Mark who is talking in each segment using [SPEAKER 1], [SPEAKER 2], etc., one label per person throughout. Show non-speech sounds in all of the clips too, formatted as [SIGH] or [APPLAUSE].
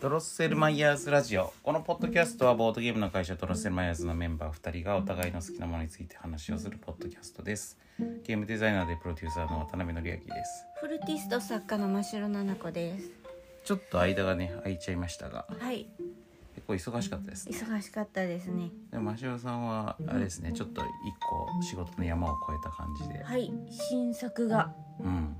[SPEAKER 1] ドロッセルマイヤーズラジオこのポッドキャストはボードゲームの会社ドロッセルマイヤーズのメンバー2人がお互いの好きなものについて話をするポッドキャストですゲームデザイナーでプロデューサーの渡辺則明です
[SPEAKER 2] フルティスト作家の真城菜々子です。
[SPEAKER 1] ちょっと間がね空いちゃいましたが
[SPEAKER 2] はい、
[SPEAKER 1] 結構忙しかったですね
[SPEAKER 2] 忙しかったですね。
[SPEAKER 1] でも真代さんはあれですねちょっと一個仕事の山を越えた感じで
[SPEAKER 2] はい、新作が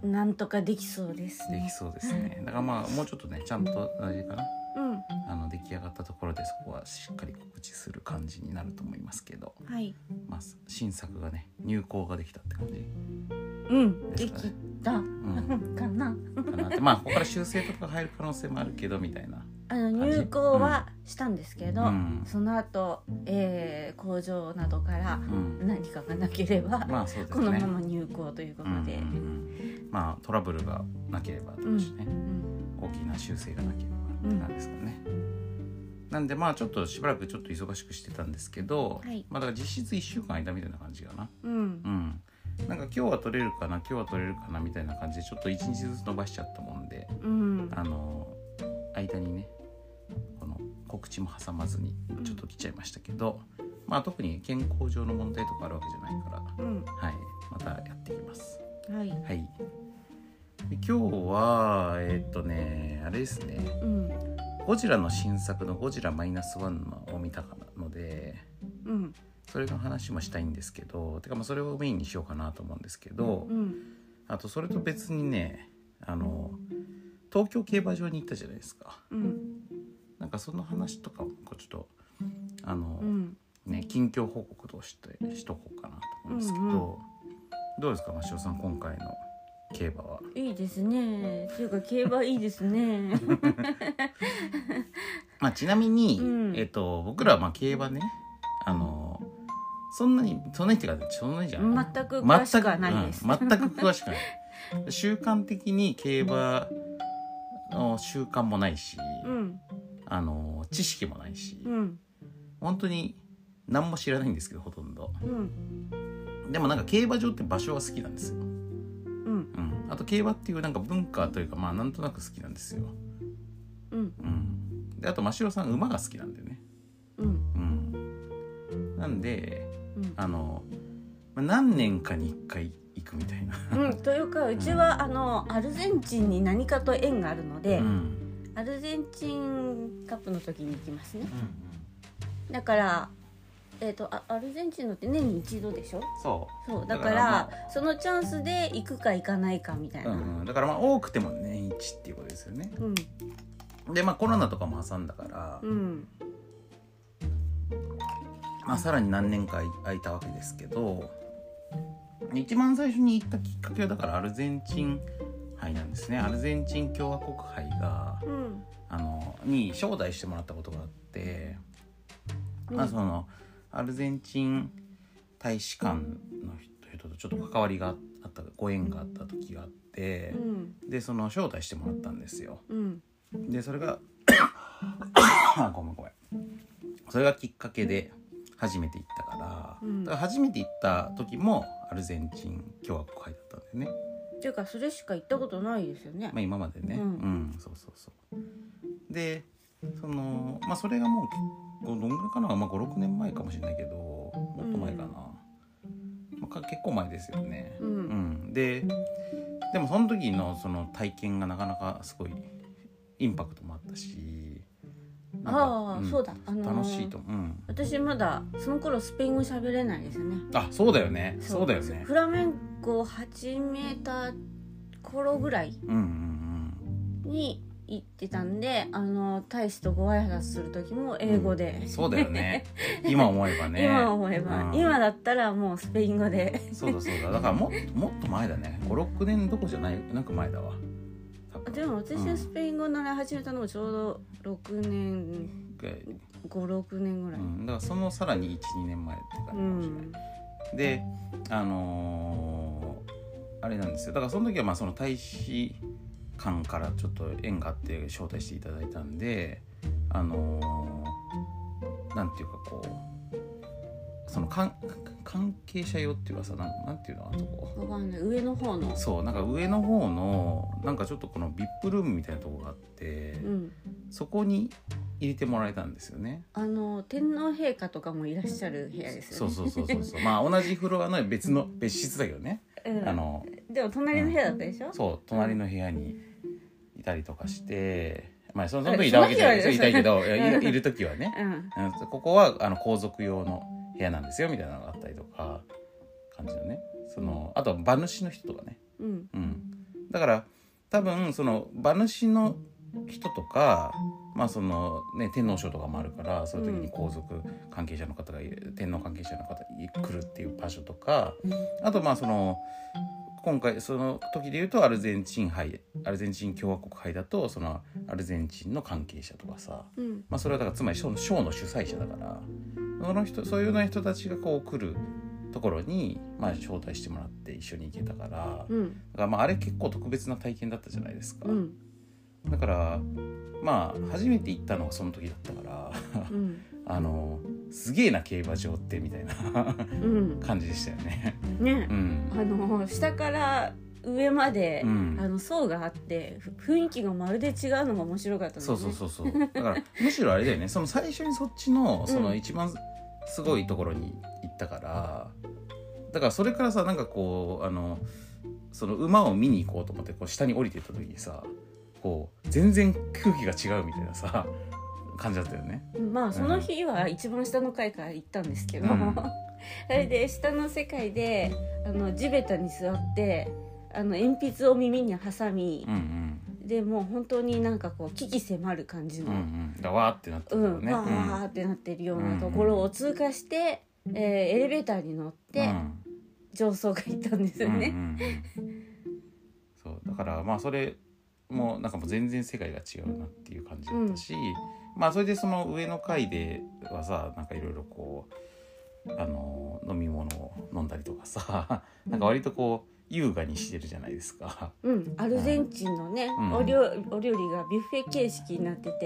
[SPEAKER 1] うん
[SPEAKER 2] なんとかできそうです
[SPEAKER 1] でき
[SPEAKER 2] ね。
[SPEAKER 1] そうですねだからまあもうちょっとねちゃんとあれかな
[SPEAKER 2] うん、
[SPEAKER 1] あの出来上がったところでそこはしっかり告知する感じになると思いますけど
[SPEAKER 2] はい、
[SPEAKER 1] まあ、新作がね入稿ができたって感じ
[SPEAKER 2] うん、できた、
[SPEAKER 1] ん
[SPEAKER 2] かな。
[SPEAKER 1] かなってまあここから修正とか入る可能性もあるけどみたいな
[SPEAKER 2] あの
[SPEAKER 1] 感じ
[SPEAKER 2] 入稿はしたんですけど、
[SPEAKER 1] うん
[SPEAKER 2] その後、えー、工場などから
[SPEAKER 1] うん
[SPEAKER 2] 何かがなければ、
[SPEAKER 1] まあそうです
[SPEAKER 2] この
[SPEAKER 1] ね
[SPEAKER 2] まま入稿というこ
[SPEAKER 1] う
[SPEAKER 2] と
[SPEAKER 1] んうん
[SPEAKER 2] で、
[SPEAKER 1] うんまあトラブルがなければだしね、
[SPEAKER 2] うん、
[SPEAKER 1] 大きな修正がなければって感じですかね、なんでまあちょっとしばらくちょっと忙しくしてたんですけど、
[SPEAKER 2] はい
[SPEAKER 1] まあだから実質1週間間みたいな感じかな
[SPEAKER 2] うん
[SPEAKER 1] う、んなんか今日は取れるかな今日は取れるかなみたいな感じでちょっと1日ずつ伸ばしちゃったもんで
[SPEAKER 2] うん、
[SPEAKER 1] あの間にねこの告知も挟まずに
[SPEAKER 2] うん
[SPEAKER 1] ちょっと来ちゃいましたけど、まあ特に健康上の問題とかあるわけじゃないから
[SPEAKER 2] うん、
[SPEAKER 1] はいまたやっていきます
[SPEAKER 2] はい、
[SPEAKER 1] はいで今日はえっとねあれですね
[SPEAKER 2] うん、
[SPEAKER 1] ゴジラの新作の「ゴジラマイナスワンのを見たかなので
[SPEAKER 2] うん、
[SPEAKER 1] それの話もしたいんですけどてかまあそれをメインにしようかなと思うんですけど、
[SPEAKER 2] うん、
[SPEAKER 1] あとそれと別にねあの東京競馬場に行ったじゃないですか。
[SPEAKER 2] うん、
[SPEAKER 1] なんかその話とかもこうちょっとあの、
[SPEAKER 2] うん。
[SPEAKER 1] ね近況報告としてしとこうかなと思うんですけど、
[SPEAKER 2] うんうん
[SPEAKER 1] どうですか真オさん今回の競馬は。
[SPEAKER 2] いいですね。っていうか競馬いいですね。
[SPEAKER 1] まあ、ちなみに、
[SPEAKER 2] うん
[SPEAKER 1] えっと僕らはまあ競馬ねあのそんなにそんなにっていうかそんなにじゃない
[SPEAKER 2] 全く詳しくはないです。
[SPEAKER 1] 全く,、うん全く詳しくない習慣的に競馬の習慣もないし、
[SPEAKER 2] うん、
[SPEAKER 1] あの知識もないし、
[SPEAKER 2] うん、
[SPEAKER 1] 本当に何も知らないんですけどほとんど。
[SPEAKER 2] うん、
[SPEAKER 1] でもなんか競馬場って場所は好きなんですよ。う
[SPEAKER 2] うん、
[SPEAKER 1] ん。あと競馬っていうなんか文化というかまあなんとなく好きなんですよ。
[SPEAKER 2] うん、
[SPEAKER 1] うん。であと真城さん馬が好きなんだよね。
[SPEAKER 2] うん、
[SPEAKER 1] うん。なんで
[SPEAKER 2] うん。
[SPEAKER 1] あのまあ何年かに1回行くみたいな。
[SPEAKER 2] うん、というかうちはあのアルゼンチンに何かと縁があるの
[SPEAKER 1] う
[SPEAKER 2] で、
[SPEAKER 1] ん。
[SPEAKER 2] アルゼンチンカップの時に行きますねだから、えー、とあアルゼンチンのって年に一度でしょ
[SPEAKER 1] そ
[SPEAKER 2] そうだから
[SPEAKER 1] だから。
[SPEAKER 2] そのチャンスで行くか行かないかみたいうな、
[SPEAKER 1] う
[SPEAKER 2] うんん
[SPEAKER 1] うん、だからまあ多くても年一っていうことですよね。
[SPEAKER 2] うん
[SPEAKER 1] でまあコロナとかも挟んだから、
[SPEAKER 2] うん
[SPEAKER 1] まあ、さらに何年か空いたわけですけど一番最初に行ったきっかけはだからアルゼンチン杯なんですねアルゼンチン共和国杯が
[SPEAKER 2] うん
[SPEAKER 1] あのに招待してもらったことがあって、まあ、そのアルゼンチン大使館の人とちょっと関わりがあったご縁があった時があって
[SPEAKER 2] うん
[SPEAKER 1] でその招待してもらったんですよ。
[SPEAKER 2] うん
[SPEAKER 1] でそれが [COUGHS] ごめんごめんそれがきっかけで初めて行ったから,、
[SPEAKER 2] うん
[SPEAKER 1] だから初めて行った時もアルゼンチン共和国杯だったんだよね、
[SPEAKER 2] っていうかそれしか行ったことないですよね
[SPEAKER 1] まあ、今までね
[SPEAKER 2] う
[SPEAKER 1] うんん、そうそうそうでそのまあそれがもう結構どんぐらいかな、まあ、56年前かもしれないけどもっと前かな、まあか結構前ですよね
[SPEAKER 2] う
[SPEAKER 1] うんんででもその時のその体験がなかなかすごいインパクトもあったしなんか
[SPEAKER 2] ああ、
[SPEAKER 1] ん
[SPEAKER 2] そうだ、あのー
[SPEAKER 1] 楽しいと思う、うん、
[SPEAKER 2] 私まだその頃スペイン語喋れないですね
[SPEAKER 1] あそうだよねそうだよね
[SPEAKER 2] フラメンコを始めた頃ぐらい
[SPEAKER 1] うんうん
[SPEAKER 2] に行ってたんであの大使とご挨拶する時も英語で
[SPEAKER 1] うん、そうだよね今思えばね
[SPEAKER 2] [LAUGHS] 今思えば、
[SPEAKER 1] うん
[SPEAKER 2] 今だったらもうスペイン語で
[SPEAKER 1] そうだそうだだからもっともっと前だね56年どこじゃないなんか前だわ多分
[SPEAKER 2] でも私
[SPEAKER 1] う
[SPEAKER 2] は
[SPEAKER 1] ん
[SPEAKER 2] スペイン語習い始めたのもちょうど6年
[SPEAKER 1] ぐらい
[SPEAKER 2] 56年ぐら
[SPEAKER 1] う
[SPEAKER 2] い、
[SPEAKER 1] ん、だからそのさらに12年前って感じか
[SPEAKER 2] う
[SPEAKER 1] もしれない、
[SPEAKER 2] ん
[SPEAKER 1] であのーあれなんですよだからその時はまあその大使館からちょっと縁があって招待していただいたんであのーなんていうかこうその関関係者用っていうかさなんなんていうのあそこ
[SPEAKER 2] わかんない上の方の
[SPEAKER 1] そうなんか上の方のなんかちょっとこの VIP ルームみたいなとこがあって、
[SPEAKER 2] うん
[SPEAKER 1] そこに入れてもらえたんですよね。
[SPEAKER 2] あの天皇陛下とかもいらっしゃる部屋です
[SPEAKER 1] そ
[SPEAKER 2] よ
[SPEAKER 1] う
[SPEAKER 2] ね
[SPEAKER 1] そうそうそう
[SPEAKER 2] [LAUGHS]
[SPEAKER 1] そうまあ同じフロアの別の別室だけどね、
[SPEAKER 2] うん
[SPEAKER 1] あの
[SPEAKER 2] でも隣の部屋だったでしょ
[SPEAKER 1] そう隣の部屋にいたりとかして、まあその
[SPEAKER 2] あ
[SPEAKER 1] 時いたわけじゃない
[SPEAKER 2] その
[SPEAKER 1] い
[SPEAKER 2] 日は
[SPEAKER 1] たけ
[SPEAKER 2] [LAUGHS]
[SPEAKER 1] どいや
[SPEAKER 2] うん
[SPEAKER 1] いいる時はね、
[SPEAKER 2] うん
[SPEAKER 1] うんここはあの皇族用の部屋なんですよみたいなのがあったりとか感じのねそのあとは馬主の人とかね、
[SPEAKER 2] うん
[SPEAKER 1] うん、だから多分その馬主の人とか、まあそのね、天皇賞とかもあるからそういう時に皇族関係者の方がいる天皇関係者の方が来るっていう場所とかあとまあその今回その時で言うとアルゼンチン杯アルゼンチン共和国杯だとそのアルゼンチンの関係者とかさ
[SPEAKER 2] うん
[SPEAKER 1] まあ、それはだからつまりショーのショーの主催者だからその人そういうような人たちがこう来るところに、まあ、招待してもらって一緒に行けたからだか
[SPEAKER 2] うん
[SPEAKER 1] らまああれ結構特別な体験だったじゃないですか、
[SPEAKER 2] うん
[SPEAKER 1] だからまあ初めて行ったのがその時だったから [LAUGHS]
[SPEAKER 2] うん
[SPEAKER 1] あのすげえな競馬場ってみたいな [LAUGHS]
[SPEAKER 2] うん
[SPEAKER 1] 感じでしたよね。
[SPEAKER 2] ね
[SPEAKER 1] うん
[SPEAKER 2] あの下から上まで、
[SPEAKER 1] うん
[SPEAKER 2] あの層があってふ雰囲気がまるで違うのが面白かったのね
[SPEAKER 1] そうそうそうそうだからむしろあれだよねその最初にそっちのそうの
[SPEAKER 2] ん
[SPEAKER 1] 一番すごいところに行ったから、だからそれからさなんかこうあのその馬を見に行こうと思ってこう下に降りてった時にさこう全然空気が違うみたいなさ感じだったよね。
[SPEAKER 2] まあその日は一番下の階から行ったんですけど、
[SPEAKER 1] うん
[SPEAKER 2] それで下の世界であの地べたに座ってあの鉛筆を耳に挟み
[SPEAKER 1] うん、うん
[SPEAKER 2] でもう本当になんかこう危機迫る感じ
[SPEAKER 1] うんう
[SPEAKER 2] の、
[SPEAKER 1] んだわーってなってた
[SPEAKER 2] う
[SPEAKER 1] よ
[SPEAKER 2] ん
[SPEAKER 1] ね。
[SPEAKER 2] わ
[SPEAKER 1] うん
[SPEAKER 2] ーってなってるようなところを通過して、えーエレベーターに乗って
[SPEAKER 1] うん
[SPEAKER 2] 上層階行ったんですよ
[SPEAKER 1] う
[SPEAKER 2] ね。
[SPEAKER 1] んうんうんそうだからまあそれもなんかもう全然世界が違うなっていう感じだったし、まあそれでその上の階ではさなんかいろいろこうあの飲み物を飲んだりとか
[SPEAKER 2] [LAUGHS]
[SPEAKER 1] さなんか割とこう優雅にしてるじゃないですか。
[SPEAKER 2] うん、アルゼンチンのね、
[SPEAKER 1] うん
[SPEAKER 2] お料お料理がビュッフェ形式になって
[SPEAKER 1] うんう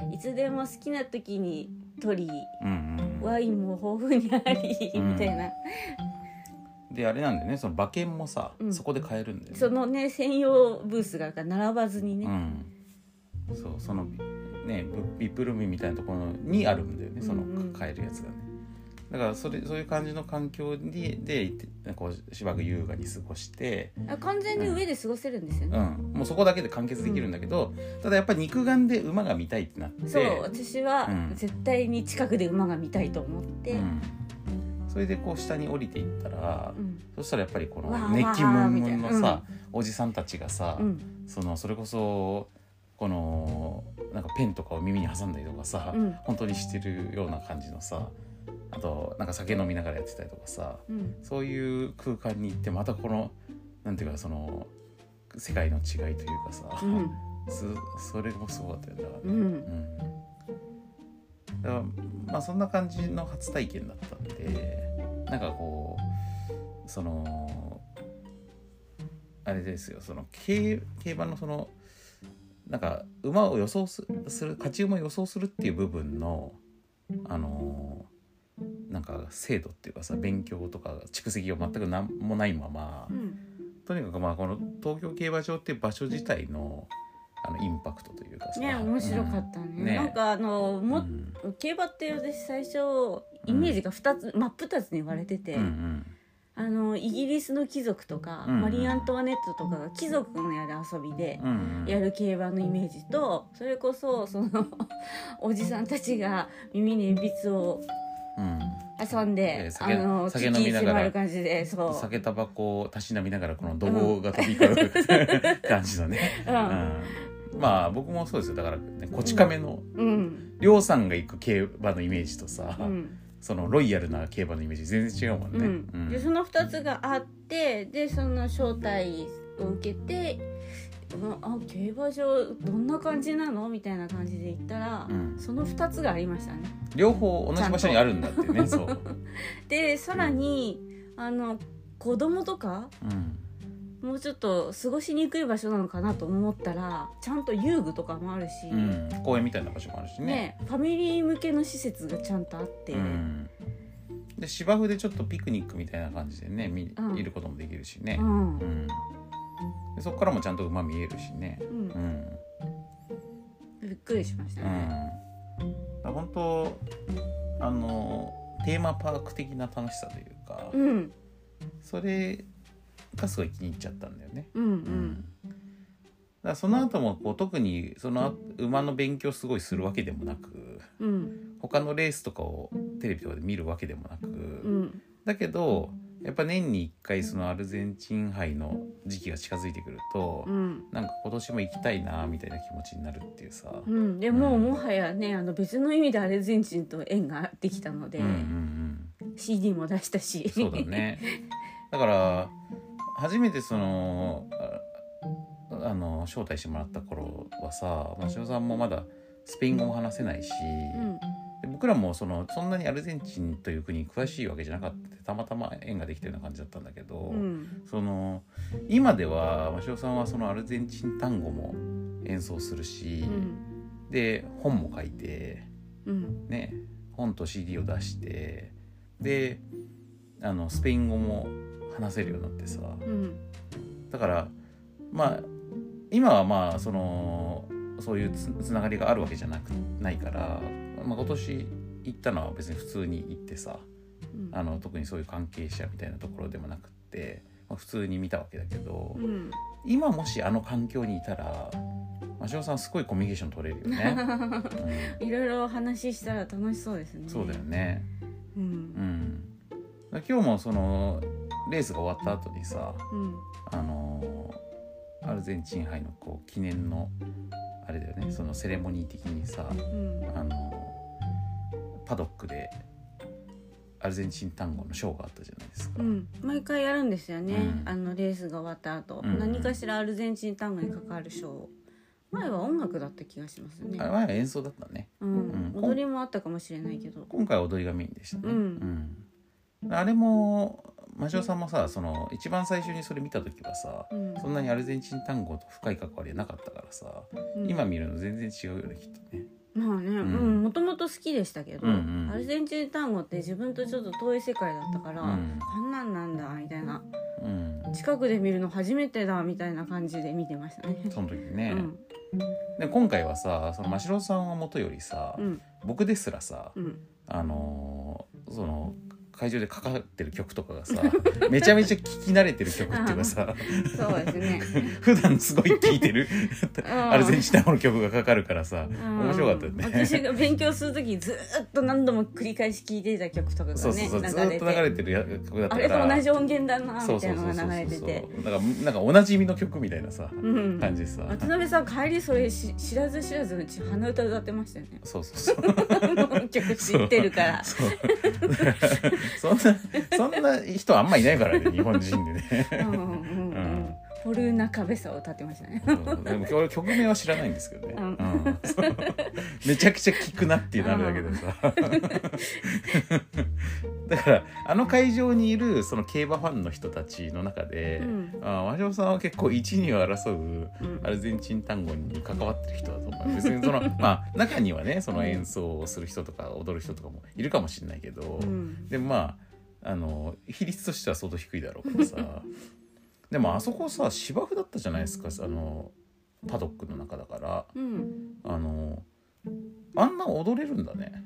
[SPEAKER 2] て、
[SPEAKER 1] ん
[SPEAKER 2] いつでも好きな時に取り
[SPEAKER 1] うんうん
[SPEAKER 2] ワインも豊富にあり、
[SPEAKER 1] うん
[SPEAKER 2] みたいな
[SPEAKER 1] であれなんだよねその馬券もさ、
[SPEAKER 2] うん
[SPEAKER 1] そこで買えるんだよね。
[SPEAKER 2] そのね専用ブースがあるから並ばずにね、
[SPEAKER 1] うん、そうそのねビップルームみたいなところにあるんだよねその
[SPEAKER 2] うんうん
[SPEAKER 1] 買えるやつがね。だからそれそういう感じの環境でで行ってこうしばらく優雅に過ごして、
[SPEAKER 2] あ完全に上で過ごせるんですよ
[SPEAKER 1] う
[SPEAKER 2] ね、
[SPEAKER 1] ん、もうそこだけで完結できるんだけど、ただやっぱり肉眼で馬が見たいってなって
[SPEAKER 2] そう私は
[SPEAKER 1] うん
[SPEAKER 2] 絶対に近くで馬が見たいと思って、
[SPEAKER 1] うんそれでこう下に降りていったら、
[SPEAKER 2] うん
[SPEAKER 1] そしたらやっぱりこの
[SPEAKER 2] わあ
[SPEAKER 1] 熱気ムンムン
[SPEAKER 2] わあ
[SPEAKER 1] の
[SPEAKER 2] みたいな
[SPEAKER 1] さ、おじさんたちがさ、
[SPEAKER 2] うん
[SPEAKER 1] そのそれこそこのなんかペンとかを耳に挟んだりとかさ、
[SPEAKER 2] うん
[SPEAKER 1] 本当にしてるような感じのさあとなんか酒飲みながらやってたりとかさ
[SPEAKER 2] うん
[SPEAKER 1] そういう空間に行ってまたこのなんていうかその世界の違いというかさ、
[SPEAKER 2] うん
[SPEAKER 1] [LAUGHS] すそれもすごかったよ
[SPEAKER 2] う
[SPEAKER 1] ね。
[SPEAKER 2] ん
[SPEAKER 1] うんだからまあそんな感じの初体験だったんでなんかこうそのあれですよその競競馬のそのなんか馬を予想すする勝ち馬を予想するっていう部分のあのなんか制度っていうかさ勉強とか蓄積が全く何もないまま、
[SPEAKER 2] うん
[SPEAKER 1] とにかくまあこの東京競馬場っていう場所自体のあのインパクトというかさ
[SPEAKER 2] ね面白かったね,、
[SPEAKER 1] うんね
[SPEAKER 2] なんかあの
[SPEAKER 1] うん
[SPEAKER 2] も、
[SPEAKER 1] うん
[SPEAKER 2] 競馬って私最初イメージが二つ、真っ二つに割れてて、
[SPEAKER 1] うんうん
[SPEAKER 2] あのイギリスの貴族とか、
[SPEAKER 1] うん
[SPEAKER 2] マリー・アントワネットとかが貴族のやる遊びで、
[SPEAKER 1] うんうん
[SPEAKER 2] やる競馬のイメージとそれこそその [LAUGHS] おじさんたちが耳に鉛筆を
[SPEAKER 1] うん
[SPEAKER 2] 挟んで、
[SPEAKER 1] ええ酒
[SPEAKER 2] あの
[SPEAKER 1] 酒
[SPEAKER 2] 聞
[SPEAKER 1] 飲
[SPEAKER 2] き
[SPEAKER 1] みながら
[SPEAKER 2] 迫る感じでそう、
[SPEAKER 1] 酒タバコをたしなみながらこの怒号が飛び交う、感じのね、
[SPEAKER 2] う
[SPEAKER 1] うんん、まあ僕もそうですよだから、ね、こち亀の
[SPEAKER 2] うん
[SPEAKER 1] りょうさんが行く競馬のイメージとさ、
[SPEAKER 2] うん
[SPEAKER 1] そのロイヤルな競馬のイメージ全然違うもん
[SPEAKER 2] う
[SPEAKER 1] ね、
[SPEAKER 2] ん
[SPEAKER 1] うん
[SPEAKER 2] でその2つがあってでその招待を受けて「うんあ競馬場どんな感じなの?」みたいな感じで行ったら、
[SPEAKER 1] うん
[SPEAKER 2] その2つがありましたね。
[SPEAKER 1] 両方同じ場所にあるんだってねそう、
[SPEAKER 2] でさらにあの子供とか
[SPEAKER 1] うん、
[SPEAKER 2] もうちょっと過ごしにくい場所なのかなと思ったらちゃんと遊具とかもあるし、
[SPEAKER 1] うん、公園みたいな場所もあるしね
[SPEAKER 2] ねファミリー向けの施設がちゃんとあって、
[SPEAKER 1] うん、で芝生でちょっとピクニックみたいな感じでね見,、
[SPEAKER 2] うん
[SPEAKER 1] ることもできるしね
[SPEAKER 2] う、ん
[SPEAKER 1] う、んでそこからもちゃんと馬見えるしね
[SPEAKER 2] うん
[SPEAKER 1] う、ん
[SPEAKER 2] びっくりしまし
[SPEAKER 1] う
[SPEAKER 2] た
[SPEAKER 1] ん、
[SPEAKER 2] ね、
[SPEAKER 1] だから本当あのテーマパーク的な楽しさというか、
[SPEAKER 2] うん、うん
[SPEAKER 1] それがすごい気に入っちゃったんだよね。
[SPEAKER 2] うんうん
[SPEAKER 1] だからその後もこう特にその後馬の勉強すごいするわけでもなく
[SPEAKER 2] うん
[SPEAKER 1] 他のレースとかをテレビとかで見るわけでもなく、
[SPEAKER 2] うん
[SPEAKER 1] だけどやっぱ年に1回そのアルゼンチン杯の時期が近づいてくると、
[SPEAKER 2] うん
[SPEAKER 1] なんか今年も行きたいなみたいな気持ちになるっていうさ。
[SPEAKER 2] うん、でもうもはやねあの別の意味でアルゼンチンと縁ができたので、
[SPEAKER 1] うんうんうん、
[SPEAKER 2] CD も出したし
[SPEAKER 1] そうだね。だから初めてそのああの招待してもらった頃はさ真汐さんもまだスペイン語も話せないし、
[SPEAKER 2] [LAUGHS] うん
[SPEAKER 1] で僕らもそのそんなにアルゼンチンという国に詳しいわけじゃなかったたまたま縁ができたような感じだったんだけど、
[SPEAKER 2] うん
[SPEAKER 1] その今では真汐さんはそのアルゼンチン単語も演奏するし、
[SPEAKER 2] うん
[SPEAKER 1] で本も書いて。
[SPEAKER 2] うん
[SPEAKER 1] ね、本と CD を出してであのスペイン語も話せるようになってさ
[SPEAKER 2] うん
[SPEAKER 1] だからまあ今はまあそのそういうつつながりがあるわけじゃなくないから、まあ、今年行ったのは別に普通に行ってさ
[SPEAKER 2] うん
[SPEAKER 1] あの特にそういう関係者みたいなところでもなくって、まあ、普通に見たわけだけど、
[SPEAKER 2] うん
[SPEAKER 1] 今もしあの環境にいたら真汐さんすごいコミュニケーション取れるよね。うん
[SPEAKER 2] いろいろお話ししたら楽しそうですね。
[SPEAKER 1] そうだよね
[SPEAKER 2] う。
[SPEAKER 1] うんん、今日もそのレースが終わった後にさ
[SPEAKER 2] うん。
[SPEAKER 1] あのーアルゼンチン杯のこう記念のあれだよねそのセレモニー的にさ、
[SPEAKER 2] うん。
[SPEAKER 1] あのーパドックでアルゼンチン単語のショーがあったじゃないですか。
[SPEAKER 2] うん、毎回やるんですよね、
[SPEAKER 1] うん
[SPEAKER 2] あのレースが終わった後、
[SPEAKER 1] うん
[SPEAKER 2] 何かしらアルゼンチン単語に関わるショーを前は音楽だった気がしますね
[SPEAKER 1] あれ、前は演奏だったね
[SPEAKER 2] うん
[SPEAKER 1] うん
[SPEAKER 2] 踊りもあったかもしれないけど
[SPEAKER 1] 今回は踊りがメインでしたね。
[SPEAKER 2] うん
[SPEAKER 1] うんあれも真汐さんもさその一番最初にそれ見た時はさ
[SPEAKER 2] うん
[SPEAKER 1] そんなにアルゼンチン単語と深い関わりはなかったからさ、
[SPEAKER 2] うん
[SPEAKER 1] 今見るの全然違うよねきっとね。
[SPEAKER 2] まあね、
[SPEAKER 1] ん
[SPEAKER 2] うん、もともと好きでしたけど、
[SPEAKER 1] うんうん
[SPEAKER 2] アルゼンチン単語って自分とちょっと遠い世界だったから、
[SPEAKER 1] うん
[SPEAKER 2] こんなんなんだみたいな
[SPEAKER 1] うん、
[SPEAKER 2] 近くで見るの初めてだみたいな感じで見てましたね。
[SPEAKER 1] その時ね、
[SPEAKER 2] うん
[SPEAKER 1] で今回はさその真城さんはもとよりさ、
[SPEAKER 2] うん
[SPEAKER 1] 僕ですらさ、
[SPEAKER 2] うん
[SPEAKER 1] あのーその会場でかかってる曲とかがさめちゃめちゃ聞き慣れてる曲っていうかさ
[SPEAKER 2] そうですね。
[SPEAKER 1] [LAUGHS] 普段すごい聴いてるアルゼン
[SPEAKER 2] チ
[SPEAKER 1] チンの曲がかかるからさ面白かったよね。
[SPEAKER 2] 私が勉強する時ずーっと何度も繰り返し聞いていた曲とかがね
[SPEAKER 1] そうそうそう、ずーっと流れてるや曲だった
[SPEAKER 2] あ
[SPEAKER 1] から
[SPEAKER 2] れと同じ音源だな
[SPEAKER 1] そう
[SPEAKER 2] み
[SPEAKER 1] そ
[SPEAKER 2] た
[SPEAKER 1] う
[SPEAKER 2] い
[SPEAKER 1] そ
[SPEAKER 2] な
[SPEAKER 1] う
[SPEAKER 2] の
[SPEAKER 1] そ
[SPEAKER 2] が
[SPEAKER 1] う
[SPEAKER 2] 流れてて
[SPEAKER 1] だからなんかおなじみの曲みたいなさ、
[SPEAKER 2] うん
[SPEAKER 1] 感じでさ
[SPEAKER 2] 渡辺さん帰りそれし知らず知らずうち鼻歌歌ってましたよね [LAUGHS]
[SPEAKER 1] そうそうそう
[SPEAKER 2] この曲知ってるから
[SPEAKER 1] そうそう [LAUGHS] そんなそんな人あんまいないからね日本人でね
[SPEAKER 2] うんうんうん
[SPEAKER 1] うん
[SPEAKER 2] ポルナカベサを歌ってましたね
[SPEAKER 1] うんでも俺曲名は知らないんですけどね、
[SPEAKER 2] うん
[SPEAKER 1] うんそうめちゃくちゃ聞くなっていうのあるだけでさ [LAUGHS] だからあの会場にいるその競馬ファンの人たちの中で、
[SPEAKER 2] うん
[SPEAKER 1] あ和尚さんは結構一二を争う
[SPEAKER 2] うん
[SPEAKER 1] アルゼンチン単語に関わってる人だと思う別 [LAUGHS] にそのまあ中にはねその演奏をする人とか踊る人とかもいるかもしれないけど、
[SPEAKER 2] うん
[SPEAKER 1] でもまああの比率としては相当低いだろうからさ
[SPEAKER 2] [LAUGHS]
[SPEAKER 1] でもあそこさ芝生だったじゃないですかあのパドックの中だから
[SPEAKER 2] うん
[SPEAKER 1] あのあんな踊れるんだね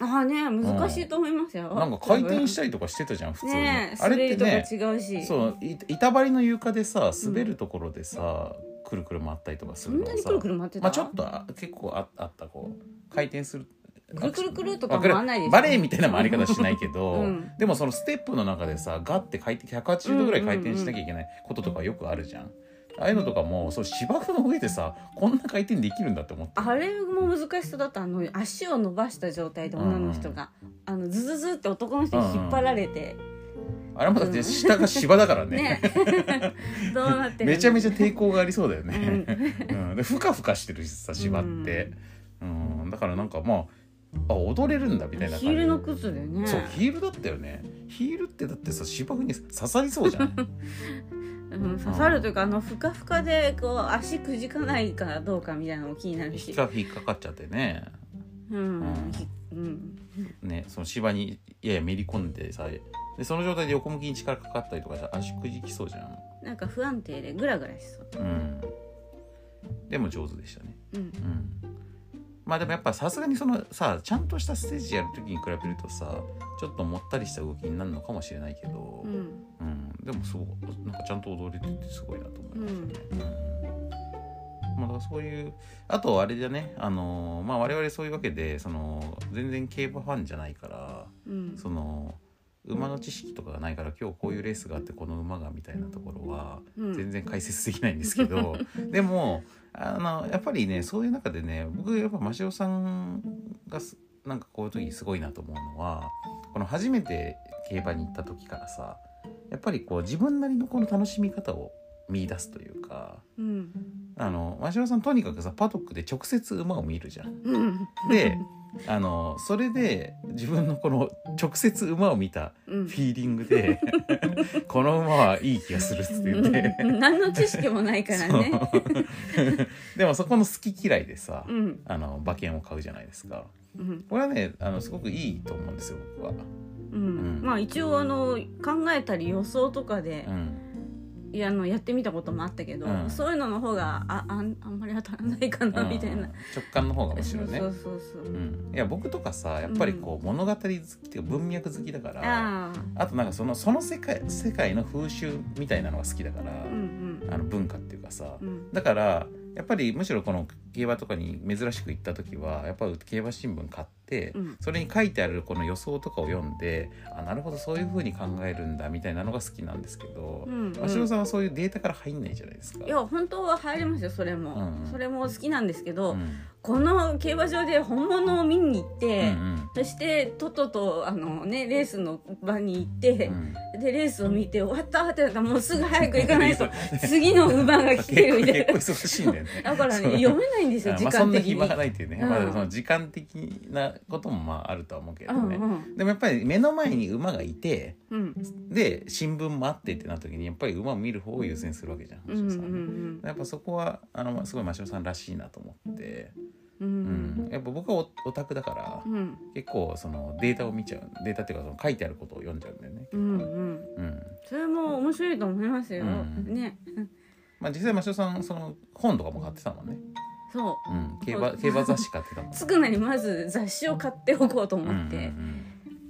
[SPEAKER 2] ああね難しいと思いますよ
[SPEAKER 1] なんか回転した
[SPEAKER 2] い
[SPEAKER 1] りとかしてたじゃん普通に、
[SPEAKER 2] ねえ
[SPEAKER 1] あ
[SPEAKER 2] 滑
[SPEAKER 1] れっ
[SPEAKER 2] り
[SPEAKER 1] て
[SPEAKER 2] とか
[SPEAKER 1] ね
[SPEAKER 2] 違うし
[SPEAKER 1] そうい板張りの床でさ滑るところでさ、くるくる回ったりとかす
[SPEAKER 2] そ
[SPEAKER 1] る
[SPEAKER 2] ん
[SPEAKER 1] の
[SPEAKER 2] な
[SPEAKER 1] は
[SPEAKER 2] に
[SPEAKER 1] さ
[SPEAKER 2] くるくる回ってた
[SPEAKER 1] まあ、ちょっとあ結構ああったこう回転する
[SPEAKER 2] くるくるくると
[SPEAKER 1] わ
[SPEAKER 2] か
[SPEAKER 1] かる
[SPEAKER 2] 回らないですよ
[SPEAKER 1] バレエみたいな回り方しないけど、
[SPEAKER 2] [LAUGHS] うん
[SPEAKER 1] でもそのステップの中でさガッて回転180度ぐらい回転しなきゃいけないこととかよくあるじゃん。ああいうのとかもそう芝生の上でさこんな回転できるんだって思って
[SPEAKER 2] あれも難しそうだったあの足を伸ばした状態で女の人が、あのズズズって男の人に引っ張られて、
[SPEAKER 1] あれもだって下が芝だからね [LAUGHS]
[SPEAKER 2] ねどうなってる
[SPEAKER 1] めちゃめ
[SPEAKER 2] ち
[SPEAKER 1] ちゃ抵抗がありそうだよね。うん、でふかふかしてるしさ芝って、うんだからなんかまああ踊れるんだみたいな
[SPEAKER 2] ヒ
[SPEAKER 1] 感
[SPEAKER 2] ー
[SPEAKER 1] じ
[SPEAKER 2] ルの靴でね
[SPEAKER 1] そうヒールだったよねヒールってだってさ芝生に刺さりそうじゃん
[SPEAKER 2] [LAUGHS] うん、刺さるというかあのふかふかでこう足くじかないかどうかみたいなのも気になる
[SPEAKER 1] 引っ
[SPEAKER 2] し、
[SPEAKER 1] か引っかかっちゃってね
[SPEAKER 2] うん
[SPEAKER 1] うん
[SPEAKER 2] 引っうん
[SPEAKER 1] ね、その芝にややめり込んでさでその状態で横向きに力かかったりとかさ足くじきそうじゃん
[SPEAKER 2] なんか不安定でグラグラしそう
[SPEAKER 1] うんでも上手でしたね
[SPEAKER 2] うん
[SPEAKER 1] うんまあでもやっぱさすがにそのさちゃんとしたステージやる時に比べるとさちょっともったりした動きになるのかもしれないけど、
[SPEAKER 2] うん
[SPEAKER 1] うんでもすごいなんかちゃんと踊れててすごいなと思いましたね。うんまあ、だからそういうあとあれだねあのーまあ我々そういうわけでその全然競馬ファンじゃないから
[SPEAKER 2] うん
[SPEAKER 1] その馬の知識とかがないから今日こういうレースがあってこの馬がみたいなところは
[SPEAKER 2] うん
[SPEAKER 1] 全然解説できないんですけど、でもあのやっぱりねそういう中でね僕やっぱ真汐さんがすなんかこういう時すごいなと思うのはこの初めて競馬に行った時からさやっぱりこう自分なりのこの楽しみ方を見出すというか
[SPEAKER 2] うん
[SPEAKER 1] あの真汐さんとにかくさパドックで直接馬を見るじゃん。
[SPEAKER 2] [LAUGHS] うん
[SPEAKER 1] であのそれで自分のこの直接馬を見た
[SPEAKER 2] うん
[SPEAKER 1] フィーリングで
[SPEAKER 2] [LAUGHS]
[SPEAKER 1] この馬はいい気がするっつって言って
[SPEAKER 2] うん何の知識もないからね
[SPEAKER 1] そう [LAUGHS] でもそこの好き嫌いでさ、
[SPEAKER 2] うん
[SPEAKER 1] あの馬券を買うじゃないですか
[SPEAKER 2] うん
[SPEAKER 1] これはねあのすごくいいと思うんですよ僕は、
[SPEAKER 2] うんまあ一応あの考えたり予想とかで
[SPEAKER 1] うん、
[SPEAKER 2] いやあのやってみたこともあったけど
[SPEAKER 1] うん
[SPEAKER 2] そういうのの方がああんあんまり当たらないかなみたい
[SPEAKER 1] うん
[SPEAKER 2] な
[SPEAKER 1] 直感の方がむし
[SPEAKER 2] そ
[SPEAKER 1] ろ
[SPEAKER 2] う
[SPEAKER 1] ね、
[SPEAKER 2] そうそうそううん
[SPEAKER 1] いや僕とかさやっぱりこう物語好きっていうか文脈好きだから、
[SPEAKER 2] ああ
[SPEAKER 1] あとなんかそのその世界世界の風習みたいなのが好きだから、
[SPEAKER 2] うん
[SPEAKER 1] あの文化っていうかさ、
[SPEAKER 2] うんうん
[SPEAKER 1] だからやっぱりむしろこの競馬とかに珍しく行った時はやっぱり競馬新聞買って、
[SPEAKER 2] うん
[SPEAKER 1] それに書いてあるこの予想とかを読んであなるほどそういう風に考えるんだみたいなのが好きなんですけど
[SPEAKER 2] う、んうん
[SPEAKER 1] 鷲尾さんはそういうデータから入んないじゃないですか。
[SPEAKER 2] いや本当は入りますよそれも、
[SPEAKER 1] うんうん
[SPEAKER 2] それも好きなんですけど、
[SPEAKER 1] うん
[SPEAKER 2] この競馬場で本物を見に行っ
[SPEAKER 1] うんう
[SPEAKER 2] て、
[SPEAKER 1] ん
[SPEAKER 2] そしてとっととあの、ね、レースの場に行って
[SPEAKER 1] う、ん
[SPEAKER 2] でレースを見て終わったってなったらもうすぐ早く行かな
[SPEAKER 1] [LAUGHS]
[SPEAKER 2] いと次の馬が来てるみた
[SPEAKER 1] 結
[SPEAKER 2] い
[SPEAKER 1] 構
[SPEAKER 2] な
[SPEAKER 1] 忙しいんだよね。
[SPEAKER 2] だから
[SPEAKER 1] そう
[SPEAKER 2] ね読めないんですよ
[SPEAKER 1] あ
[SPEAKER 2] 時
[SPEAKER 1] まあそ
[SPEAKER 2] 間
[SPEAKER 1] んな
[SPEAKER 2] 的に。
[SPEAKER 1] 暇がないっていうね、
[SPEAKER 2] うん
[SPEAKER 1] まあ、その時間的なこともまああるとは思うけどね、
[SPEAKER 2] うんうん
[SPEAKER 1] でもやっぱり目の前に馬がいて
[SPEAKER 2] うん
[SPEAKER 1] で新聞もあってってなった時にやっぱり馬を見る方を優先するわけじゃん、
[SPEAKER 2] うんうん
[SPEAKER 1] 橋
[SPEAKER 2] う
[SPEAKER 1] 尾さんね
[SPEAKER 2] ん
[SPEAKER 1] やっぱそこはあのすごい真汐さんらしいなと思って、
[SPEAKER 2] う
[SPEAKER 1] うんん、やっぱ僕はオオタクだから、
[SPEAKER 2] うん
[SPEAKER 1] 結構そのデータを見ちゃうデータっていうかその書いてあることを読んじゃうんだよね、
[SPEAKER 2] うんうん
[SPEAKER 1] うん、
[SPEAKER 2] それも面白いと思いますよ、
[SPEAKER 1] うん
[SPEAKER 2] ね
[SPEAKER 1] まあ実際真汐さんその本とかも買ってたもんね、
[SPEAKER 2] そう
[SPEAKER 1] うん、競馬競馬雑誌買ってたもん、ね、
[SPEAKER 2] つくなりまず雑誌を買っておこうと
[SPEAKER 1] うん
[SPEAKER 2] 思って、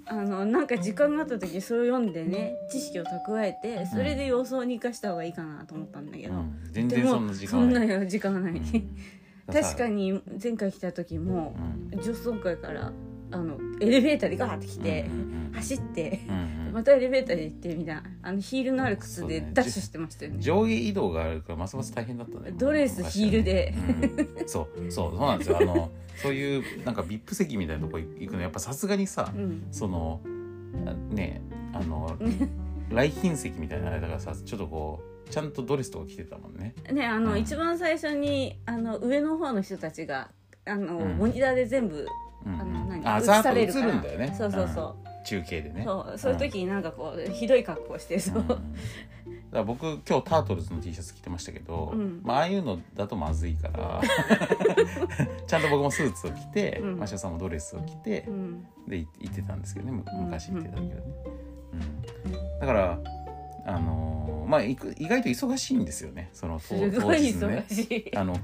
[SPEAKER 2] あのなんか時間があった時それを読んでね知識を蓄えてそれで様子をに生かした方がいいかなと思ったんだけ
[SPEAKER 1] う
[SPEAKER 2] ど、
[SPEAKER 1] んうん全
[SPEAKER 2] で
[SPEAKER 1] 然
[SPEAKER 2] も
[SPEAKER 1] そんな時間ない、
[SPEAKER 2] よ時間ない、
[SPEAKER 1] う
[SPEAKER 2] [LAUGHS]
[SPEAKER 1] ん
[SPEAKER 2] 確か、に前回来た時も女装会からあのエレベーターでガーって来て、走って、またエレベーターで行ってみたいなあのヒールのある靴でダッシュしてましたよね
[SPEAKER 1] 上下移動があるからますます大変だったね
[SPEAKER 2] ドレスヒールで、
[SPEAKER 1] うんそうそうそうなんですよあのそういうなんか VIP 席みたいなとこ行くのやっぱさすがにさ
[SPEAKER 2] うん
[SPEAKER 1] そのあねあの来賓席みたいなあれだからさちょっとこうちゃんとドレスとか着てたもんね
[SPEAKER 2] ねあの、
[SPEAKER 1] うん
[SPEAKER 2] 一番最初にあの上の方の人たちがあの、
[SPEAKER 1] うん
[SPEAKER 2] モニターで全部
[SPEAKER 1] うん
[SPEAKER 2] あの何
[SPEAKER 1] あ
[SPEAKER 2] 映
[SPEAKER 1] ざー
[SPEAKER 2] さ
[SPEAKER 1] っと
[SPEAKER 2] れ
[SPEAKER 1] 映
[SPEAKER 2] るから
[SPEAKER 1] るんだよね
[SPEAKER 2] そうそうそう、
[SPEAKER 1] うん中継でね
[SPEAKER 2] そうそういう時になんかこうひどい格好してそうう、
[SPEAKER 1] んだから僕今日タートルズの T シャツ着てましたけど、
[SPEAKER 2] うん
[SPEAKER 1] まあ、ああいうのだとまずいから [LAUGHS] ちゃんと僕もスーツを着て、
[SPEAKER 2] うん
[SPEAKER 1] マシオさんもドレスを着て
[SPEAKER 2] う、ん
[SPEAKER 1] でい行ってたんですけどねむ
[SPEAKER 2] うん
[SPEAKER 1] 昔行ってたけどね、うんだからあのーまあいく意外と忙しいんですよねその
[SPEAKER 2] す
[SPEAKER 1] 当
[SPEAKER 2] ごい
[SPEAKER 1] 当日のね
[SPEAKER 2] 忙しい、
[SPEAKER 1] あの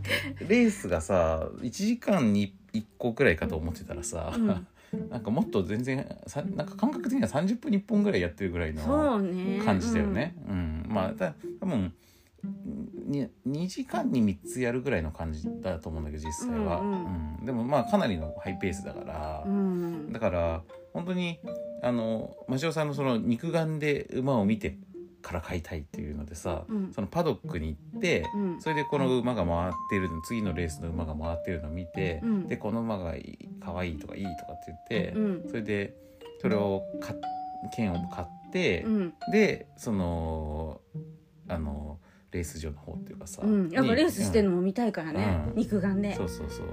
[SPEAKER 1] レースがさ1時間に1個くらいかと思ってたらさ、
[SPEAKER 2] うん
[SPEAKER 1] [LAUGHS] なんかもっと全然さなんか感覚的には30分に1本ぐらいやってるぐらい
[SPEAKER 2] そ
[SPEAKER 1] の
[SPEAKER 2] うね
[SPEAKER 1] 感じだよね。うんまあた多分に2時間に3つやるぐらいの感じだと思うんだけど実際は、
[SPEAKER 2] うん
[SPEAKER 1] うんでもまあかなりのハイペースだから
[SPEAKER 2] う、ん、
[SPEAKER 1] だから本当にあの真汐さんのその肉眼で馬を見てから買いたいっていうのでさ、
[SPEAKER 2] うん
[SPEAKER 1] そのパドックに行って、
[SPEAKER 2] うん
[SPEAKER 1] それでこの馬が回ってるの次のレースの馬が回ってるのを見て、
[SPEAKER 2] うん
[SPEAKER 1] でこの馬がいい可愛いとかいいとかって言って、
[SPEAKER 2] うん
[SPEAKER 1] それでそれを買っ券を買って、
[SPEAKER 2] うん
[SPEAKER 1] でそのあのレース場の方っていうかさ、
[SPEAKER 2] うん、やっぱ
[SPEAKER 1] で
[SPEAKER 2] レースしてるのも見たいからね、
[SPEAKER 1] うん
[SPEAKER 2] 肉眼で
[SPEAKER 1] そうそうそう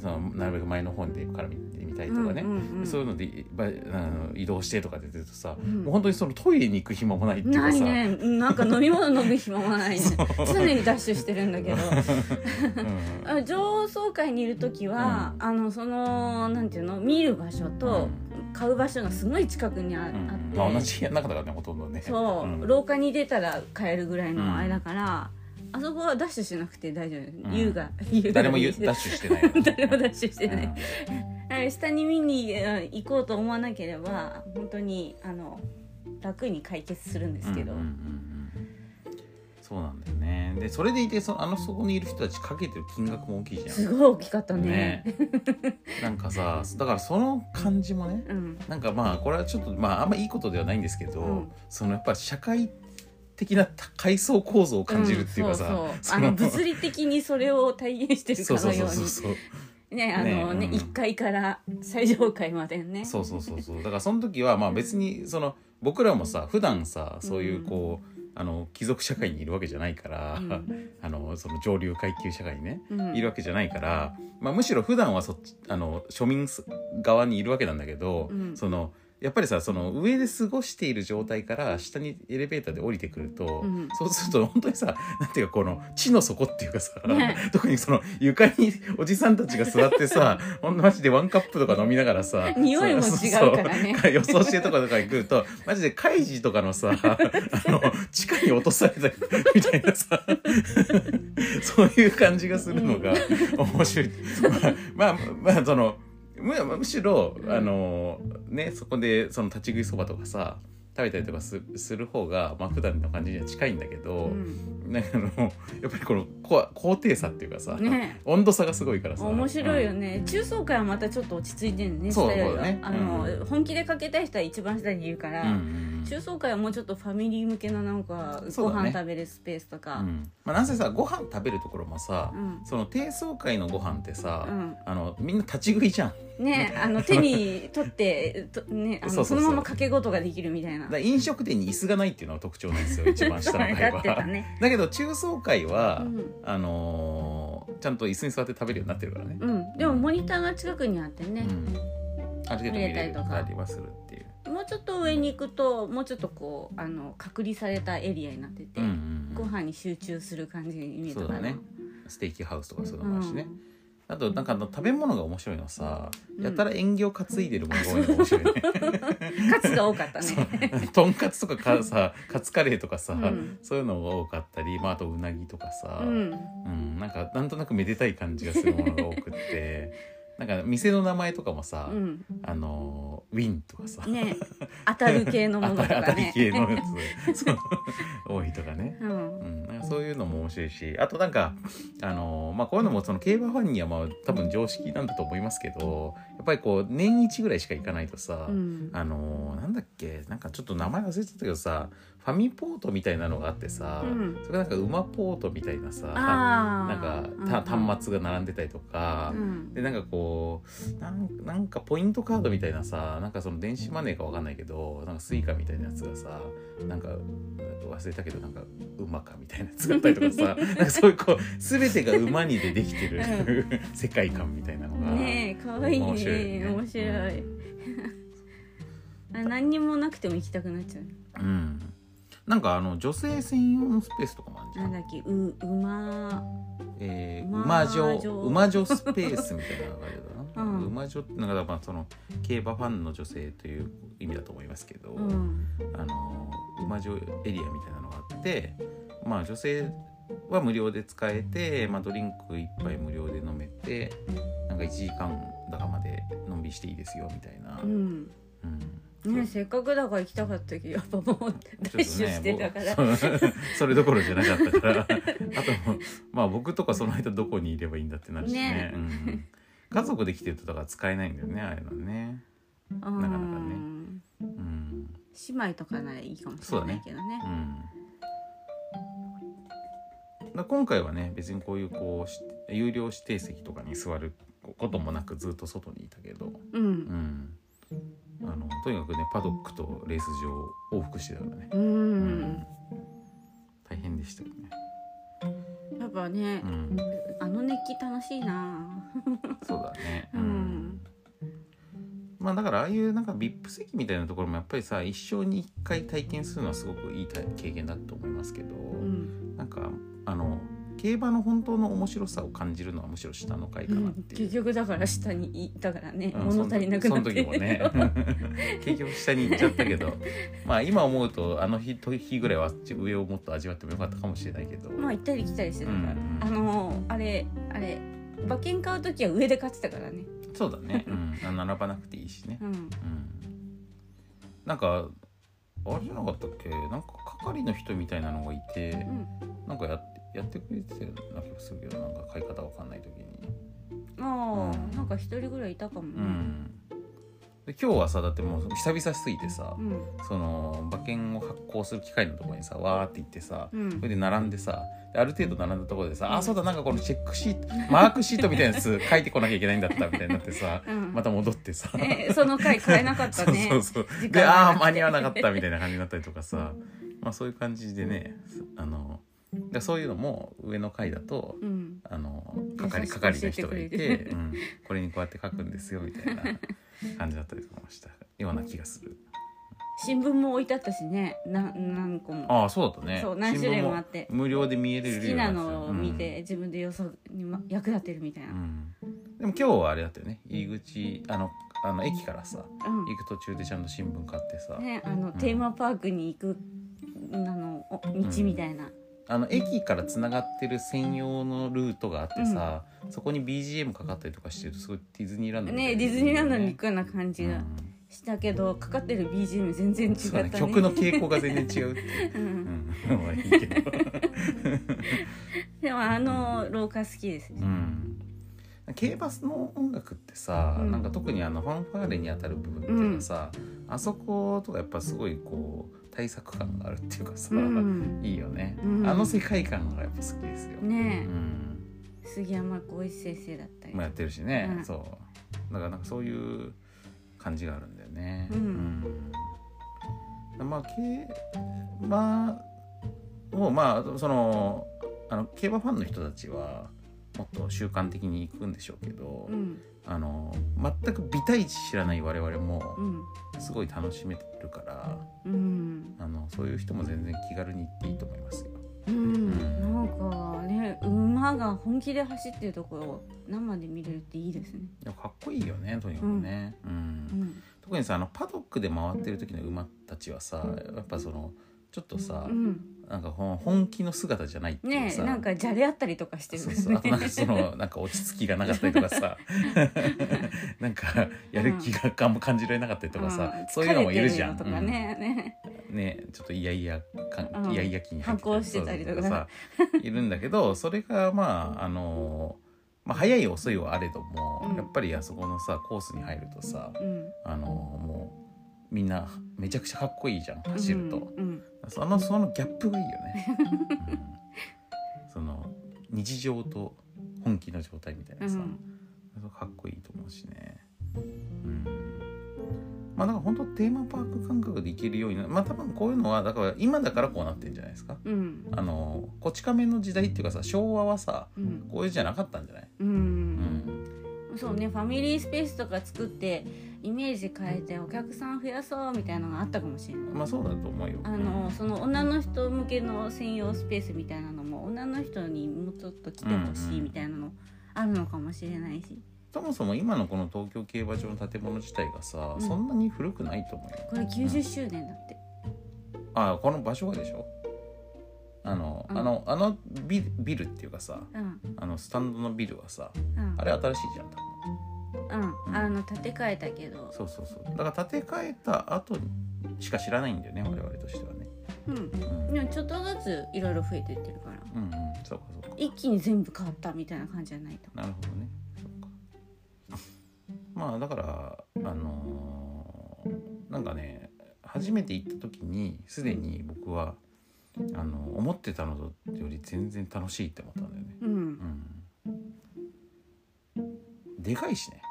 [SPEAKER 1] そのなるべく前の方にから見てみたいとかね、
[SPEAKER 2] うんうんうん
[SPEAKER 1] そういうのでばあの移動してとか出てるとさ、
[SPEAKER 2] ん
[SPEAKER 1] もう本当にそのトイレに行く暇もないっていうか
[SPEAKER 2] ない
[SPEAKER 1] さ、
[SPEAKER 2] ねうんなんか飲み物飲む暇も
[SPEAKER 1] [LAUGHS]
[SPEAKER 2] ないね常にダッシュしてるんだけど
[SPEAKER 1] うん
[SPEAKER 2] あ上層階にいる時は、
[SPEAKER 1] う
[SPEAKER 2] あのそのなんていうの見る場所と買う場所がすごい近くにあ,、
[SPEAKER 1] うん
[SPEAKER 2] あって、
[SPEAKER 1] まあ、同じ部屋の中だからねほとんどね
[SPEAKER 2] そう、
[SPEAKER 1] ん
[SPEAKER 2] 廊下に出たら買えるぐらいのあれだから、あそこはダッシュしなくて大丈
[SPEAKER 1] う
[SPEAKER 2] 夫
[SPEAKER 1] ん
[SPEAKER 2] 優雅優雅
[SPEAKER 1] 誰もゆ
[SPEAKER 2] に
[SPEAKER 1] ダッシュしてないよね
[SPEAKER 2] [LAUGHS] 誰もダッシュしてない、
[SPEAKER 1] うん
[SPEAKER 2] あの下に見にうん行こうと思わなければ本当にあの楽に解決するんですけど、
[SPEAKER 1] うんうんうんうんそうなんだよねでそれでいてそあのそこにいる人たちかけてる金額も大きいじゃん
[SPEAKER 2] すごい大きかったね [LAUGHS]
[SPEAKER 1] ねなんかさだからその感じもね
[SPEAKER 2] うん
[SPEAKER 1] なんかまあこれはちょっとまああんまいいことではないんですけど、
[SPEAKER 2] うん
[SPEAKER 1] そのやっぱ社会的な階層構造を感じるっていうかさ、
[SPEAKER 2] んそうそう
[SPEAKER 1] そ
[SPEAKER 2] あの物理的にそれを体現してるか
[SPEAKER 1] そうそ
[SPEAKER 2] の
[SPEAKER 1] うそ
[SPEAKER 2] よ
[SPEAKER 1] う
[SPEAKER 2] う
[SPEAKER 1] そう
[SPEAKER 2] に
[SPEAKER 1] そう
[SPEAKER 2] ねあのね
[SPEAKER 1] ねうん
[SPEAKER 2] 1階から最上階までね
[SPEAKER 1] そうそうそうそうだからその時はまあ別にその僕らもさ普段さそういうこう、あの貴族社会にいるわけじゃないから、
[SPEAKER 2] うん
[SPEAKER 1] あのその上流階級社会にね、
[SPEAKER 2] うん
[SPEAKER 1] いるわけじゃないから、まあ、むしろ普段はそっちあの庶民側にいるわけなんだけど、
[SPEAKER 2] うん
[SPEAKER 1] そのやっぱりさその上で過ごしている状態から下にエレベーターで降りてくると、
[SPEAKER 2] うん
[SPEAKER 1] そうすると本当にさなんていうかこの地の底っていうかさ、
[SPEAKER 2] ね
[SPEAKER 1] [LAUGHS] 特にその床におじさんたちが座ってさ
[SPEAKER 2] [LAUGHS]
[SPEAKER 1] ほんとマジでワンカップとか飲みながらさ
[SPEAKER 2] 匂いも違うからね
[SPEAKER 1] そうそう [LAUGHS] 予想してとかとかに来るとマジでカイジとかのさ [LAUGHS] あの地下に落とされたみたいなさ [LAUGHS] そういう感じがするのが面白い。まあ、まあ、まあ、その、むむしろ、
[SPEAKER 2] うん
[SPEAKER 1] あの、ね、そこで、その立ち食いそばとかさ。食べたりとかすする方が、まあ、普段の感じには近いんだけど、
[SPEAKER 2] うん
[SPEAKER 1] なんかあの、やっぱりこの、こ高低差っていうかさ、
[SPEAKER 2] ね
[SPEAKER 1] 温度差がすごいからさ。
[SPEAKER 2] 面白いよ
[SPEAKER 1] うん。
[SPEAKER 2] ね、中層階はまたちょっと落ち着いてるね
[SPEAKER 1] そう
[SPEAKER 2] 下よりは、
[SPEAKER 1] そうだね
[SPEAKER 2] あの、
[SPEAKER 1] う
[SPEAKER 2] 本気でかけたい人は一番下にいるから、
[SPEAKER 1] うんうん
[SPEAKER 2] 中層階はもうちょっとファミリー向けのなんか
[SPEAKER 1] そ
[SPEAKER 2] ご
[SPEAKER 1] うだね
[SPEAKER 2] 飯食べるスペースと
[SPEAKER 1] う
[SPEAKER 2] か、
[SPEAKER 1] んまあ、なんせさご飯食べるところもさ、
[SPEAKER 2] うん
[SPEAKER 1] その低層階のご飯ってさ、
[SPEAKER 2] うん
[SPEAKER 1] あのみんな立ち食いじゃん
[SPEAKER 2] ねあの手に取って [LAUGHS] と、ね、あの
[SPEAKER 1] そう
[SPEAKER 2] そ
[SPEAKER 1] そうそう
[SPEAKER 2] のまま掛け事ができるみたいな
[SPEAKER 1] だから飲食店に椅子がないっていうのが特徴なんですよ一番下
[SPEAKER 2] [LAUGHS]
[SPEAKER 1] の階
[SPEAKER 2] やってた
[SPEAKER 1] は。
[SPEAKER 2] ね
[SPEAKER 1] だけど中層階は、
[SPEAKER 2] うん
[SPEAKER 1] あのーちゃんと椅子に座って食べるようになってるからね、
[SPEAKER 2] うん、でもモニターが近くにあって
[SPEAKER 1] う
[SPEAKER 2] ね、
[SPEAKER 1] ん、ある程度見れ
[SPEAKER 2] 見れたり
[SPEAKER 1] る
[SPEAKER 2] とか
[SPEAKER 1] たりはするっていう、
[SPEAKER 2] もうちょっと上に行くともうちょっとこうあの隔離されたエリアになって
[SPEAKER 1] う
[SPEAKER 2] て、
[SPEAKER 1] んうん
[SPEAKER 2] ご飯に集中する感じに見えたか
[SPEAKER 1] そう
[SPEAKER 2] ら
[SPEAKER 1] だねうん、ステーキハウスとかそういうの
[SPEAKER 2] ん
[SPEAKER 1] もあるしね、あとなんかあの食べ物が面白いのさ、
[SPEAKER 2] うん
[SPEAKER 1] やたら縁起を担いでるものが多いのが面白いね
[SPEAKER 2] カツが多かっ
[SPEAKER 1] [LAUGHS]
[SPEAKER 2] たね
[SPEAKER 1] とんかつとかかさカツカレーとかさ、
[SPEAKER 2] うん
[SPEAKER 1] そういうのが多かったり、まあ、あとうなぎとかさ、
[SPEAKER 2] うん
[SPEAKER 1] うんなんかなんとなくめでたい感じがするものが多くって
[SPEAKER 2] [LAUGHS]
[SPEAKER 1] なんか店の名前とかもさ、
[SPEAKER 2] うん
[SPEAKER 1] あのウィンとかさ、
[SPEAKER 2] ね当たる系のものと
[SPEAKER 1] 当た [LAUGHS]
[SPEAKER 2] か
[SPEAKER 1] 当たり
[SPEAKER 2] ね
[SPEAKER 1] 系のやつそう多いとかね、
[SPEAKER 2] うん
[SPEAKER 1] うん、なんかそういうのも面白いしあとなんか、あのまあ、こういうのもその競馬ファンにはまあ多分常識なんだと思いますけどやっぱりこう年一ぐらいしか行かないとさ、
[SPEAKER 2] うん
[SPEAKER 1] あのーなんだっけなんかちょっと名前忘れちゃったけどさファミポートみたいなのがあってさ、
[SPEAKER 2] うん
[SPEAKER 1] それがなんか馬ポートみたいなさ
[SPEAKER 2] あ
[SPEAKER 1] な
[SPEAKER 2] ー
[SPEAKER 1] んかた、端末が並んでたりとか、
[SPEAKER 2] うん
[SPEAKER 1] でなんかこうなんなんかポイントカードみたいなさなんかその電子マネーかわかんないけどなんかスイカみたいなやつがさなんか忘れたけどなんか馬かみたいなやつがあったりと
[SPEAKER 2] [LAUGHS]
[SPEAKER 1] かさなんかそういうこう全てが馬にでできてる世界観みたいなのが、
[SPEAKER 2] ねえ可愛いね
[SPEAKER 1] 面白いね
[SPEAKER 2] 面白いあ何にもなくても行きたくなっちゃう
[SPEAKER 1] うん、なんかあの女性専用のスペースとかもあるじゃ
[SPEAKER 2] なん
[SPEAKER 1] ん
[SPEAKER 2] だっけう馬
[SPEAKER 1] えー、
[SPEAKER 2] 馬
[SPEAKER 1] 馬
[SPEAKER 2] 女
[SPEAKER 1] 女馬女スペースみたいなのがあるだな、
[SPEAKER 2] [LAUGHS] うん
[SPEAKER 1] 馬女ってなんかまあその競馬ファンの女性という意味だと思いますけど、
[SPEAKER 2] うん
[SPEAKER 1] あの馬女エリアみたいなのがあってまあ女性は無料で使えて、まあ、ドリンク一杯無料で飲めてなんか1時間だかまでのんびりしていいですよみたいな、
[SPEAKER 2] うん
[SPEAKER 1] うん
[SPEAKER 2] ね、せっかくだから行きたかったけどやっぱもうダッシュしてたから、
[SPEAKER 1] 僕そう [LAUGHS] それどころじゃなかった
[SPEAKER 2] [LAUGHS]
[SPEAKER 1] からあとまあ僕とかその間どこにいればいいんだってなるしね
[SPEAKER 2] ね
[SPEAKER 1] うん家族で来てるとだから使えないんだよねあれのね、
[SPEAKER 2] うん
[SPEAKER 1] なかなかねうん
[SPEAKER 2] 姉妹とかならいいかもしれないけどね
[SPEAKER 1] うん、だ今回はね別にこういうこうし有料指定席とかに座ることもなくずっと外にいたけど、
[SPEAKER 2] う
[SPEAKER 1] うんん、あのとにかくねパドックとレース場を往復してたからね、
[SPEAKER 2] うん、
[SPEAKER 1] 大変でしたよね。
[SPEAKER 2] ぱね
[SPEAKER 1] う、ん、
[SPEAKER 2] あの熱気楽しいな
[SPEAKER 1] そうだね、
[SPEAKER 2] うん
[SPEAKER 1] まあだからああいうなんか VIP 席みたいなところもやっぱりさ一生に一回体験するのはすごくいい体経験だと思いますけど、
[SPEAKER 2] うん、
[SPEAKER 1] なんかあの競馬の本当の面白さを感じるのはむしろ下の階かなっていう
[SPEAKER 2] 結。局だから下にいたからね、
[SPEAKER 1] うん
[SPEAKER 2] 物足りなくなっ
[SPEAKER 1] その時
[SPEAKER 2] て
[SPEAKER 1] もね [LAUGHS] 結局下に行っちゃったけどまあ今思うとあの日と日ぐらいは上をもっと味わってもよかったかもしれないけど、
[SPEAKER 2] [LAUGHS] まあ行ったり来たりしてたから、
[SPEAKER 1] うん
[SPEAKER 2] あのあれあれ馬券買う時は上で買ってたからね
[SPEAKER 1] そうだね、うん、あ並ばなくていいしね
[SPEAKER 2] う、ん
[SPEAKER 1] うん、なんかあれじゃなかったっけなんか係の人みたいなのがいて、
[SPEAKER 2] うん
[SPEAKER 1] なんかやってやってくれてたような気がするけどなんか買い方わかんない時に。
[SPEAKER 2] ああ、
[SPEAKER 1] うん
[SPEAKER 2] なんか一人ぐらいいたかもね
[SPEAKER 1] うん、で今日はさだってもう久々すぎてさ、
[SPEAKER 2] うん
[SPEAKER 1] その馬券を発行する機械のところにさわーって行ってさ、
[SPEAKER 2] うん
[SPEAKER 1] それで並んでさである程度並んだところでさ「あそうだなんかこのチェックシートマークシートみたいなやつ書いてこなきゃいけないんだった」みたいになってさ
[SPEAKER 2] うん
[SPEAKER 1] また戻ってさ、
[SPEAKER 2] えーその回買えなかっ
[SPEAKER 1] [LAUGHS]
[SPEAKER 2] た
[SPEAKER 1] そう
[SPEAKER 2] ね
[SPEAKER 1] そうそう
[SPEAKER 2] 時間
[SPEAKER 1] で「
[SPEAKER 2] が
[SPEAKER 1] ああー間に合わなかった」みたいな感じになったりとかさ、まあ、そういう感じでねあのでそういうのも上の階だと
[SPEAKER 2] うん
[SPEAKER 1] あの
[SPEAKER 2] 優
[SPEAKER 1] 係
[SPEAKER 2] しく
[SPEAKER 1] 係の人がいて
[SPEAKER 2] 教えてくれる
[SPEAKER 1] うん、これにこうやって書くんですよみたいな感じだったりとかもしたような気がする。
[SPEAKER 2] 新聞も置いてあったしねな何個も
[SPEAKER 1] ああそうだったね
[SPEAKER 2] そう何種類もあって
[SPEAKER 1] 新聞も無料で見えれるよ
[SPEAKER 2] 好き
[SPEAKER 1] うに
[SPEAKER 2] な
[SPEAKER 1] ってた
[SPEAKER 2] のを見て、、自分で予想にま役立てるみたい
[SPEAKER 1] うん
[SPEAKER 2] な、
[SPEAKER 1] うんでも今日はあれだったよね入り口あのあの駅からさ
[SPEAKER 2] うん
[SPEAKER 1] 行く途中でちゃんと新聞買ってさ、
[SPEAKER 2] ね、あの、テーマパークに行くあのお道みたいな、
[SPEAKER 1] あの駅からつながってる専用のルートがあってさ、そこに BGM かかったりとかしてるとすごいディズニーランドみた
[SPEAKER 2] ね
[SPEAKER 1] いな
[SPEAKER 2] ディズニーランドに行くような感じ
[SPEAKER 1] う
[SPEAKER 2] が
[SPEAKER 1] ん
[SPEAKER 2] したけど、かかってる BGM 全然違っ
[SPEAKER 1] そう
[SPEAKER 2] た
[SPEAKER 1] だ
[SPEAKER 2] ね
[SPEAKER 1] ね曲の傾向が全然違うっていう、う
[SPEAKER 2] う
[SPEAKER 1] んん、
[SPEAKER 2] [LAUGHS]
[SPEAKER 1] まあいいけど
[SPEAKER 2] でもあの廊下好きですね、
[SPEAKER 1] うん競馬の音楽ってさ、
[SPEAKER 2] うん
[SPEAKER 1] なんか特にあのファンファーレにあたる部分っていうのはさ、あそことかやっぱすごいこう対策感があるっていうかさ、
[SPEAKER 2] うん
[SPEAKER 1] いいよね、
[SPEAKER 2] うん
[SPEAKER 1] あの世界観がやっぱ好きですよ。う
[SPEAKER 2] ねえ、
[SPEAKER 1] ん、
[SPEAKER 2] 杉山浩一先生だったり、
[SPEAKER 1] もうやってるしね、
[SPEAKER 2] うん
[SPEAKER 1] そうだからなんかそういう感じがあるんだよね。
[SPEAKER 2] うん
[SPEAKER 1] うんまあ競馬をまあそのあの競馬ファンの人たちはもっと習慣的に行くんでしょうけど。
[SPEAKER 2] うん
[SPEAKER 1] あの全く美対知知らない我々も
[SPEAKER 2] うん
[SPEAKER 1] すごい楽しめるから、
[SPEAKER 2] うん
[SPEAKER 1] あのそういう人も全然気軽に行っていいと思いますよ。
[SPEAKER 2] うん、なんかね馬が本気で走ってるところを生で見れるっていいですね。
[SPEAKER 1] でもかっこいいよねとにかくね。うん
[SPEAKER 2] うん、
[SPEAKER 1] 特にさあのパドックで回ってる時の馬たちはさやっぱそのちょっとさ、
[SPEAKER 2] うん、
[SPEAKER 1] なんかほん本気の姿じゃないっていう
[SPEAKER 2] ね
[SPEAKER 1] さ。
[SPEAKER 2] えなんかじゃれあったりとかしてる
[SPEAKER 1] そうそうあとなんかそ
[SPEAKER 2] [LAUGHS]
[SPEAKER 1] のなんか落ち着きがなかったりとかさ [LAUGHS] なんかやる気があんま感じられなかったりとかさ、そういうのもいるじゃん。
[SPEAKER 2] とかね、ね、
[SPEAKER 1] ねちょっとイヤイヤ感、
[SPEAKER 2] うん
[SPEAKER 1] イヤイヤ期に入って
[SPEAKER 2] 反抗してたりとか
[SPEAKER 1] そうそうそうさいるんだけどそれがまああのまあ早い遅いはあれども、
[SPEAKER 2] うん
[SPEAKER 1] やっぱりあそこのさコースに入るとさ
[SPEAKER 2] うん、
[SPEAKER 1] あのもうみんなめちゃくちゃかっこいいじゃん走ると、
[SPEAKER 2] うん、
[SPEAKER 1] そのそのギャップがいいよ
[SPEAKER 2] [LAUGHS]
[SPEAKER 1] ね、うんその日常と本気の状態みたいなさ、
[SPEAKER 2] うん
[SPEAKER 1] かっこいいと思うしねうんまあだから本当テーマパーク感覚で行けるようになまあ多分こういうのはだから今だからこうなってんじゃないですか
[SPEAKER 2] うん、
[SPEAKER 1] あのこち亀の時代っていうかさ昭和はさ
[SPEAKER 2] うん、
[SPEAKER 1] こういうじゃなかったんじゃない、
[SPEAKER 2] う、
[SPEAKER 1] うんん、
[SPEAKER 2] そうね、ファミリースペースとか作ってイメージ変えてお客さん増やそうみたいなのがあったかもしれない。
[SPEAKER 1] まあそうだと思うよ
[SPEAKER 2] あのその女の人向けの専用スペースみたいなのも女の人にもうちょっと来てほしいみたいなのあるのかもしれないし
[SPEAKER 1] そもそも今のこの東京競馬場の建物自体がさ、
[SPEAKER 2] うん
[SPEAKER 1] そんなに古くないと思うよ
[SPEAKER 2] これ90周年だって
[SPEAKER 1] あこの場所がでしょあの、
[SPEAKER 2] うん
[SPEAKER 1] あのあのビビルっていうかさ
[SPEAKER 2] うん
[SPEAKER 1] あのスタンドのビルはさ
[SPEAKER 2] うん
[SPEAKER 1] あれ新しいじゃん多分
[SPEAKER 2] うんあの建て替えたけど
[SPEAKER 1] そうそうそうだから建て替えた後しか知らないんだよね我々としてはね
[SPEAKER 2] うん
[SPEAKER 1] うん、うん
[SPEAKER 2] でもちょっとずついろいろ増えていってるから
[SPEAKER 1] うん、そうかそうか
[SPEAKER 2] 一気に全部変わったみたいな感じじゃないと
[SPEAKER 1] なるほどねそうかまあだからあのーなんかね初めて行った時にすでに僕はあの思ってたのより全然楽しいって思ったんだよね
[SPEAKER 2] うん
[SPEAKER 1] うんでかいしね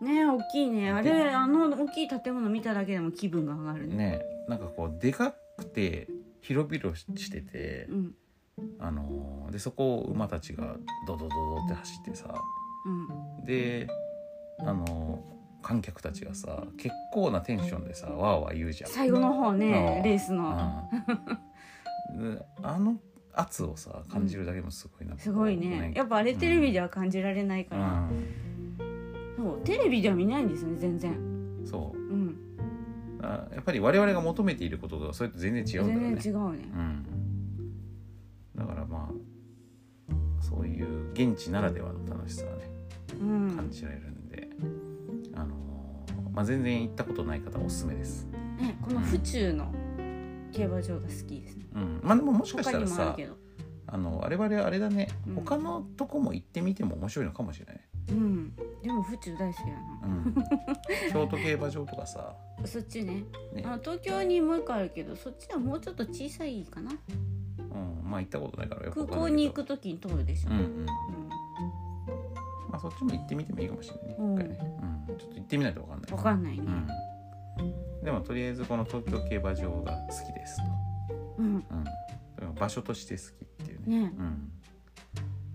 [SPEAKER 2] ねえ大きいねあれあの大きい建物見ただけでも気分が上がるね
[SPEAKER 1] ねなんかこうでかくて広々してて、
[SPEAKER 2] うん
[SPEAKER 1] あのでそこを馬たちがドドドドって走ってさ
[SPEAKER 2] うん
[SPEAKER 1] であの観客たちがさ結構なテンションでさわーわー言うじゃん。
[SPEAKER 2] 最後の方
[SPEAKER 1] う
[SPEAKER 2] ね
[SPEAKER 1] ん
[SPEAKER 2] レースの
[SPEAKER 1] うんであの圧をさ感じるだけでもすごいな、
[SPEAKER 2] すごいねやっぱあれテレビでは感じられないから、そうテレビでは見ないんですね全然
[SPEAKER 1] うん、そう
[SPEAKER 2] うん
[SPEAKER 1] あやっぱり我々が求めていることとそれと全然違うんだよ
[SPEAKER 2] 全
[SPEAKER 1] ね。
[SPEAKER 2] 然違うね
[SPEAKER 1] うん、だからまあそういう現地ならではの楽しさはね
[SPEAKER 2] う
[SPEAKER 1] 感
[SPEAKER 2] ん
[SPEAKER 1] じられるんで、あのーまあ、全然行ったことない方はおすすめです。
[SPEAKER 2] ねこの府中の競馬場が好きですね
[SPEAKER 1] うん、まあでももしかし
[SPEAKER 2] 他
[SPEAKER 1] たら
[SPEAKER 2] にもある
[SPEAKER 1] さ
[SPEAKER 2] けど
[SPEAKER 1] あの我々あれだね
[SPEAKER 2] うん
[SPEAKER 1] 他のとこも行ってみても面白いのかもしれない。
[SPEAKER 2] うんでも府中大好きや
[SPEAKER 1] う、
[SPEAKER 2] なん [LAUGHS]
[SPEAKER 1] 京都競馬場とかさ、
[SPEAKER 2] そっちね
[SPEAKER 1] ね
[SPEAKER 2] あの東京にもう一個あるけどそっちはもうちょっと小さいかな
[SPEAKER 1] うん、まあ行ったことないからよく
[SPEAKER 2] 空
[SPEAKER 1] わかんないけ
[SPEAKER 2] 港
[SPEAKER 1] ど
[SPEAKER 2] に行くときに通るでしょ、
[SPEAKER 1] うんうん
[SPEAKER 2] うん
[SPEAKER 1] まあ、そっちも行ってみてもいいかもしれないね,、
[SPEAKER 2] うん
[SPEAKER 1] 一回ねうん、ちょっと行ってみないとわかんない
[SPEAKER 2] わかんないね。
[SPEAKER 1] うん、でもとりあえずこの東京競馬場が好きです
[SPEAKER 2] うん。
[SPEAKER 1] と、うん、でも場所として好きっていうね
[SPEAKER 2] ね。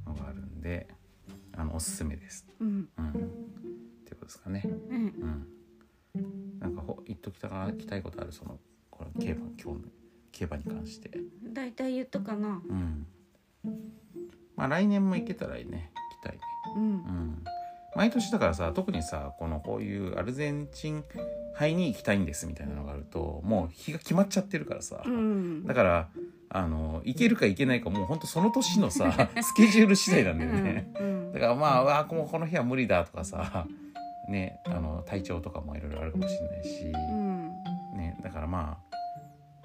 [SPEAKER 1] うん、のがあるんであのおすすめです、
[SPEAKER 2] うん。
[SPEAKER 1] うん、っていうことですかね、
[SPEAKER 2] ね。
[SPEAKER 1] うん、なんかほ言っときたかきたいことあるそのこの競馬今日の競馬に関して、
[SPEAKER 2] だいたい言ったかな。
[SPEAKER 1] うん、まあ来年も行けたらいいね行きたいね
[SPEAKER 2] うん
[SPEAKER 1] う。ん毎年だからさ特にさこのこういうアルゼンチン杯に行きたいんですみたいなのがあるともう日が決まっちゃってるからさ、
[SPEAKER 2] うん
[SPEAKER 1] だ。からあの行けるか行けないかもうほんとその年の
[SPEAKER 2] [LAUGHS]
[SPEAKER 1] さスケジュール次第なんだよね、
[SPEAKER 2] うん
[SPEAKER 1] だ。からまあうわこのこの日は無理だとかさ [LAUGHS] ねあの体調とかもいろいろあるかもしれないし、
[SPEAKER 2] うん。
[SPEAKER 1] ねだからまあ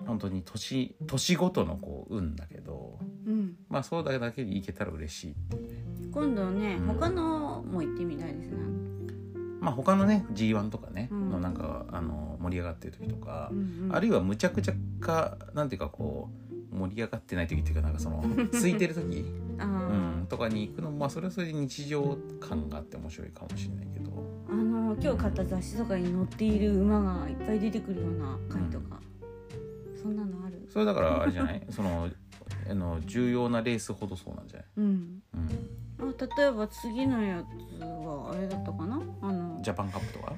[SPEAKER 1] 本当に年年ごとのこう運だけど
[SPEAKER 2] うん。
[SPEAKER 1] まあそうだけで行けたら嬉しいっていうね
[SPEAKER 2] 今度ね、
[SPEAKER 1] うん
[SPEAKER 2] 他のも行ってみたいですね。
[SPEAKER 1] まあ他のね G1 とかね、
[SPEAKER 2] うん
[SPEAKER 1] のなんかあの盛り上がってる時とか
[SPEAKER 2] う、んうん。
[SPEAKER 1] あるいはむちゃくちゃかなんていうかこう盛り上がってない時っていうかなんかそ
[SPEAKER 2] [LAUGHS]
[SPEAKER 1] の空いてる時、
[SPEAKER 2] あ
[SPEAKER 1] うん、とかに行くのもまあそれはそれで日常感があって面白いかもしれないけど、
[SPEAKER 2] ーあの今日買った雑誌とかに載っている馬がいっぱい出てくるような回とか、そんなのある。
[SPEAKER 1] それだからあれじゃない [LAUGHS] そのあの重要なレースほどそうなんじゃない、
[SPEAKER 2] うん。
[SPEAKER 1] う
[SPEAKER 2] あ例えば次のやつはあれだったかな。あの
[SPEAKER 1] ん、ジャパンカップとか、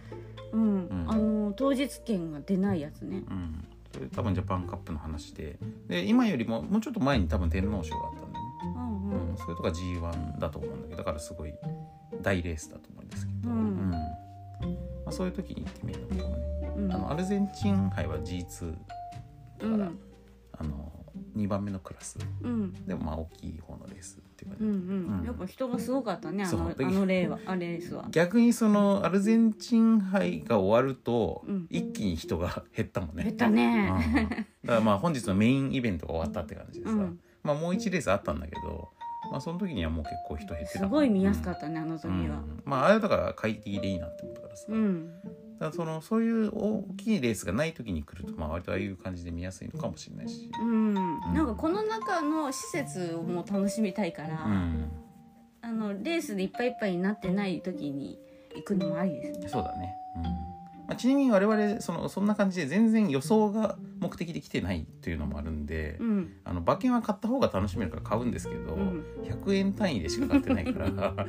[SPEAKER 2] うん、
[SPEAKER 1] うん
[SPEAKER 2] あの当日券が出ないやつね。
[SPEAKER 1] うん、それ多分ジャパンカップの話でで今よりももうちょっと前に多分天皇賞があったんだよね。
[SPEAKER 2] うんう
[SPEAKER 1] うんん、。それとか G1 だと思うんだけどだからすごい大レースだと思うんですけど、
[SPEAKER 2] う
[SPEAKER 1] うん
[SPEAKER 2] ん
[SPEAKER 1] まあ、そういう時に行ってみるのもね、
[SPEAKER 2] うん。
[SPEAKER 1] あのアルゼンチン杯は G2 だから、
[SPEAKER 2] うん
[SPEAKER 1] あの2番目のクラス
[SPEAKER 2] うん。
[SPEAKER 1] でもまあ大きい方のレースっていうか、
[SPEAKER 2] う
[SPEAKER 1] ね
[SPEAKER 2] んうん
[SPEAKER 1] うん
[SPEAKER 2] やっぱ人がすごかったねあの
[SPEAKER 1] そう
[SPEAKER 2] あの例はあれですわ
[SPEAKER 1] 逆にそのアルゼンチン杯が終わると、
[SPEAKER 2] うん
[SPEAKER 1] 一気に人が減ったもんね。
[SPEAKER 2] 減った
[SPEAKER 1] うん
[SPEAKER 2] ね
[SPEAKER 1] だからまあ本日のメインイベントが終わったって感じでさ、
[SPEAKER 2] うん
[SPEAKER 1] まあもう1レースあったんだけど、まあ、その時にはもう結構人減ってた
[SPEAKER 2] す
[SPEAKER 1] から
[SPEAKER 2] ごい見やすかったねあの時
[SPEAKER 1] うん
[SPEAKER 2] は
[SPEAKER 1] まああれはだから快適でいいなって思ったからさ、
[SPEAKER 2] うん
[SPEAKER 1] だからそのそういう大きいレースがない時に来るとまあ割とああいう感じで見やすいのかもしれないし、
[SPEAKER 2] うんなんかこの中の施設をもう楽しみたいか
[SPEAKER 1] う
[SPEAKER 2] ら
[SPEAKER 1] ん、
[SPEAKER 2] あのレースでいっぱいいっぱいになってない時に行くのもありですね
[SPEAKER 1] そうだね、うんまあ、ちなみに我々そのそんな感じで全然予想が目的で来てないというのもあるんで、
[SPEAKER 2] うん
[SPEAKER 1] あの馬券は買った方が楽しめるから買うんですけど、
[SPEAKER 2] うん
[SPEAKER 1] 100円単位でしか買ってないからだ
[SPEAKER 2] [LAUGHS]
[SPEAKER 1] から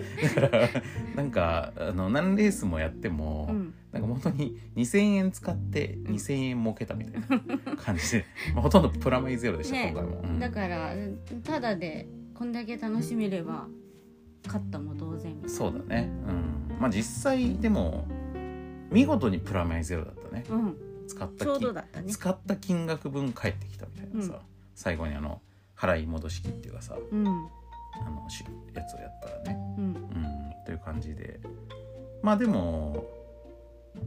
[SPEAKER 1] [LAUGHS] なんかあの何レースもやっても、
[SPEAKER 2] うん
[SPEAKER 1] なんか本当に2,000円使って
[SPEAKER 2] ん
[SPEAKER 1] 2,000円儲けたみたいな感じで、 [LAUGHS] まあ、ほとんどプラマイゼロでした、
[SPEAKER 2] ね
[SPEAKER 1] 今回も、うん
[SPEAKER 2] だからただでこんだけ楽しめれば勝ったも同然
[SPEAKER 1] そうだねうんまあ実際でも見事にプラマイゼロだったね
[SPEAKER 2] うん
[SPEAKER 1] 使った
[SPEAKER 2] ちょう
[SPEAKER 1] 金
[SPEAKER 2] どだったね
[SPEAKER 1] 使った金額分返ってきたみたいなさ、
[SPEAKER 2] うん
[SPEAKER 1] 最後にあの払い戻し金っていうかさ
[SPEAKER 2] うん
[SPEAKER 1] あのしやつをやったらね
[SPEAKER 2] うん
[SPEAKER 1] うんという感じでまあでも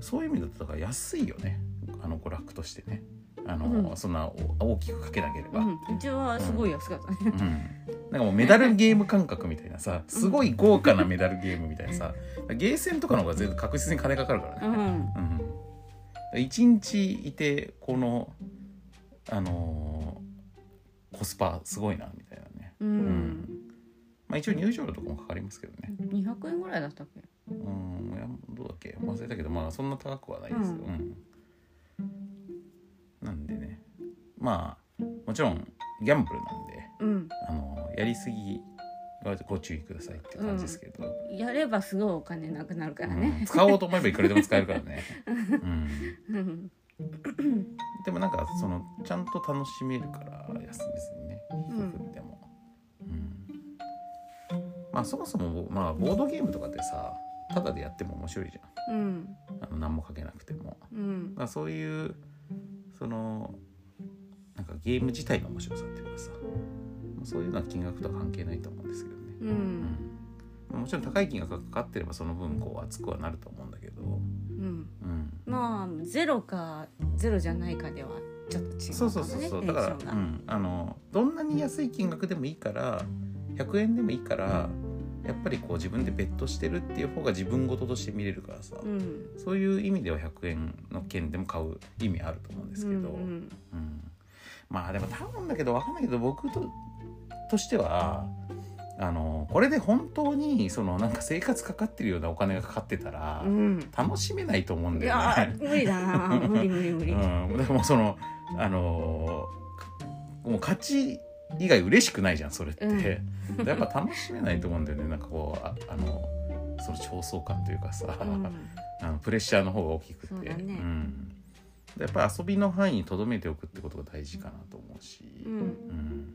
[SPEAKER 1] そういう意味だとだから安いよねあの娯楽としてねあの、
[SPEAKER 2] うん
[SPEAKER 1] そんなお大きくかけなければ、
[SPEAKER 2] う
[SPEAKER 1] うん
[SPEAKER 2] んうちはすごい安かったね
[SPEAKER 1] なんかもうメダルゲーム感覚みたいな
[SPEAKER 2] [LAUGHS]
[SPEAKER 1] さすごい豪華なメダルゲームみたいなさゲーセンとかの方が全然確実に金かかるから
[SPEAKER 2] う
[SPEAKER 1] ね、
[SPEAKER 2] ん
[SPEAKER 1] うん、1日いてこのあのーコスパすごいなみたいなね、
[SPEAKER 2] う
[SPEAKER 1] うんまあ、一応入場料とかもかかりますけどね
[SPEAKER 2] 200円ぐらいだったっけ
[SPEAKER 1] うんいやどうだっけ忘れたけどまあそんな高くはないですよ、
[SPEAKER 2] う
[SPEAKER 1] うんなんでねまあもちろんギャンブルなんで
[SPEAKER 2] うん
[SPEAKER 1] あのやりすぎはご注意くださいって感じですけど、
[SPEAKER 2] やればすごいお金なくなるから
[SPEAKER 1] うん
[SPEAKER 2] ね。
[SPEAKER 1] 使おうと思えばいくらでも使えるからね、うん、
[SPEAKER 2] [LAUGHS] うん、
[SPEAKER 1] でもなんかそのちゃんと楽しめるから休みずにね
[SPEAKER 2] ん
[SPEAKER 1] 低くっても、うんまあそもそも、まあ、ボードゲームとかってさただでやっても面白いじ
[SPEAKER 2] うん、
[SPEAKER 1] ゃんあの何もかけなくても
[SPEAKER 2] うん
[SPEAKER 1] だか、らそういうそのなんかゲーム自体の面白さっていうかさそういうのは金額とは関係ないと思うんですけどね、
[SPEAKER 2] う、
[SPEAKER 1] うんんまあもちろん高い金額がかかってればその分こう熱くはなると思うんだけど、
[SPEAKER 2] うん。
[SPEAKER 1] うん、
[SPEAKER 2] まあゼロかゼロじゃないかではちょっと違うかもね。
[SPEAKER 1] そうそうそうそうだ
[SPEAKER 2] テンシ
[SPEAKER 1] から、
[SPEAKER 2] ョンが
[SPEAKER 1] うん、あのどんなに安い金額でもいいから100円でもいいからやっぱりこう自分でベットしてるっていう方が自分事として見れるからさ、
[SPEAKER 2] うん。
[SPEAKER 1] そういう意味では100円の券でも買う意味あると思うんですけど、
[SPEAKER 2] うんうん
[SPEAKER 1] うんまあでも多分だけど分かんないけど僕ととしてはあのこれで本当にそのなんか生活かかってるようなお金がかかってたら、
[SPEAKER 2] うん
[SPEAKER 1] 楽しめないと思うん
[SPEAKER 2] い
[SPEAKER 1] だよね。
[SPEAKER 2] やー無理だ
[SPEAKER 1] [LAUGHS]
[SPEAKER 2] な無理無理無理、
[SPEAKER 1] うん、でもそのあのーもう勝ち以外嬉しくないじゃんそれって、やっぱ楽しめないと思うんだよねなんかこうああのその焦燥感というかさ、
[SPEAKER 2] うん
[SPEAKER 1] あのプレッシャーの方が大きくて
[SPEAKER 2] そうだね
[SPEAKER 1] ん、でやっぱ遊びの範囲にとどめておくってことが大事かなと思うし、
[SPEAKER 2] うん
[SPEAKER 1] うん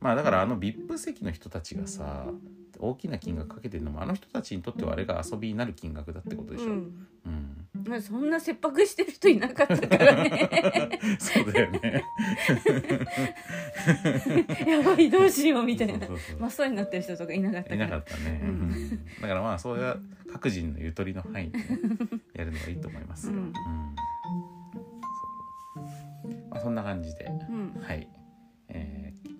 [SPEAKER 1] まあだからあの VIP 席の人たちがさ大きな金額かけてるのもあの人たちにとってはあれが遊びになる金額だってことでしょ、
[SPEAKER 2] うん
[SPEAKER 1] うん、 [LAUGHS]
[SPEAKER 2] まあそんな切迫してる人いなかったからね
[SPEAKER 1] そうだよね
[SPEAKER 2] やばいどうしようみたいな
[SPEAKER 1] そうそうそう
[SPEAKER 2] 真っ青になってる人とかいなかったか
[SPEAKER 1] い
[SPEAKER 2] ら
[SPEAKER 1] なかったね、
[SPEAKER 2] うん
[SPEAKER 1] うんだからまあそれは各人のゆとりの範囲でね、やるのがいいと思いますよ、
[SPEAKER 2] うん
[SPEAKER 1] そうまあ、そんな感じで、
[SPEAKER 2] うん
[SPEAKER 1] はい、えー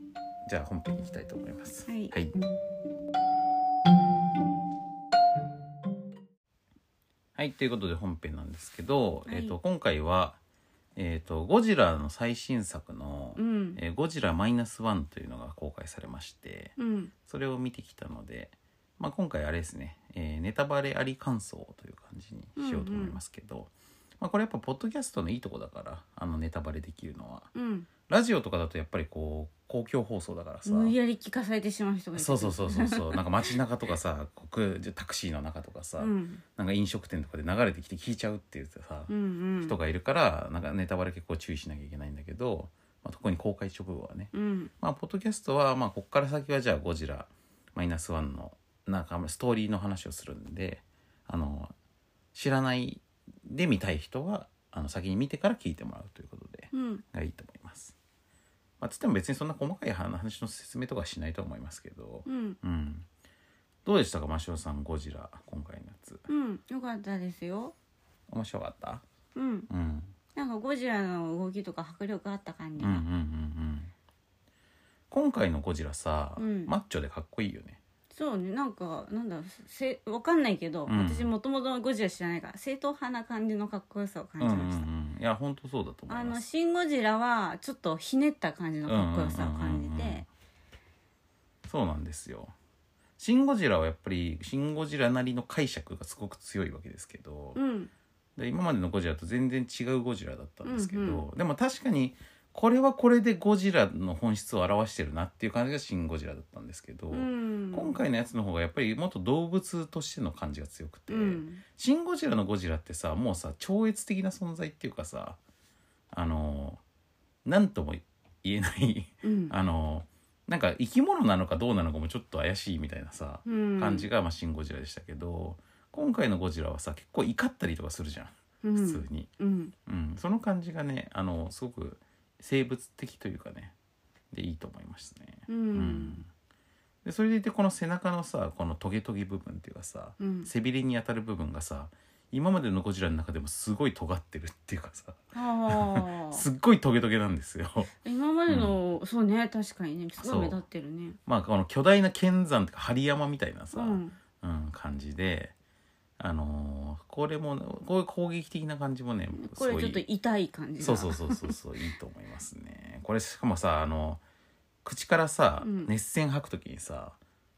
[SPEAKER 1] じゃあ本編に行きたいと思います
[SPEAKER 2] はい
[SPEAKER 1] はいはいということで本編なんですけど、
[SPEAKER 2] はい
[SPEAKER 1] えー、と今回は、えーと「ゴジラ」の最新作の「
[SPEAKER 2] うん
[SPEAKER 1] えーゴジラマイナスワンというのが公開されまして、
[SPEAKER 2] うん
[SPEAKER 1] それを見てきたので、まあ、今回あれですね、えーネタバレあり感想という感じにしようと思いますけど、まあ、これやっぱポッドキャストのいいとこだからあのネタバレできるのは
[SPEAKER 2] うん
[SPEAKER 1] ラジオとかだとやっぱりこう公共放送だからさ
[SPEAKER 2] 無理やり聞かされてしまう人がいる
[SPEAKER 1] そうそうそうそうそうなんか街中とかさこうじゃタクシーの中とかさ、
[SPEAKER 2] うん
[SPEAKER 1] なんか飲食店とかで流れてきて聞いちゃうっていうさ、
[SPEAKER 2] うんうん
[SPEAKER 1] 人がいるからなんかネタバレ結構注意しなきゃいけないんだけど、まあ、特に公開直後はね
[SPEAKER 2] うん
[SPEAKER 1] まあ、ポッドキャストは、まあ、ここから先はじゃあゴジラマイナスワンのなんかストーリーの話をするんであの知らないで見たい人はあの先に見てから聞いてもらうということで
[SPEAKER 2] うん
[SPEAKER 1] がいいと思います。まあ、つっても別にそんな細かい話の説明とかはしないと思いますけど、
[SPEAKER 2] うん
[SPEAKER 1] うん、どうでしたかマシオさんゴジラ今回のやつ
[SPEAKER 2] うんよかったですよ
[SPEAKER 1] 面白かった、
[SPEAKER 2] う
[SPEAKER 1] う
[SPEAKER 2] ん
[SPEAKER 1] ん、
[SPEAKER 2] なんかゴジラの動きとか迫力あった感じ
[SPEAKER 1] うんうんうんう
[SPEAKER 2] が
[SPEAKER 1] ん今回のゴジラさ、
[SPEAKER 2] うん
[SPEAKER 1] マッチョでかっこいいよね。
[SPEAKER 2] そうねなんかなんだせわかんないけど、
[SPEAKER 1] うん
[SPEAKER 2] 私もともとゴジラ知らないから正統派な感じのかっこよさを感じ
[SPEAKER 1] うんうん
[SPEAKER 2] ました、
[SPEAKER 1] うん、いや本当そうだと思
[SPEAKER 2] あ
[SPEAKER 1] いま
[SPEAKER 2] の「
[SPEAKER 1] す。
[SPEAKER 2] シン・ゴジラ」はちょっとひねった感じのかっこよさを感じ
[SPEAKER 1] うんうんうんうん
[SPEAKER 2] て
[SPEAKER 1] そうなんですよ。シン・ゴジラはやっぱりシン・ゴジラなりの解釈がすごく強いわけですけど、
[SPEAKER 2] うん
[SPEAKER 1] で今までのゴジラと全然違うゴジラだったんですけど、
[SPEAKER 2] うん
[SPEAKER 1] でも確かにこれはこれでゴジラの本質を表してるなっていう感じがシン・ゴジラだったんですけど、
[SPEAKER 2] うん
[SPEAKER 1] 今回のやつの方がやっぱりもっと動物としての感じが強くて、
[SPEAKER 2] うん
[SPEAKER 1] シン・ゴジラのゴジラってさもうさ超越的な存在っていうかさあの何とも言えない
[SPEAKER 2] うん
[SPEAKER 1] あのなんか生き物なのかどうなのかもちょっと怪しいみたいなさ
[SPEAKER 2] うん
[SPEAKER 1] 感じが、まあ、シン・ゴジラでしたけど今回のゴジラはさ結構怒ったりとかするじゃん
[SPEAKER 2] うん
[SPEAKER 1] 普通に、
[SPEAKER 2] うん
[SPEAKER 1] うんその感じがねあのすごく生物的というかねでいいと思いましたね、
[SPEAKER 2] う
[SPEAKER 1] うんでそれでいてこの背中のさこのトゲトゲ部分っていうかさ、
[SPEAKER 2] うん
[SPEAKER 1] 背びれに当たる部分がさ今までのゴジラの中でもすごい尖ってるっていうかさ
[SPEAKER 2] あー
[SPEAKER 1] すっごいトゲトゲなんですよ [LAUGHS]
[SPEAKER 2] 今までの、そうね確かにねすごい目立ってるね
[SPEAKER 1] まあこの巨大な剣山とか針山みたいなさ、
[SPEAKER 2] うん
[SPEAKER 1] うん、感じで、あのーこれもこういう攻撃的な感じもね
[SPEAKER 2] これちょっと痛い感じが
[SPEAKER 1] そうそうそうそうそういいと思いますねこれしかもさあの口からさ、
[SPEAKER 2] うん
[SPEAKER 1] 熱線吐くときにさ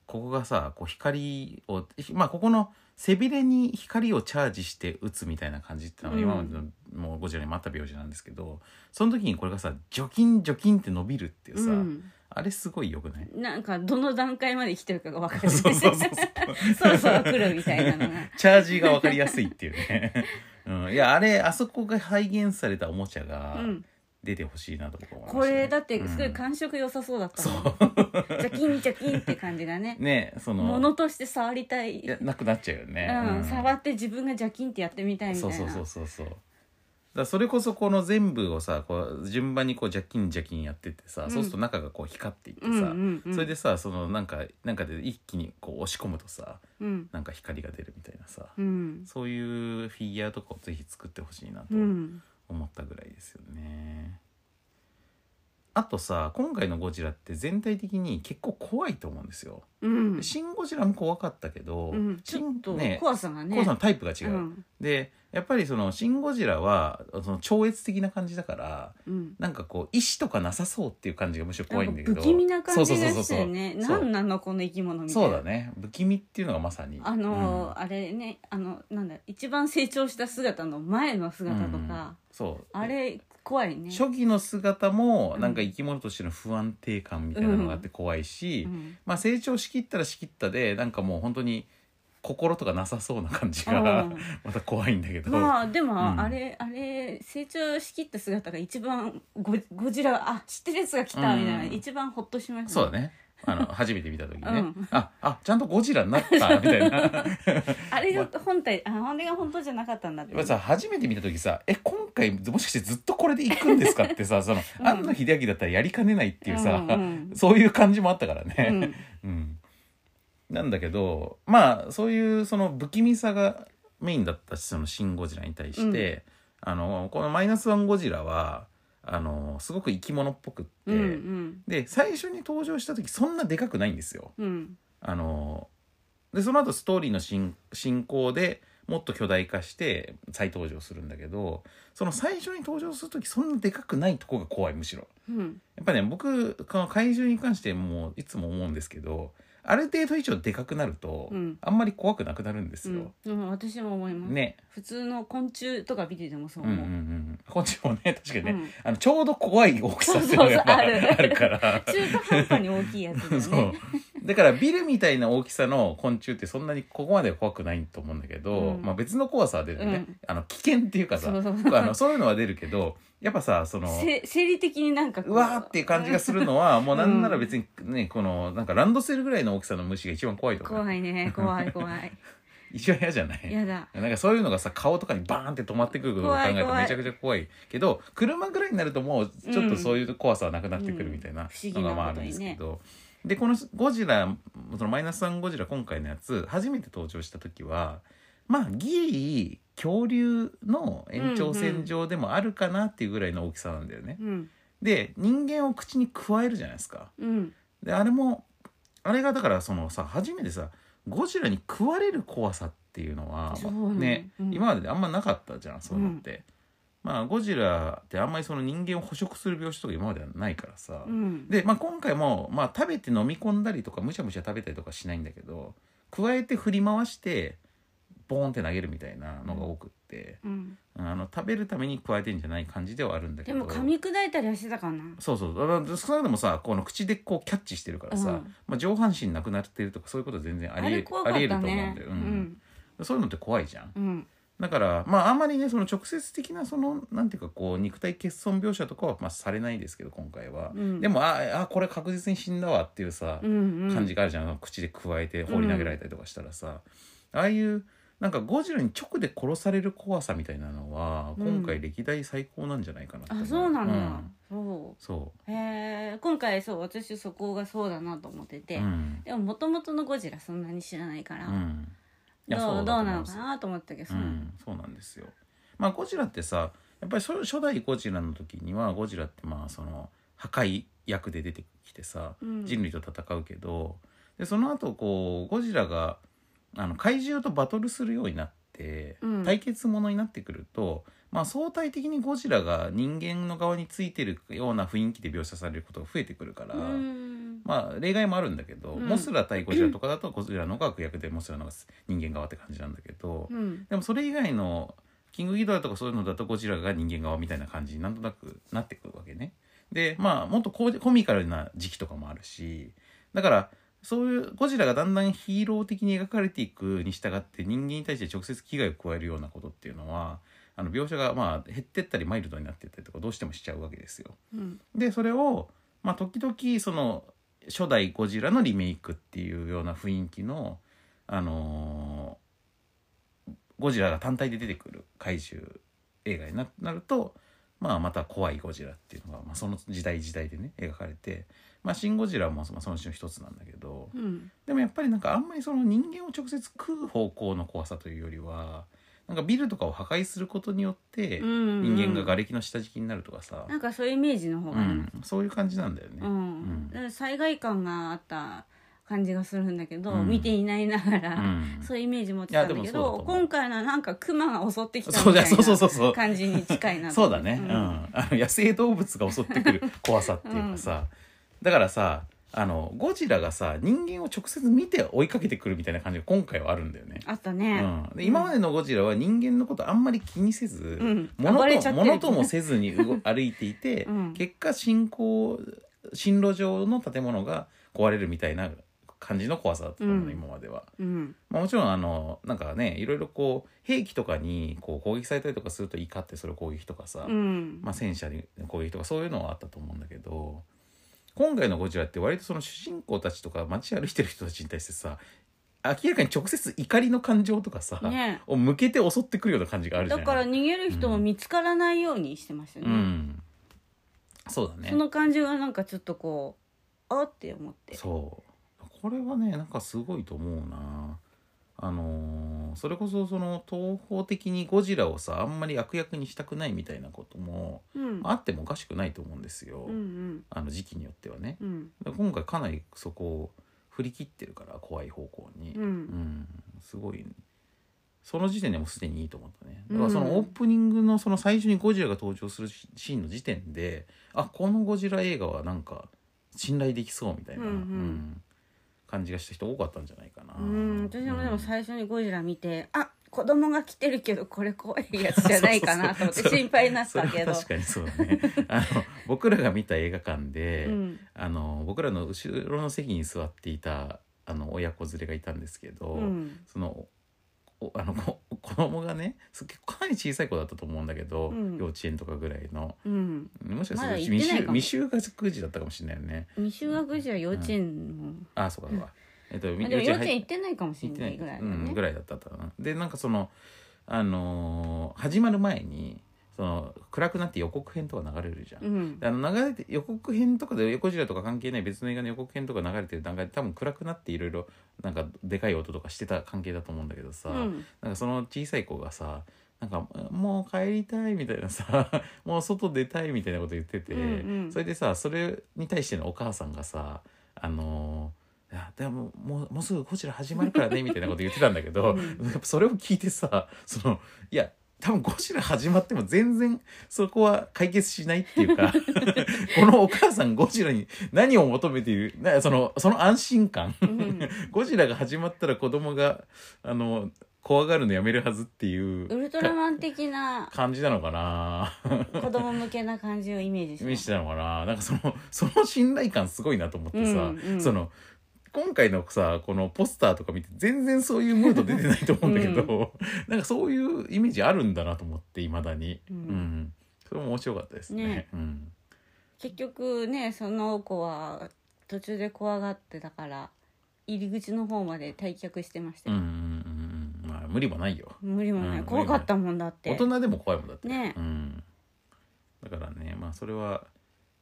[SPEAKER 1] ここがさこう光をひまあここの背びれに光をチャージして打つみたいな感じってのは
[SPEAKER 2] うん
[SPEAKER 1] 今までの、もうゴジラにもあった病状なんですけどその時にこれがさジョキンジョキンって伸びるっていうさ、
[SPEAKER 2] うん
[SPEAKER 1] あれすごいよくない
[SPEAKER 2] なんかどの段階まで来てるかが分かる
[SPEAKER 1] そうそうそうそう
[SPEAKER 2] そろそろ来るみたいな
[SPEAKER 1] [LAUGHS]
[SPEAKER 2] のが
[SPEAKER 1] チャージが分かりやすいっていうね、 [LAUGHS] うん、いやあれあそこが再現されたおもちゃが
[SPEAKER 2] うん
[SPEAKER 1] 出てほしいなと僕は思い
[SPEAKER 2] こ
[SPEAKER 1] ましたね
[SPEAKER 2] れだってすご
[SPEAKER 1] う
[SPEAKER 2] い
[SPEAKER 1] ん
[SPEAKER 2] 感触良さそうだった
[SPEAKER 1] そ
[SPEAKER 2] もん、
[SPEAKER 1] う
[SPEAKER 2] ジャキンジャキンって感じ
[SPEAKER 1] [LAUGHS]
[SPEAKER 2] がね
[SPEAKER 1] ねその
[SPEAKER 2] 物として触りたい
[SPEAKER 1] いやなくなっちゃうよね、
[SPEAKER 2] うん、触って自分がジャキンってやってみたいみた
[SPEAKER 1] そ
[SPEAKER 2] いうな
[SPEAKER 1] そうそうそうそうだからそれこそこの全部をさこう順番にこうジャキンジャキンやってってさ、
[SPEAKER 2] うん
[SPEAKER 1] そうすると中がこう光っていってさ、
[SPEAKER 2] うんうんうん、
[SPEAKER 1] それでさそのなんかなんかで一気にこう押し込むとさ
[SPEAKER 2] うん
[SPEAKER 1] なんか光が出るみたいなさ、
[SPEAKER 2] うん
[SPEAKER 1] そういうフィギュアとかをぜひ作ってほしいなと
[SPEAKER 2] うん
[SPEAKER 1] 思ったぐらいですよね。あとさ今回の「ゴジラ」って全体的に結構怖いと思うんですよ。
[SPEAKER 2] うん
[SPEAKER 1] シン・ゴジラも怖かったけど、
[SPEAKER 2] うんち
[SPEAKER 1] シ
[SPEAKER 2] ょ
[SPEAKER 1] ン
[SPEAKER 2] っと
[SPEAKER 1] ね
[SPEAKER 2] 怖さがね
[SPEAKER 1] 怖さのタイプが違う。
[SPEAKER 2] うん
[SPEAKER 1] でやっぱりその「シン・ゴジラは」その超越的な感じだから
[SPEAKER 2] うん
[SPEAKER 1] なんかこう意志とかなさそうっていう感じがむしろ怖いんだけど
[SPEAKER 2] なんか不気味な感じが
[SPEAKER 1] そう
[SPEAKER 2] し
[SPEAKER 1] そう
[SPEAKER 2] た
[SPEAKER 1] そう
[SPEAKER 2] よ
[SPEAKER 1] そう
[SPEAKER 2] ね
[SPEAKER 1] そう
[SPEAKER 2] 何なのこの生き物みたい
[SPEAKER 1] そ
[SPEAKER 2] な
[SPEAKER 1] うだね不気味っていうのがまさに
[SPEAKER 2] あのー、あれねあのなんだ一番成長した姿の前の
[SPEAKER 1] うん
[SPEAKER 2] 姿と
[SPEAKER 1] うん
[SPEAKER 2] か、
[SPEAKER 1] そう
[SPEAKER 2] あれ怖いね
[SPEAKER 1] 初期の姿も
[SPEAKER 2] うん
[SPEAKER 1] なんか生き物としての不安定感みたいなのがあって怖いし、
[SPEAKER 2] うん
[SPEAKER 1] まあ成長しきったらしきったでなんかもう本当に心とかなさそうな感じ
[SPEAKER 2] う
[SPEAKER 1] が
[SPEAKER 2] ん
[SPEAKER 1] [LAUGHS] また怖いんだけど、
[SPEAKER 2] まあでも、
[SPEAKER 1] ん
[SPEAKER 2] あれあれ成長しきった姿が一番ゴゴジラあ知ってるやつが来たみたいな、
[SPEAKER 1] うん
[SPEAKER 2] 一番ほっとしました、
[SPEAKER 1] そうだねあの初めて見た時ね、
[SPEAKER 2] うん
[SPEAKER 1] ああちゃんとゴジラになったみたいな。 [LAUGHS]
[SPEAKER 2] あれが本体、ああれが本当じゃなかったんだって
[SPEAKER 1] やっぱさ初めて見た時さ「え今回もしかしてずっとこれで行くんですか?」
[SPEAKER 2] [LAUGHS]
[SPEAKER 1] ってさその、
[SPEAKER 2] うん
[SPEAKER 1] 庵野秀明だったらやりかねないっていうさ、
[SPEAKER 2] うんうん
[SPEAKER 1] そういう感じもあったから
[SPEAKER 2] う
[SPEAKER 1] ね。う
[SPEAKER 2] ん
[SPEAKER 1] んなんだけどまあそういうその不気味さがメインだったしその「シン・ゴジラ」に対して、あのこの「マイナスワンゴジラは」あのすごく生き物っぽくって、
[SPEAKER 2] うんうん
[SPEAKER 1] で最初に登場した時そんなでかくないんですよ。
[SPEAKER 2] うん
[SPEAKER 1] あのでその後ストーリーの進進行でもっと巨大化して再登場するんだけどその最初に登場する時そんなでかくないとこが怖いむしろ [LAUGHS]
[SPEAKER 2] うん
[SPEAKER 1] やっぱね僕この怪獣に関してもういつも思うんですけどある程度以上でかくなると、
[SPEAKER 2] うん
[SPEAKER 1] あんまり怖くなくなるんです
[SPEAKER 2] う
[SPEAKER 1] よ
[SPEAKER 2] ん、、うん、私も思います、
[SPEAKER 1] ね
[SPEAKER 2] 普通の昆虫とか見ててもそう
[SPEAKER 1] うんうんう
[SPEAKER 2] 思う、
[SPEAKER 1] んこっちもね確かにね、
[SPEAKER 2] うん
[SPEAKER 1] あのちょうど怖い大きさっていうのがやっぱ
[SPEAKER 2] そうそうそうある
[SPEAKER 1] あるから
[SPEAKER 2] 中途半端に大きいやつだよ
[SPEAKER 1] [LAUGHS] そ
[SPEAKER 2] ね
[SPEAKER 1] うだからビルみたいな大きさの昆虫ってそんなにここまでは怖くないと思うんだけど、
[SPEAKER 2] うん
[SPEAKER 1] まあ、別の怖さは出るよね、
[SPEAKER 2] うん
[SPEAKER 1] あの危険っていうかさ
[SPEAKER 2] そうそう
[SPEAKER 1] あのそういうのは出るけどやっぱさその
[SPEAKER 2] せ生理的になんかこ
[SPEAKER 1] うわーっていう感じがするのはもうなんなら別にね、このなんかランドセルぐらいの大きさの虫が一番怖いとか、
[SPEAKER 2] 怖い
[SPEAKER 1] [LAUGHS]
[SPEAKER 2] ね怖い怖い
[SPEAKER 1] 一番嫌じゃない
[SPEAKER 2] やだ
[SPEAKER 1] なんかそういうのがさ顔とかにバーンって止まってくることを考えると
[SPEAKER 2] 怖い怖い
[SPEAKER 1] めちゃくちゃ怖いけど車ぐらいになるともうちょっとそういう怖さはなくなってくるみたいな
[SPEAKER 2] うん
[SPEAKER 1] のがまああるんですけど、でこのゴジラそのマイナス3ゴジラ今回のやつ初めて登場した時はまあギリ恐竜の延長線上でもあるかなっていうぐらいの大きさなんだよね。
[SPEAKER 2] うん
[SPEAKER 1] で人間を口に加えるじゃないですか。
[SPEAKER 2] うん
[SPEAKER 1] であれもあれがだからそのさ初めてさゴジラに食われる怖さっていうのは
[SPEAKER 2] そうね
[SPEAKER 1] ね
[SPEAKER 2] うん
[SPEAKER 1] 今まであんまなかったじゃんそういうのって、まあゴジラってあんまりその人間を捕食する病死とか今まではないからさ、
[SPEAKER 2] うん
[SPEAKER 1] で、まあ、今回も、まあ、食べて飲み込んだりとかむしゃむしゃ食べたりとかしないんだけど加えて振り回してボーンって投げるみたいなのが多くって、
[SPEAKER 2] うん
[SPEAKER 1] うんあの食べるために加えてんじゃない感じではあるんだけ
[SPEAKER 2] で
[SPEAKER 1] ど
[SPEAKER 2] も噛み砕いたりはしてたかな
[SPEAKER 1] そうそうだから少なくともさこの口でこうキャッチしてるからさ、
[SPEAKER 2] うん
[SPEAKER 1] まあ、上半身なくなってるとかそういうことは全然あ
[SPEAKER 2] あ
[SPEAKER 1] りえ
[SPEAKER 2] れ
[SPEAKER 1] る
[SPEAKER 2] 怖
[SPEAKER 1] あ
[SPEAKER 2] か
[SPEAKER 1] りえ
[SPEAKER 2] っ
[SPEAKER 1] ると
[SPEAKER 2] た
[SPEAKER 1] 思うん
[SPEAKER 2] ね
[SPEAKER 1] だよ、
[SPEAKER 2] う
[SPEAKER 1] うん
[SPEAKER 2] ん
[SPEAKER 1] そういうのって怖いじゃん
[SPEAKER 2] うん
[SPEAKER 1] だからまああんまりねその直接的なそのなんていうかこう肉体欠損描写とかはまあされないですけど今回は、
[SPEAKER 2] うん
[SPEAKER 1] でもああこれ確実に死んだわっていうさ、
[SPEAKER 2] うんうん
[SPEAKER 1] 感じがあるじゃん、あの口で加えて放り投げられたりとかしたらさ、ああいうなんかゴジラに直で殺される怖さみたいなのは
[SPEAKER 2] うん
[SPEAKER 1] 今回歴代最高なんじゃないかなって思
[SPEAKER 2] あそうなんだ、
[SPEAKER 1] うん
[SPEAKER 2] そ
[SPEAKER 1] そう
[SPEAKER 2] へえ今回そう私そこがそうだなと思って
[SPEAKER 1] う、
[SPEAKER 2] て、
[SPEAKER 1] うん、
[SPEAKER 2] でももともとのゴジラそんなに知らないから、
[SPEAKER 1] うん、いや
[SPEAKER 2] どう
[SPEAKER 1] そうだと
[SPEAKER 2] ど
[SPEAKER 1] 思
[SPEAKER 2] う
[SPEAKER 1] い
[SPEAKER 2] な
[SPEAKER 1] ま
[SPEAKER 2] の
[SPEAKER 1] す
[SPEAKER 2] かなと思ったけど、
[SPEAKER 1] う、
[SPEAKER 2] そうん
[SPEAKER 1] そうなんですよ。まあゴジラってさやっぱり初初代ゴジラの時にはゴジラってまあその破壊役で出てきてさ、
[SPEAKER 2] うん
[SPEAKER 1] 人類と戦うけどでその後こうゴジラがあの怪獣とバトルするようになって、
[SPEAKER 2] うん
[SPEAKER 1] 対決ものになってくると、まあ、相対的にゴジラが人間の側についてるような雰囲気で描写されることが増えてくるから。
[SPEAKER 2] うん
[SPEAKER 1] まあ例外もあるんだけど、
[SPEAKER 2] うん
[SPEAKER 1] モスラ対ゴジラとかだとゴジラの方が悪役でモスラの方が人間側って感じなんだけど、
[SPEAKER 2] うん
[SPEAKER 1] でもそれ以外のキングギドラとかそういうのだとゴジラが人間側みたいな感じになんとなくなってくるわけね。でまあもっとココミカルな時期とかもあるしだからそういうゴジラがだんだんヒーロー的に描かれていくに従って人間に対して直接危害を加えるようなことっていうのはあの描写がまあ減ってったりマイルドになってったりとかどうしてもしちゃうわけですよ。
[SPEAKER 2] うん
[SPEAKER 1] でそれを、まあ、時々その初代ゴジラのリメイクっていうような雰囲気の、あのーゴジラが単体で出てくる怪獣映画にななると、まあ、また怖いゴジラっていうのが、まあ、その時代時代でね描かれて「まあ、シン・ゴジラも」まあそのうちの一つなんだけど
[SPEAKER 2] うん
[SPEAKER 1] でもやっぱりなんかあんまりその人間を直接食う方向の怖さというよりはなんかビルとかを破壊することによって
[SPEAKER 2] うんうん
[SPEAKER 1] 人間が瓦礫の下敷きになるとかさ、
[SPEAKER 2] なんかそういうイメージの方
[SPEAKER 1] う
[SPEAKER 2] がね
[SPEAKER 1] ん、そういう感じなんだよね。
[SPEAKER 2] うんだから災害感があった感じがするんだけど、
[SPEAKER 1] うん
[SPEAKER 2] 見ていないながら、
[SPEAKER 1] うん
[SPEAKER 2] そういうイメージ持ってたんだ
[SPEAKER 1] い
[SPEAKER 2] け
[SPEAKER 1] やでもそうだ
[SPEAKER 2] ど
[SPEAKER 1] と思う
[SPEAKER 2] 今回のはなんかクマが襲ってきた
[SPEAKER 1] そう
[SPEAKER 2] み
[SPEAKER 1] だ
[SPEAKER 2] た
[SPEAKER 1] そうそうそう
[SPEAKER 2] い
[SPEAKER 1] そう
[SPEAKER 2] な感じに近いなと
[SPEAKER 1] そうだね、うん
[SPEAKER 2] ん
[SPEAKER 1] あの野生動物が襲ってく
[SPEAKER 2] [LAUGHS]
[SPEAKER 1] る怖さっていうかさ、だからさあのゴジラがさ人間を直接見て追いかけてくるみたいな感じが今回はあるんだよね。
[SPEAKER 2] あった
[SPEAKER 1] う
[SPEAKER 2] ね、
[SPEAKER 1] ん、で今までのゴジラは人間のことあんまり気にせず、
[SPEAKER 2] うん
[SPEAKER 1] 物
[SPEAKER 2] 暴れちゃ
[SPEAKER 1] と
[SPEAKER 2] ってる
[SPEAKER 1] 物ともせずに動歩いていて、
[SPEAKER 2] [LAUGHS] うん
[SPEAKER 1] 結果進行進路上の建物が壊れるみたいな感じの怖さだったの、
[SPEAKER 2] うん
[SPEAKER 1] 今までは。
[SPEAKER 2] うん
[SPEAKER 1] まあ、もちろんあのなんかねいろいろこう兵器とかにこう攻撃されたりとかすると怒ってそれを攻撃とかさ、
[SPEAKER 2] うん
[SPEAKER 1] まあ、戦車で攻撃とかそういうのはあったと思うんだけど今回の「ゴジラ」って割とその主人公たちとか街歩いてる人たちに対してさ明らかに直接怒りの感情とかさ、
[SPEAKER 2] ね
[SPEAKER 1] を向けて襲ってくるような感じがあるじゃ
[SPEAKER 2] だ
[SPEAKER 1] ない
[SPEAKER 2] から逃げる人も見つからないようにしてましたね、
[SPEAKER 1] うん、そうだね
[SPEAKER 2] その感じがなんかちょっとこうあって思って
[SPEAKER 1] そうこれはねなんかすごいと思うなあのーそれこそその東方的にゴジラをさあんまり悪役にしたくないみたいなことも
[SPEAKER 2] うん
[SPEAKER 1] あってもおかしくないと思うんですよ、
[SPEAKER 2] うん
[SPEAKER 1] あの時期によってはね
[SPEAKER 2] うんうん
[SPEAKER 1] で今回かなりそこを振り切ってるから怖い方向に、
[SPEAKER 2] うん
[SPEAKER 1] うんすごいその時点でもうすでにいいと思ったねだからそのオープニングのその最初にゴジラが登場するシーンの時点であこのゴジラ映画はなんか信頼できそうみたいな、
[SPEAKER 2] うんうん
[SPEAKER 1] うん感じがした人多かったんじゃないかな
[SPEAKER 2] うん私もでも最初にゴジラ見て、あ子供が来てるけどこれ怖いやつじゃないかなと思って心配になったけど
[SPEAKER 1] それは確かにそう
[SPEAKER 2] [LAUGHS]
[SPEAKER 1] だねあの僕らが見た映画館で、
[SPEAKER 2] うん
[SPEAKER 1] あの僕らの後ろの席に座っていたあの親子連れがいたんですけど、
[SPEAKER 2] うん
[SPEAKER 1] そのおあのこ [LAUGHS] 子供がねす結構かなり小さい子だったと思うんだけど、
[SPEAKER 2] うん
[SPEAKER 1] 幼稚園とかぐらいの
[SPEAKER 2] うん
[SPEAKER 1] もしかす
[SPEAKER 2] ま
[SPEAKER 1] る
[SPEAKER 2] だ
[SPEAKER 1] と
[SPEAKER 2] 行って
[SPEAKER 1] 未
[SPEAKER 2] な
[SPEAKER 1] 就
[SPEAKER 2] いかも
[SPEAKER 1] 未就学児だったかもしれないよね
[SPEAKER 2] 未就学児は幼稚園も、
[SPEAKER 1] あそうかそうか、えっと、
[SPEAKER 2] あでも幼稚園
[SPEAKER 1] 入
[SPEAKER 2] 行ってないかもしれ
[SPEAKER 1] 行って
[SPEAKER 2] ないぐらいだ
[SPEAKER 1] う
[SPEAKER 2] ね、
[SPEAKER 1] ん、ぐらいだったかなでなんかそのあのー始まる前にその暗くなって予告編とか流れるじゃん、
[SPEAKER 2] うん
[SPEAKER 1] あの流れて予告編とかで横ジラとか関係ない別の映画の予告編とか流れてる段階で多分暗くなっていろいろなんかでかい音とかしてた関係だと思うんだけどさ、
[SPEAKER 2] うん
[SPEAKER 1] なんかその小さい子がさなんかもう帰りたいみたいなさ [LAUGHS] もう外出たいみたいなこと言ってて、
[SPEAKER 2] うんうん
[SPEAKER 1] それでさそれに対してのお母さんがさあのーあでももうもうすぐこちら始まるからねみたいなこと言ってたんだけど、やっぱそれを聞いてさそのいや多分ゴジラ始まっても全然そこは解決しないっていう
[SPEAKER 2] [LAUGHS]
[SPEAKER 1] かこのお母さんゴジラに何を求めているなそのその安心感
[SPEAKER 2] うん
[SPEAKER 1] [LAUGHS] ゴジラが始まったら子供があの怖がるのやめるはずっていう
[SPEAKER 2] ウルトラマン的な
[SPEAKER 1] 感じなのかな
[SPEAKER 2] 子供向けな感じをイメージ
[SPEAKER 1] イメージ
[SPEAKER 2] し
[SPEAKER 1] したたのかななんかそのその信頼感すごいなと思ってさ、
[SPEAKER 2] うんうん
[SPEAKER 1] その今回のさこのポスターとか見て全然そういうムード出てないと思うんだけど、なんかそういうイメージあるんだなと思っていまだに、
[SPEAKER 2] うん
[SPEAKER 1] うんそれも面白かったですね。
[SPEAKER 2] ね
[SPEAKER 1] うん
[SPEAKER 2] 結局ねその子は途中で怖がってたから入り口の方まで退却してました
[SPEAKER 1] うんうん
[SPEAKER 2] よ、
[SPEAKER 1] うんうんまあ無理もないよ
[SPEAKER 2] 無理もない、
[SPEAKER 1] うん
[SPEAKER 2] 怖かったもんだって
[SPEAKER 1] 大人でも怖いもんだって
[SPEAKER 2] ね
[SPEAKER 1] うん、だからねまあそれは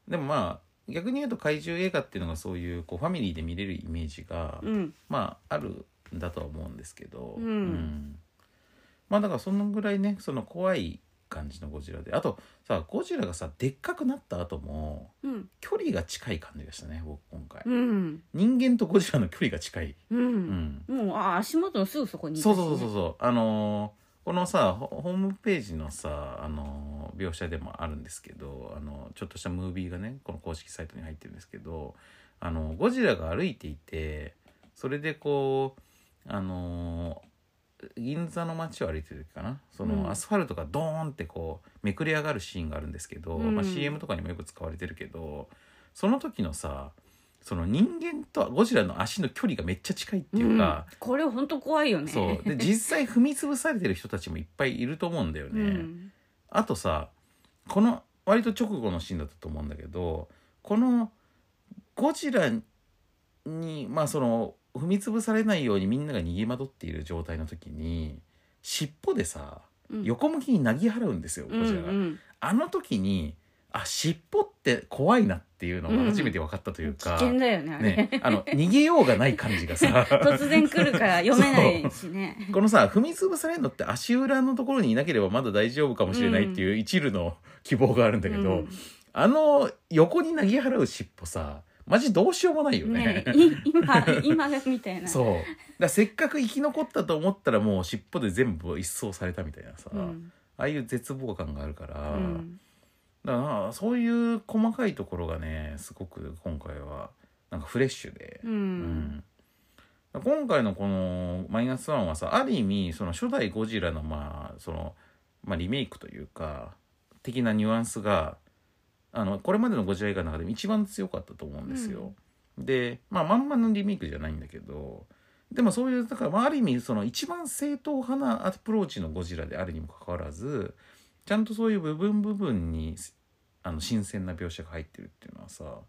[SPEAKER 1] でもまあ逆に言うと怪獣映画っていうのがそういうこうファミリーで見れるイメージが、
[SPEAKER 2] うん
[SPEAKER 1] まああるんだとは思うんですけど、
[SPEAKER 2] うん
[SPEAKER 1] まあだからそのぐらいねその怖い感じのゴジラであとさゴジラがさでっかくなった後も
[SPEAKER 2] うん
[SPEAKER 1] 距離が近い感じがしたね僕今回、
[SPEAKER 2] うん
[SPEAKER 1] 人間とゴジラの距離が近い、
[SPEAKER 2] う、
[SPEAKER 1] うんん、
[SPEAKER 2] もうあ足元のすぐそこにいたし
[SPEAKER 1] そうそ
[SPEAKER 2] ね
[SPEAKER 1] うそうそうあのーこのさホホームページのさ、あのー描写でもあるんですけど、あのちょっとしたムービーがねこの公式サイトに入ってるんですけど、あのゴジラが歩いていてそれでこう、あのー銀座の街を歩いてる時かなその、
[SPEAKER 2] うん
[SPEAKER 1] アスファルトがドーンってこうめくれ上がるシーンがあるんですけど、
[SPEAKER 2] うん
[SPEAKER 1] まあ、CM とかにもよく使われてるけどその時のさその人間とゴジラの足の距離がめっちゃ近いっていうか、
[SPEAKER 2] うんこれ本当怖いよね [LAUGHS]
[SPEAKER 1] そうで実際踏み潰されてる人たちもいっぱいいると思うんだよね。
[SPEAKER 2] うん
[SPEAKER 1] あとさこの割と直後のシーンだったと思うんだけどこのゴジラにまあその踏み潰されないようにみんなが逃げ惑っている状態の時に尻尾でさ
[SPEAKER 2] うん
[SPEAKER 1] 横向きになぎ払うんですよ、
[SPEAKER 2] うん
[SPEAKER 1] ゴジラが。
[SPEAKER 2] うん
[SPEAKER 1] あの時にあ尻尾って怖いなっていうのが初めて分かったという
[SPEAKER 2] 危
[SPEAKER 1] か、
[SPEAKER 2] 険だよねあれ
[SPEAKER 1] ね、あの逃げようがない感じが
[SPEAKER 2] [LAUGHS]
[SPEAKER 1] さ
[SPEAKER 2] 突然来るから読めないしね
[SPEAKER 1] [LAUGHS] このさ踏み潰されるのって足裏のところにいなければまだ大丈夫かもしれないっていう一縷の希望があるんだけど、
[SPEAKER 2] うん
[SPEAKER 1] あの横に投げ払う尻尾さマジどうしようもないよね
[SPEAKER 2] ねえい今今みたいな
[SPEAKER 1] [LAUGHS] そうだからせっかく生き残ったと思ったらもう尻尾で全部一掃されたみたいなさ、
[SPEAKER 2] うん
[SPEAKER 1] ああいう絶望感があるから、
[SPEAKER 2] うん
[SPEAKER 1] だからなそういう細かいところがねすごく今回はなんかフレッシュで、
[SPEAKER 2] う
[SPEAKER 1] うんん今回のこの「マイナスワンはさある意味その初代ゴジラのまあその、まあ、リメイクというか的なニュアンスがあのこれまでのゴジラ映画の中でも一番強かったと思うんですよ。でまあまんまのリメイクじゃないんだけどでもそういうだから、まあ、ある意味その一番正統派なアプローチのゴジラであるにもかかわらずちゃんとそういう部分部分にあの新鮮な描写が入ってるっていうのはさ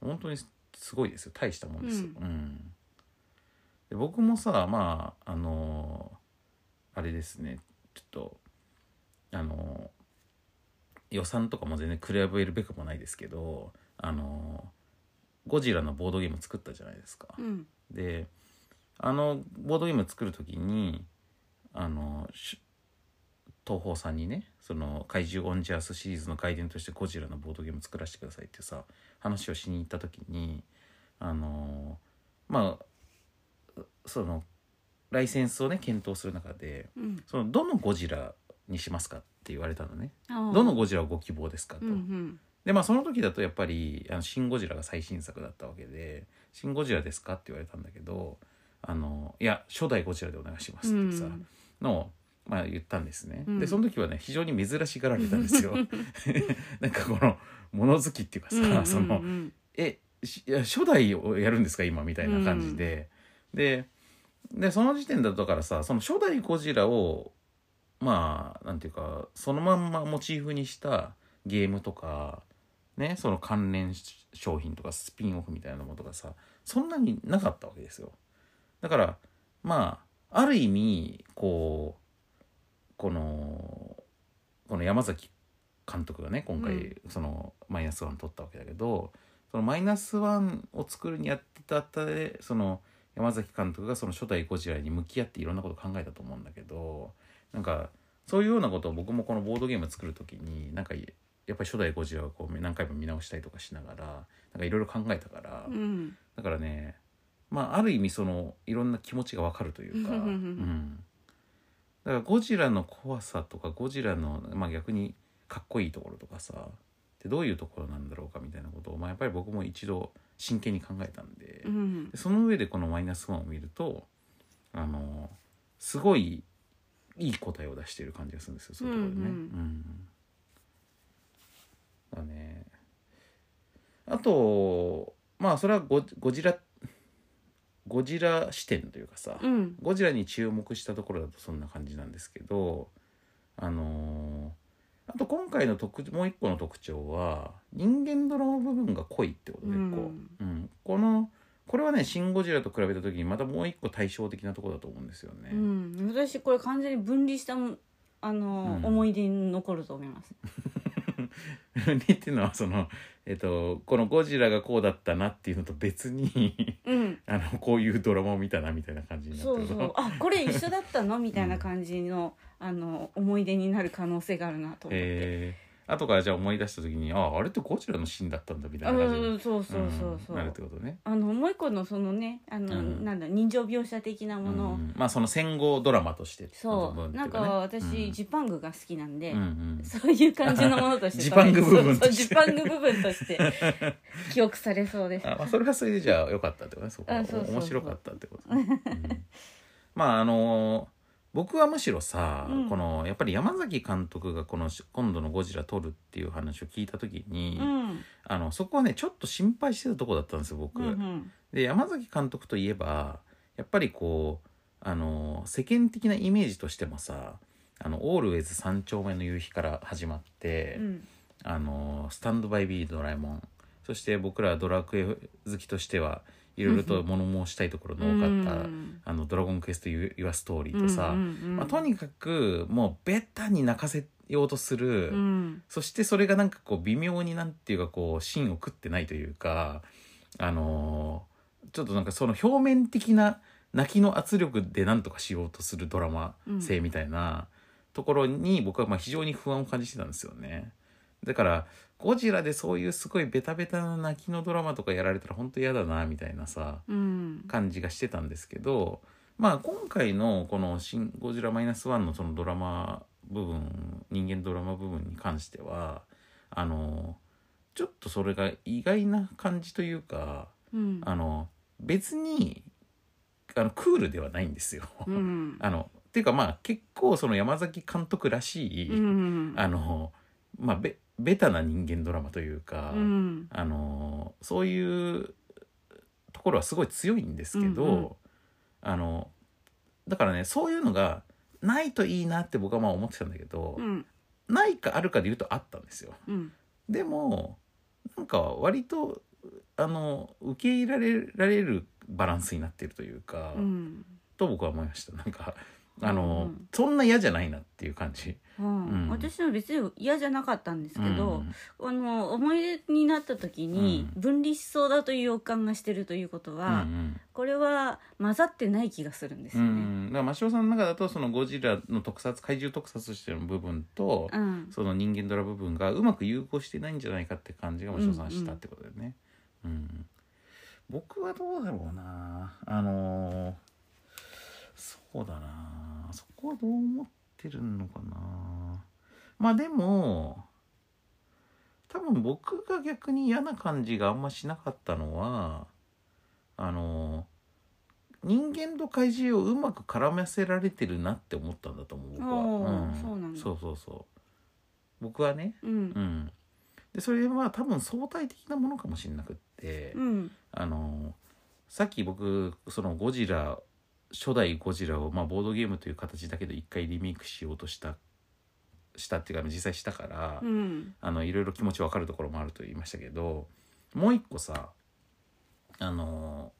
[SPEAKER 1] 本当にすごいですよ大したもんですよ。う
[SPEAKER 2] う
[SPEAKER 1] んで僕もさまああのーあれですねちょっとあのー予算とかも全然比べるべくもないですけどあのーゴジラのボードゲーム作ったじゃないですか。
[SPEAKER 2] うん
[SPEAKER 1] であのボードゲーム作る時にあのし東宝さんにねその怪獣オンジャースシリーズの外伝としてゴジラのボードゲーム作らせてくださいってさ話をしに行った時にあのまあそのライセンスをね検討する中で
[SPEAKER 2] うん
[SPEAKER 1] そのどのゴジラにしますかって言われたのね
[SPEAKER 2] ああ
[SPEAKER 1] どのゴジラをご希望ですかと。
[SPEAKER 2] うんうん
[SPEAKER 1] でまあその時だとやっぱり「あのシン・ゴジラ」が最新作だったわけで「シン・ゴジラですか?」って言われたんだけど「あのいや初代ゴジラでお願いします」ってさ、
[SPEAKER 2] うん
[SPEAKER 1] のを、まあ、言ったんですね、
[SPEAKER 2] うん
[SPEAKER 1] でその時はね非常に珍しがられたんです
[SPEAKER 2] [LAUGHS]
[SPEAKER 1] よ [LAUGHS] なんかこの物好きっていうかさ、
[SPEAKER 2] うんうんう
[SPEAKER 1] [LAUGHS]
[SPEAKER 2] ん
[SPEAKER 1] そのえしいや初代をやるんですか今みたいな感じで、ででその時点だとだからさその初代ゴジラをまあなんていうかそのまんまモチーフにしたゲームとかねその関連し商品とかスピンオフみたいなものとかさそんなになかったわけですよだからまあある意味こうこのこの山崎監督がね今
[SPEAKER 2] う
[SPEAKER 1] 回
[SPEAKER 2] ん
[SPEAKER 1] そのマイナスワン取ったわけだけど、そのマイナスワンを作るにあたったでその山崎監督がその初代ゴジラに向き合っていろんなことを考えたと思うんだけどなんかそういうようなことを僕もこのボードゲーム作る時になんかやっぱり初代ゴジラをこう何回も見直したりとかしながらなんかいろいろ考えたから、
[SPEAKER 2] うん
[SPEAKER 1] だからねまあある意味そのいろんな気持ちがわかるというか、
[SPEAKER 2] うん
[SPEAKER 1] うん、だからゴジラの怖さとかゴジラの、まあ、逆にかっこいいところとかさってどういうところなんだろうかみたいなことを、まあ、やっぱり僕も一度真剣に考えたんで、
[SPEAKER 2] うん
[SPEAKER 1] でその上でこの「マイナスワンを見るとあのすごいいい答えを出している感じがするんですよそういうところでね。
[SPEAKER 2] うんうん
[SPEAKER 1] うんだねあとまあそれはゴゴジラゴジラ視点というかさ、
[SPEAKER 2] うん
[SPEAKER 1] ゴジラに注目したところだとそんな感じなんですけどあのーあと今回の特もう一個の特徴は人間ドラマ部分が濃いってことで
[SPEAKER 2] う
[SPEAKER 1] 結
[SPEAKER 2] ん
[SPEAKER 1] 構、うんこのこれはね「シン・ゴジラ」と比べた時にまたもう一個対照的なところだと思うんですよね。
[SPEAKER 2] うん私これ完全に分離したもあの、
[SPEAKER 1] うん
[SPEAKER 2] 思い出に残ると思います。
[SPEAKER 1] 分離 [LAUGHS] っていうのはその、えっとこのゴジラがこうだったなっていうのと別に [LAUGHS]
[SPEAKER 2] うん、
[SPEAKER 1] あのこういうドラマを見たなみたいな感じになって
[SPEAKER 2] そうそう、あ、これ一緒だったのみたいな感
[SPEAKER 1] [LAUGHS]
[SPEAKER 2] じの、あの思い出になる可能性があるなと思って。
[SPEAKER 1] えー、後からじゃあ思い出した時にあああれってゴジラのシーンだったんだみたいな感じに
[SPEAKER 2] うん、そうそうそうそう。
[SPEAKER 1] んなるってことね。
[SPEAKER 2] あのもう一個のそのね、あの、
[SPEAKER 1] うん
[SPEAKER 2] なんだ人情描写的なものを。
[SPEAKER 1] うんまあその戦後ドラマとして
[SPEAKER 2] そう、なんか私、
[SPEAKER 1] ジ
[SPEAKER 2] ジパングが好きなんで、
[SPEAKER 1] うんうん
[SPEAKER 2] そういう感じのものとして
[SPEAKER 1] ジパング部分
[SPEAKER 2] そ
[SPEAKER 1] と
[SPEAKER 2] う
[SPEAKER 1] し
[SPEAKER 2] ジ
[SPEAKER 1] て
[SPEAKER 2] パング部分
[SPEAKER 1] [LAUGHS]
[SPEAKER 2] として記憶されそうです
[SPEAKER 1] あまあ、それはそれでじゃあ良かったってことねそこは
[SPEAKER 2] あそうそうそう
[SPEAKER 1] 面白かったってことね、うんまああの僕はむしろさ、
[SPEAKER 2] うん
[SPEAKER 1] このやっぱり山崎監督がこのし今度の「ゴジラ」撮るっていう話を聞いた時に、
[SPEAKER 2] うん
[SPEAKER 1] あのそこはねちょっと心配してたとこだったんですよ僕。
[SPEAKER 2] うんうん
[SPEAKER 1] で山崎監督といえばやっぱりこうあの世間的なイメージとしてもさ「あのオールウェイズ三丁目の夕日」から始まって。
[SPEAKER 2] うん
[SPEAKER 1] あのスタンドバイビードラえもんそして僕らドラクエ好きとしてはいろいろと物申したいところの多かった「
[SPEAKER 2] うん
[SPEAKER 1] あのドラゴンクエストユ・ユア・ストーリー」とさ、
[SPEAKER 2] うんうんうん
[SPEAKER 1] まあ、とにかくもうベタに泣かせようとする、
[SPEAKER 2] うん
[SPEAKER 1] そしてそれがなんかこう微妙になんていうかこう芯を食ってないというかあのーちょっとなんかその表面的な泣きの圧力でなんとかしようとするドラマ性みたいなところに僕はまあ非常に不安を感じてたんですよね。だからゴジラでそういうすごいベタベタな泣きのドラマとかやられたら本当嫌だなみたいなさ
[SPEAKER 2] うん
[SPEAKER 1] 感じがしてたんですけどまあ今回のこの「シン・ゴジラマイナスワンのそのドラマ部分人間ドラマ部分に関してはあのちょっとそれが意外な感じというか
[SPEAKER 2] うん
[SPEAKER 1] あの別にあのクールではないんですよ。
[SPEAKER 2] うん
[SPEAKER 1] あのっていうかまあ結構その山崎監督らしい、
[SPEAKER 2] うん
[SPEAKER 1] あのまあベベタな人間ドラマというか、
[SPEAKER 2] うん
[SPEAKER 1] あのそういうところはすごい強いんですけど、
[SPEAKER 2] うんうん
[SPEAKER 1] あのだからねそういうのがないといいなって僕はまあ思ってたんだけど、
[SPEAKER 2] うん
[SPEAKER 1] ないかあるかで言うとあったんですよ。
[SPEAKER 2] うん
[SPEAKER 1] でもなんか割とあの受け入れられられるバランスになっているというか、
[SPEAKER 2] うん
[SPEAKER 1] と僕は思いましたなんかあの、
[SPEAKER 2] うんうん
[SPEAKER 1] そんな嫌じゃないなっていう感じ。
[SPEAKER 2] うん、私は別に嫌じゃなかったんですけど、
[SPEAKER 1] うん
[SPEAKER 2] あの思い出になった時に
[SPEAKER 1] う
[SPEAKER 2] 分離しそうだという予感がしてるということは、
[SPEAKER 1] うん
[SPEAKER 2] これは混ざってない気がするんです
[SPEAKER 1] う
[SPEAKER 2] よ
[SPEAKER 1] ん
[SPEAKER 2] ね。
[SPEAKER 1] うん、だから真汐さんの中だとそのゴジラの特撮怪獣特撮としての部分と、
[SPEAKER 2] うん、
[SPEAKER 1] その人間ドラ部分がうまく融合してないんじゃないかって感じが真汐さんしたってことだよね。うん、僕はどうだろうなあのーそうだなそこはどう思ってるのかなまあでも多分僕が逆に嫌な感じがあんましなかったのはあの人間と怪獣をうまく絡ませられてるなって思ったんだと思う僕は、
[SPEAKER 2] あーそうなんだ
[SPEAKER 1] そうそうそう僕はね
[SPEAKER 2] うん
[SPEAKER 1] う、んでそれは多分相対的なものかもしれなくって、
[SPEAKER 2] うん、
[SPEAKER 1] あのさっき僕そのゴジラ初代ゴジラを、まあ、ボードゲームという形だけど一回リメイクしようとしたしたっていうか実際したから、
[SPEAKER 2] うん、
[SPEAKER 1] あのいろいろ気持ちわかるところもあると言いましたけどもう一個さあの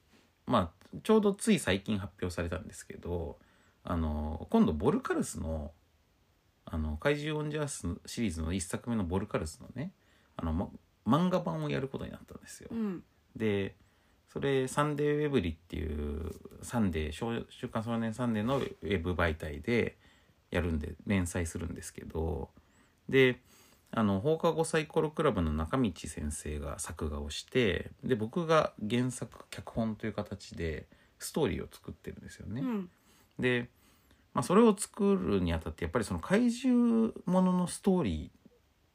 [SPEAKER 1] まあちょうどつい最近発表されたんですけどあの今度ボルカルスの「あの怪獣オンジャース」シリーズの一作目のボルカルスのねあの、ま、漫画版をやることになったんですよ。
[SPEAKER 2] うん、
[SPEAKER 1] でそれ「サンデーウェブリ」っていう「サンデー少週刊少年サンデー」のウェブ媒体でやるんで連載するんですけどであの放課後サイコロクラブの中道先生が作画をしてで僕が原作脚本という形でストーリーを作ってるんですよね。
[SPEAKER 2] うん、
[SPEAKER 1] で、まあ、それを作るにあたってやっぱりその怪獣もののストーリー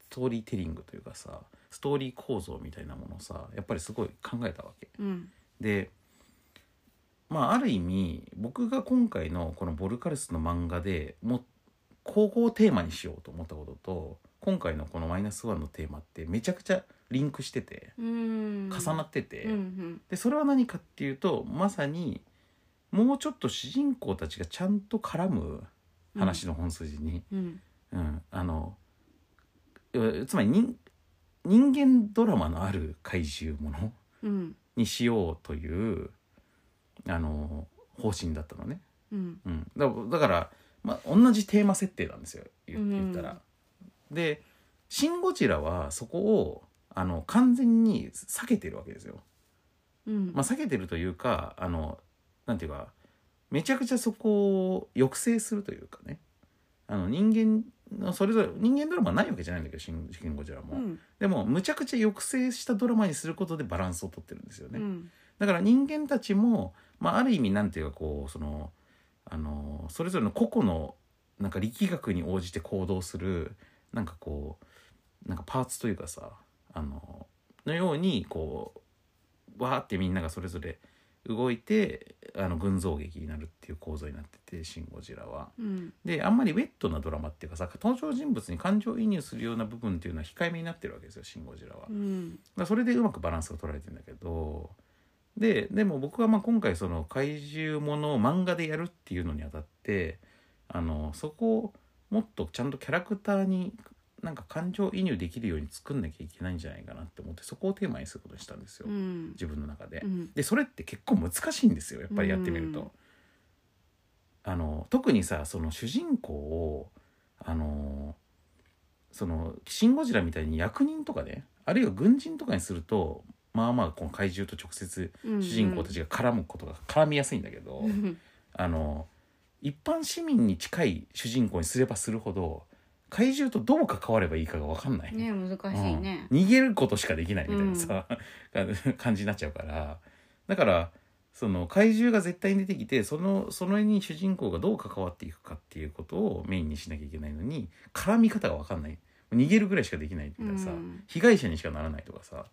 [SPEAKER 1] ストーリーテリングというかさストーリー構造みたいなものをさやっぱりすごい考えたわけ。
[SPEAKER 2] うん、
[SPEAKER 1] でまあある意味僕が今回のこの「ボルカルス」の漫画でもう高校をテーマにしようと思ったことと今回のこの「マイナスワンのテーマってめちゃくちゃリンクしてて
[SPEAKER 2] うん、
[SPEAKER 1] 重なってて、
[SPEAKER 2] うん、うん、
[SPEAKER 1] でそれは何かっていうとまさにもうちょっと主人公たちがちゃんと絡む話の本筋に、
[SPEAKER 2] うん、
[SPEAKER 1] うんあのえつまり人人間ドラマのある怪獣もの
[SPEAKER 2] うん、
[SPEAKER 1] にしようというあの方針だったのね、
[SPEAKER 2] うん、
[SPEAKER 1] うん、だだから、まあ、同じテーマ設定なんですよ言
[SPEAKER 2] うん
[SPEAKER 1] 言ったら。で「シン・ゴジラ」はそこをあの完全に避けてるわけですよ。
[SPEAKER 2] うん、
[SPEAKER 1] まあ、避けてるというかあのなんていうかめちゃくちゃそこを抑制するというかねあの人間のそれぞれ人間ドラマはないわけじゃないんだけど「シン・シンゴジラも」
[SPEAKER 2] うん、
[SPEAKER 1] でもむちゃくちゃ抑制したドラマにすることでバランスをとってるんですよね。
[SPEAKER 2] うん、
[SPEAKER 1] だから人間たちも、まあ、ある意味なんていうかこうそのあのそれぞれの個々のなんか力学に応じて行動するなんかこうなんかパーツというかさあののようにこうわーってみんながそれぞれ動いてあの群像劇になるっていう構造になってて「シン・ゴジラ」は。
[SPEAKER 2] うん
[SPEAKER 1] であんまりウェットなドラマっていうかさ登場人物に感情移入するような部分っていうのは控えめになってるわけですよ「シン・ゴジラは」
[SPEAKER 2] うん
[SPEAKER 1] まあそれでうまくバランスが取られてるんだけどででも僕はまあ今回その怪獣ものを漫画でやるっていうのにあたってあのそこをもっとちゃんとキャラクターになんか感情移入できるように作んなきゃいけないんじゃないかなって思ってそこをテーマにすることにしたんですよ、
[SPEAKER 2] うん
[SPEAKER 1] 自分の中で。
[SPEAKER 2] うん
[SPEAKER 1] でそれって結構難しいんですよやっぱりやってみると。
[SPEAKER 2] うん
[SPEAKER 1] あの特にさその主人公をあのその「シン・ゴジラ」みたいに役人とかねあるいは軍人とかにするとまあまあこの怪獣と直接
[SPEAKER 2] うん
[SPEAKER 1] 主人公たちが絡むことが絡みやすいんだけど、
[SPEAKER 2] うん
[SPEAKER 1] あの一般市民に近い主人公にすればするほど怪獣とどう関わればいいかが分かんない。
[SPEAKER 2] ね難しいね
[SPEAKER 1] うん逃げることしかできないみたいなさ、 [LAUGHS] 感じになっちゃうからだからその怪獣が絶対に出てきてそのその絵に主人公がどう関わっていくかっていうことをメインにしなきゃいけないのに絡み方が分かんない逃げるぐらいしかできないみたいなさ、
[SPEAKER 2] うん
[SPEAKER 1] 被害者にしかならないとかさだか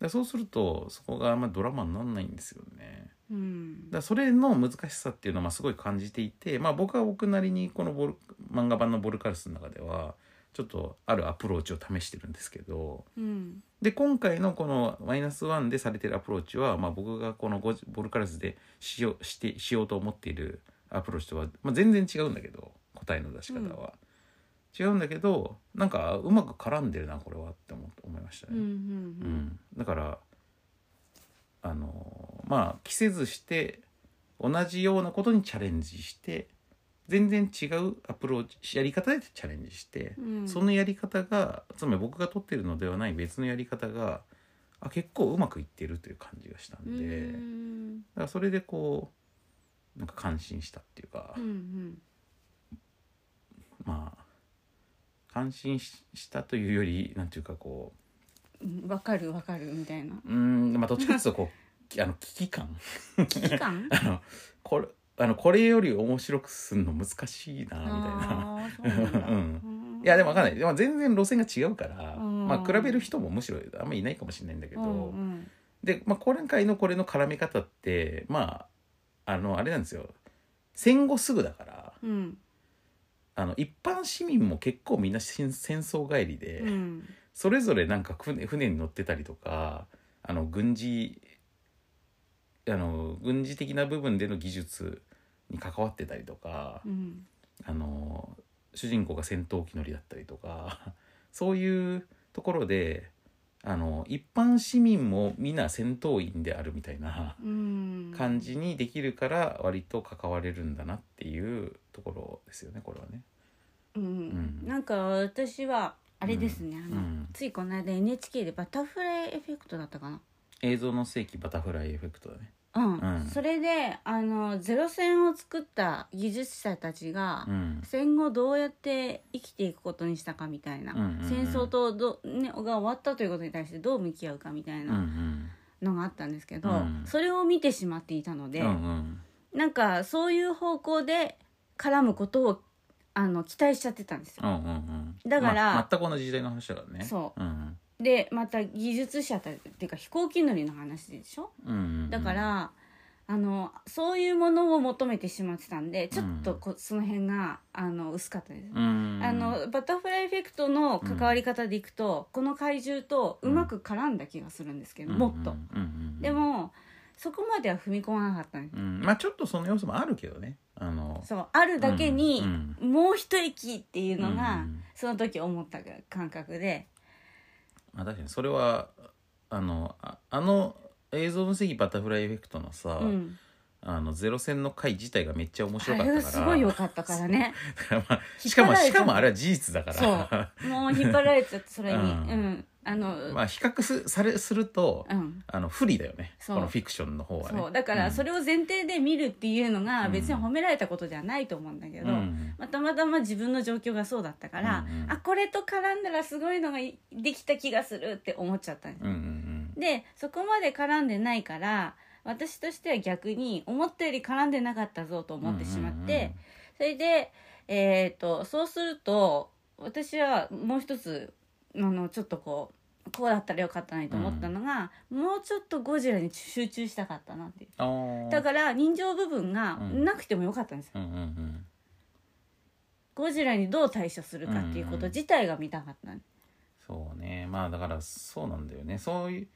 [SPEAKER 1] らそうするとそこがあんまドラマにならないんですよね。
[SPEAKER 2] うん
[SPEAKER 1] だからそれの難しさっていうのはまあすごい感じていて、まあ、僕は僕なりにこのボル漫画版の「ボルカルス」の中ではちょっとあるアプローチを試してるんですけど
[SPEAKER 2] うん
[SPEAKER 1] で今回のこのマイナスワンでされてるアプローチは、まあ、僕がこのゴジボルカルスでしようしてしようと思っているアプローチとは、まあ、全然違うんだけど答えの出し方は、違うんだけどなんかうまく絡んでるなこれはって思思いました
[SPEAKER 2] う
[SPEAKER 1] ね。
[SPEAKER 2] んう
[SPEAKER 1] うんん、だからあのまあ着せずして同じようなことにチャレンジして全然違うアプローチやり方でチャレンジして、
[SPEAKER 2] うん
[SPEAKER 1] そのやり方がつまり僕が取ってるのではない別のやり方があ結構うまくいってるという感じがした
[SPEAKER 2] うん
[SPEAKER 1] で、だか
[SPEAKER 2] ん
[SPEAKER 1] らそれでこうなんか感心したっていうか、
[SPEAKER 2] うん
[SPEAKER 1] まあ感心ししたというよりなんていうかこ
[SPEAKER 2] うんわかるわかるみたいな
[SPEAKER 1] ううんまあどっちかというとこう [LAUGHS] きあの危機感
[SPEAKER 2] 危機感
[SPEAKER 1] あのこれあのこれより面白くすんの難しいなみたいな。
[SPEAKER 2] あーそうなんだ
[SPEAKER 1] う
[SPEAKER 2] うんん
[SPEAKER 1] いやでもわかんない、まあ、全然路線が違うから、
[SPEAKER 2] うん
[SPEAKER 1] まあ、比べる人もむしろあんまりいないかもしれないんだけど、
[SPEAKER 2] うんうん
[SPEAKER 1] で、まあ、今回のこれの絡み方ってまああのあれなんですよ戦後すぐだから
[SPEAKER 2] うん
[SPEAKER 1] あの一般市民も結構みんな戦戦争帰りで、
[SPEAKER 2] うん
[SPEAKER 1] それぞれなんか船船に乗ってたりとかあの軍事あの軍事的な部分での技術に関わってたりとか、
[SPEAKER 2] うん
[SPEAKER 1] あの主人公が戦闘機乗りだったりとか [LAUGHS] そういうところであの一般市民も皆戦闘員であるみたいな
[SPEAKER 2] うん
[SPEAKER 1] 感じにできるから割と関われるんだなっていうところですよねこれはね。
[SPEAKER 2] うん
[SPEAKER 1] うん
[SPEAKER 2] なんか私はあれですね、
[SPEAKER 1] うん
[SPEAKER 2] あの
[SPEAKER 1] うん
[SPEAKER 2] ついこの間 NHK でバタフライエフェクトだったかな
[SPEAKER 1] 映像の世紀バタフライエフェクトだね。
[SPEAKER 2] うん、
[SPEAKER 1] うん
[SPEAKER 2] それであのゼロ戦を作った技術者たちが、
[SPEAKER 1] うん
[SPEAKER 2] 戦後どうやって生きていくことにしたかみたいな、
[SPEAKER 1] うんうんうん
[SPEAKER 2] 戦争とど、ね、が終わったということに対してどう向き合うかみたい
[SPEAKER 1] うんう
[SPEAKER 2] なんのがあったんですけど、
[SPEAKER 1] うん
[SPEAKER 2] それを見てしまっていたので、
[SPEAKER 1] うんうん
[SPEAKER 2] なんかそういう方向で絡むことをあの期待しちゃってたんですよ。
[SPEAKER 1] うんうんうん
[SPEAKER 2] だから
[SPEAKER 1] ま全く同じ時代の話だからね、
[SPEAKER 2] そう
[SPEAKER 1] ん
[SPEAKER 2] でまた技術者たちっていうか飛行機乗りの話でしょ
[SPEAKER 1] うんうんうん、
[SPEAKER 2] だから、あのそういうものを求めてしまってたんでちょっとこ、その辺があの薄かったです。
[SPEAKER 1] うん
[SPEAKER 2] あのバタフライエフェクトの関わり方でいくと、この怪獣とうまく絡んだ気がするんですけど、もっと、
[SPEAKER 1] うんうんうん
[SPEAKER 2] でもそこまでは踏み込まなかったんです、
[SPEAKER 1] うん、まあちょっとその要素もあるけどねあの
[SPEAKER 2] そうあるだけに、
[SPEAKER 1] うん
[SPEAKER 2] もう一息っていうの
[SPEAKER 1] う
[SPEAKER 2] が、
[SPEAKER 1] ん
[SPEAKER 2] その時思った感覚で
[SPEAKER 1] まあ、確かにそれはあのああの映像の席バタフライエフェクトのさ、
[SPEAKER 2] うん、
[SPEAKER 1] あのゼロ戦の回自体がめっちゃ面白かった
[SPEAKER 2] あ
[SPEAKER 1] か
[SPEAKER 2] れ
[SPEAKER 1] ら
[SPEAKER 2] がすごい良かったからね
[SPEAKER 1] だから [LAUGHS] まあ、しかも
[SPEAKER 2] 引っ張られちゃ
[SPEAKER 1] し
[SPEAKER 2] う
[SPEAKER 1] かもあれは事実だから
[SPEAKER 2] もう引っ張られちゃってそれに、
[SPEAKER 1] う
[SPEAKER 2] うんんあ
[SPEAKER 1] [LAUGHS]
[SPEAKER 2] の、
[SPEAKER 1] まあ比較すされすると、
[SPEAKER 2] うん、
[SPEAKER 1] あの不利だよね
[SPEAKER 2] そ
[SPEAKER 1] こ
[SPEAKER 2] う
[SPEAKER 1] のフィクションの方はね
[SPEAKER 2] そうだからそ
[SPEAKER 1] れ
[SPEAKER 2] れを前提で見るっていうのが
[SPEAKER 1] うん
[SPEAKER 2] 別に褒められたことではないと思うんだけど、
[SPEAKER 1] うん
[SPEAKER 2] まあたまたま自分の状況がそうだったから、
[SPEAKER 1] うんうん
[SPEAKER 2] あこれと絡んだらすごいのがいできた気がするって思っちゃったんです、
[SPEAKER 1] うんうん
[SPEAKER 2] でそこまで絡んでないから私としては逆に思ったより絡んでなかったぞと
[SPEAKER 1] うん
[SPEAKER 2] 思ってしまって、それで、えー、とそうすると私はもう一つあのちょっとこうこうだったらよかったなと思ったのが、もうちょっとゴジラに集中したかったなっていう
[SPEAKER 1] あー
[SPEAKER 2] だから人情部分が
[SPEAKER 1] うん
[SPEAKER 2] なくてもよかったんですよ、
[SPEAKER 1] うんうんうん
[SPEAKER 2] ゴジラにどう対処するかっていうこと自体が見たかった、
[SPEAKER 1] そうねまあだからそうなんだよねそういう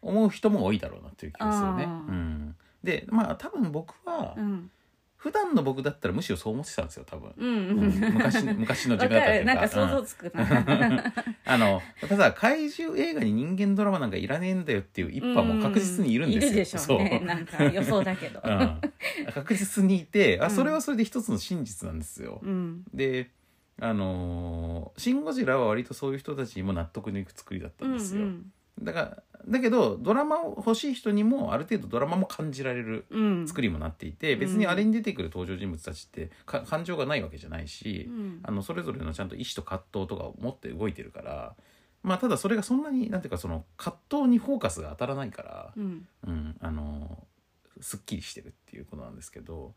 [SPEAKER 1] 思う人も多いだろうなっていう気がするね。う
[SPEAKER 2] あー
[SPEAKER 1] ん、でまあ多分僕は、
[SPEAKER 2] うん、
[SPEAKER 1] 普段の僕だったらむしろそう思ってたんですよ多
[SPEAKER 2] [LAUGHS]
[SPEAKER 1] 分。
[SPEAKER 2] うんう
[SPEAKER 1] うん
[SPEAKER 2] ん
[SPEAKER 1] 昔昔の
[SPEAKER 2] わ
[SPEAKER 1] 自分だっ
[SPEAKER 2] か
[SPEAKER 1] たらとい
[SPEAKER 2] る
[SPEAKER 1] う
[SPEAKER 2] なんか想
[SPEAKER 1] う
[SPEAKER 2] 像
[SPEAKER 1] ん
[SPEAKER 2] つくな
[SPEAKER 1] あのただ怪獣映画に人間ドラマなんかいらねえんだよって [LAUGHS] いう一派も確実にいるんですよ。
[SPEAKER 2] いるでしょうね
[SPEAKER 1] そう
[SPEAKER 2] なんか予想だけど
[SPEAKER 1] [LAUGHS] うん、確実にいて
[SPEAKER 2] う
[SPEAKER 1] あ
[SPEAKER 2] ん
[SPEAKER 1] それはそれで一つの真実なんですよ。
[SPEAKER 2] うん
[SPEAKER 1] であのーシン・ゴジラ」は割とそういう人たちにも納得のいく作りだった
[SPEAKER 2] うんん
[SPEAKER 1] ですよ。だからだけどドラマを欲しい人にもある程度ドラマも感じられる
[SPEAKER 2] うんうん
[SPEAKER 1] 作りもなっていて、
[SPEAKER 2] ん
[SPEAKER 1] 別にあれに出てくる登場人物たちってか感情がないわけじゃないし、
[SPEAKER 2] うん
[SPEAKER 1] あのそれぞれのちゃんと意思と葛藤とかを持って動いてるから。まあ、ただそれがそんなになんていうかその葛藤にフォーカスが当たらないから、
[SPEAKER 2] うん
[SPEAKER 1] うん、あのすっきりしてるっていうことなんですけど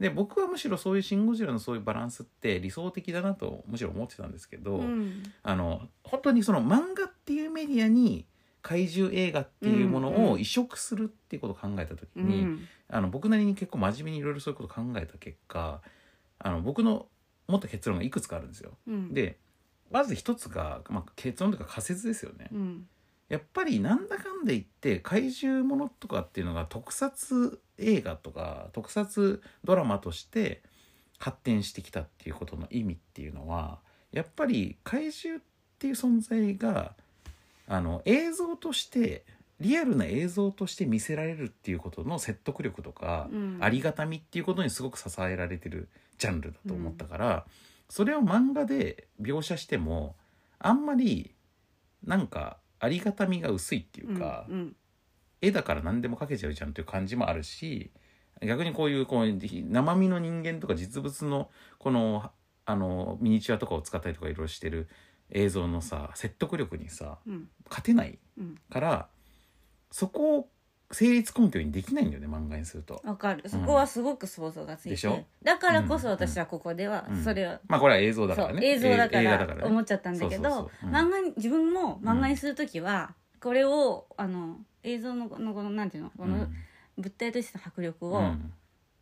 [SPEAKER 1] で僕はむしろそういう「シン・ゴジラ」のそういうバランスって理想的だなとむしろ思ってたんですけど、
[SPEAKER 2] うん
[SPEAKER 1] あの本当にその漫画っていうメディアに怪獣映画っていうも
[SPEAKER 2] うん
[SPEAKER 1] の
[SPEAKER 2] う
[SPEAKER 1] を
[SPEAKER 2] ん
[SPEAKER 1] 移植するっていうことを考えた時
[SPEAKER 2] う
[SPEAKER 1] に、
[SPEAKER 2] ん
[SPEAKER 1] あの僕なりに結構真面目にいろいろそういうことを考えた結果あの僕の持った結論がいくつかあるんですよ。
[SPEAKER 2] うん
[SPEAKER 1] でまず一つが、まあ、結論というか仮説ですよね。
[SPEAKER 2] うん
[SPEAKER 1] やっぱりなんだかんで言って怪獣ものとかっていうのが特撮映画とか特撮ドラマとして発展してきたっていうことの意味っていうのはやっぱり怪獣っていう存在があの映像としてリアルな映像として見せられるっていうことの説得力とか、
[SPEAKER 2] うん
[SPEAKER 1] ありがたみっていうことにすごく支えられてるジャンルだと思ったから、それを漫画で描写してもあんまりなんかありがたみが薄いっていうか、
[SPEAKER 2] うん
[SPEAKER 1] 絵だから何でも描けちゃうじゃんっていう感じもあるし逆にこういうこう生身の人間とか実物のこのあのミニチュアとかを使ったりとかいろいろしてる映像のさ説得力にさ
[SPEAKER 2] うん
[SPEAKER 1] 勝てない
[SPEAKER 2] うん
[SPEAKER 1] からそこを成立根拠にできないんだよね漫画にすると。
[SPEAKER 2] わかるそこはすごく想像がついて、
[SPEAKER 1] でしょ
[SPEAKER 2] だからこそ私はここでは
[SPEAKER 1] うん
[SPEAKER 2] それを、
[SPEAKER 1] まあこれは映像だか
[SPEAKER 2] そ
[SPEAKER 1] ら
[SPEAKER 2] う
[SPEAKER 1] ね
[SPEAKER 2] 映像だか
[SPEAKER 1] 映映画
[SPEAKER 2] ら
[SPEAKER 1] だからね
[SPEAKER 2] 思っちゃったんだけど
[SPEAKER 1] そうそうそううん
[SPEAKER 2] 漫画に自分も漫画にする時はこれをあの映像のこのこのなんていうのこ
[SPEAKER 1] う
[SPEAKER 2] の
[SPEAKER 1] ん
[SPEAKER 2] 物体としての迫力
[SPEAKER 1] う
[SPEAKER 2] を
[SPEAKER 1] ん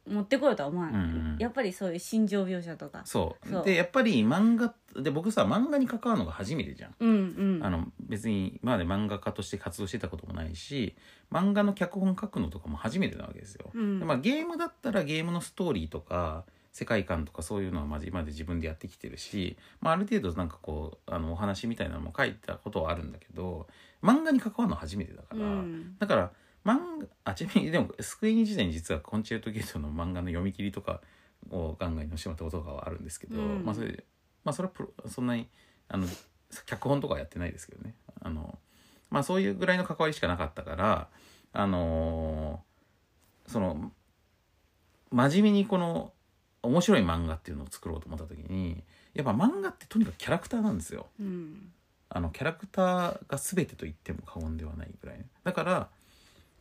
[SPEAKER 2] 持ってこようとは思わない、
[SPEAKER 1] うんうん
[SPEAKER 2] やっぱりそういう心情描写とか
[SPEAKER 1] そう
[SPEAKER 2] そう
[SPEAKER 1] でやっぱり漫画で僕さ漫画に関わるのが初めてじゃん、
[SPEAKER 2] うんうん
[SPEAKER 1] あの別に今まで漫画家として活動してたこともないし漫画の脚本書くのとかも初めてなわけですよ、
[SPEAKER 2] うん
[SPEAKER 1] でまあ、ゲームだったらゲームのストーリーとか世界観とかそういうのはまあ今まで自分でやってきてるし、まあ、ある程度なんかこうあのお話みたいなのも書いたことはあるんだけど漫画に関わるの初めてだから、
[SPEAKER 2] うん
[SPEAKER 1] だから漫画あちなみにでもスクエニ時代に実は「コンチェルトゲート」の漫画の読み切りとかをガンガンにしてもらったこととかはあるんですけど、
[SPEAKER 2] うん
[SPEAKER 1] まあそれまあそれはプロそんなにあの脚本とかはやってないですけどねあのまあそういうぐらいの関わりしかなかったからあのーその真面目にこの面白い漫画っていうのを作ろうと思った時にやっぱ漫画ってとにかくキャラクターなんですよ。
[SPEAKER 2] うん
[SPEAKER 1] あのキャラクターが全てと言っても過言ではないぐらいねだから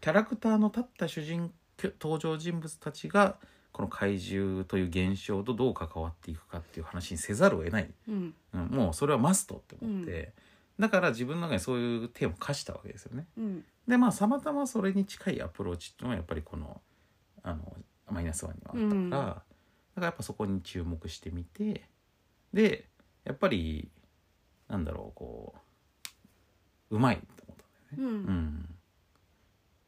[SPEAKER 1] キャラクターの立った主人登場人物たちがこの怪獣という現象とどう関わっていくかっていう話にせざるを得ない、
[SPEAKER 2] うん
[SPEAKER 1] うん、もうそれはマストって思って、だから自分の中にそういうテーマを課したわけですよね
[SPEAKER 2] うん
[SPEAKER 1] でまあさまたまそれに近いアプローチっていうのはやっぱりこのあのマイナスワンにはあったから、
[SPEAKER 2] うん
[SPEAKER 1] だからやっぱそこに注目してみてでやっぱりなんだろうこううまいと思っ
[SPEAKER 2] うんう
[SPEAKER 1] た、うんん、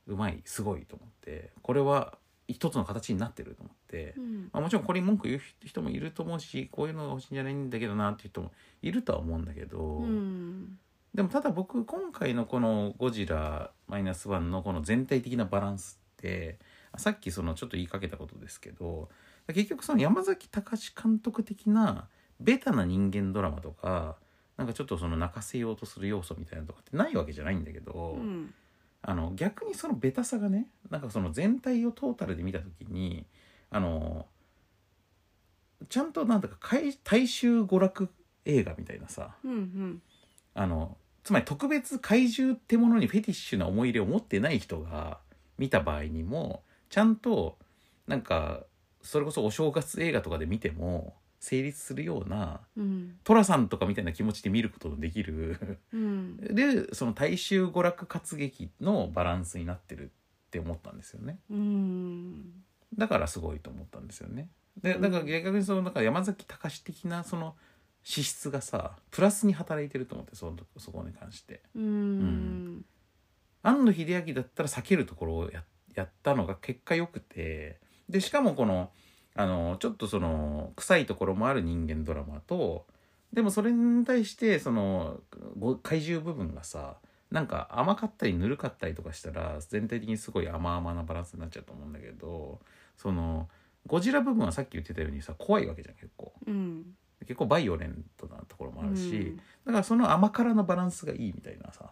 [SPEAKER 1] うまいすごいと思ってこれは一つの形になってると思って、
[SPEAKER 2] うん
[SPEAKER 1] まあ、もちろんこれに文句言う人もいると思うしこういうのが欲しいんじゃないんだけどなっていう人もいるとは思うんだけど。
[SPEAKER 2] うん
[SPEAKER 1] でもただ僕今回のこの「ゴジラマイナスワンのこの全体的なバランスってさっきそのちょっと言いかけたことですけど結局その山崎隆監督的なベタな人間ドラマとかなんかちょっとその泣かせようとする要素みたいなのとかってないわけじゃないんだけど、
[SPEAKER 2] うん
[SPEAKER 1] あの逆にそのベタさがねなんかその全体をトータルで見た時にあのちゃんとなんだか怪大衆娯楽映画みたいなさ、
[SPEAKER 2] うん
[SPEAKER 1] あのつまり特別怪獣ってものにフェティッシュな思い入れを持ってない人が見た場合にもちゃんとなんかそれこそお正月映画とかで見ても成立するような
[SPEAKER 2] うん
[SPEAKER 1] 寅さんとかみたいな気持ちで見ることのできる [LAUGHS]
[SPEAKER 2] うん
[SPEAKER 1] でその大衆娯楽活劇のバランスになってるって思ったんですよね
[SPEAKER 2] うん
[SPEAKER 1] だからすごいと思ったんですよねでだから逆にそのなんか山崎隆的なその資質がさプラスに働いてると思ってそのそこに関して
[SPEAKER 2] うんうん
[SPEAKER 1] 庵野秀明だったら避けるところをややったのが結果良くてでしかもこのあのちょっとその臭いところもある人間ドラマとでもそれに対してそのご怪獣部分がさなんか甘かったりぬるかったりとかしたら全体的にすごい甘々なバランスになっちゃうと思うんだけどそのゴジラ部分はさっき言ってたようにさ怖いわけじゃん結構
[SPEAKER 2] うん
[SPEAKER 1] 結構バイオレントなところもあるし、
[SPEAKER 2] うん
[SPEAKER 1] だからその甘辛のバランスがいいみたいなさ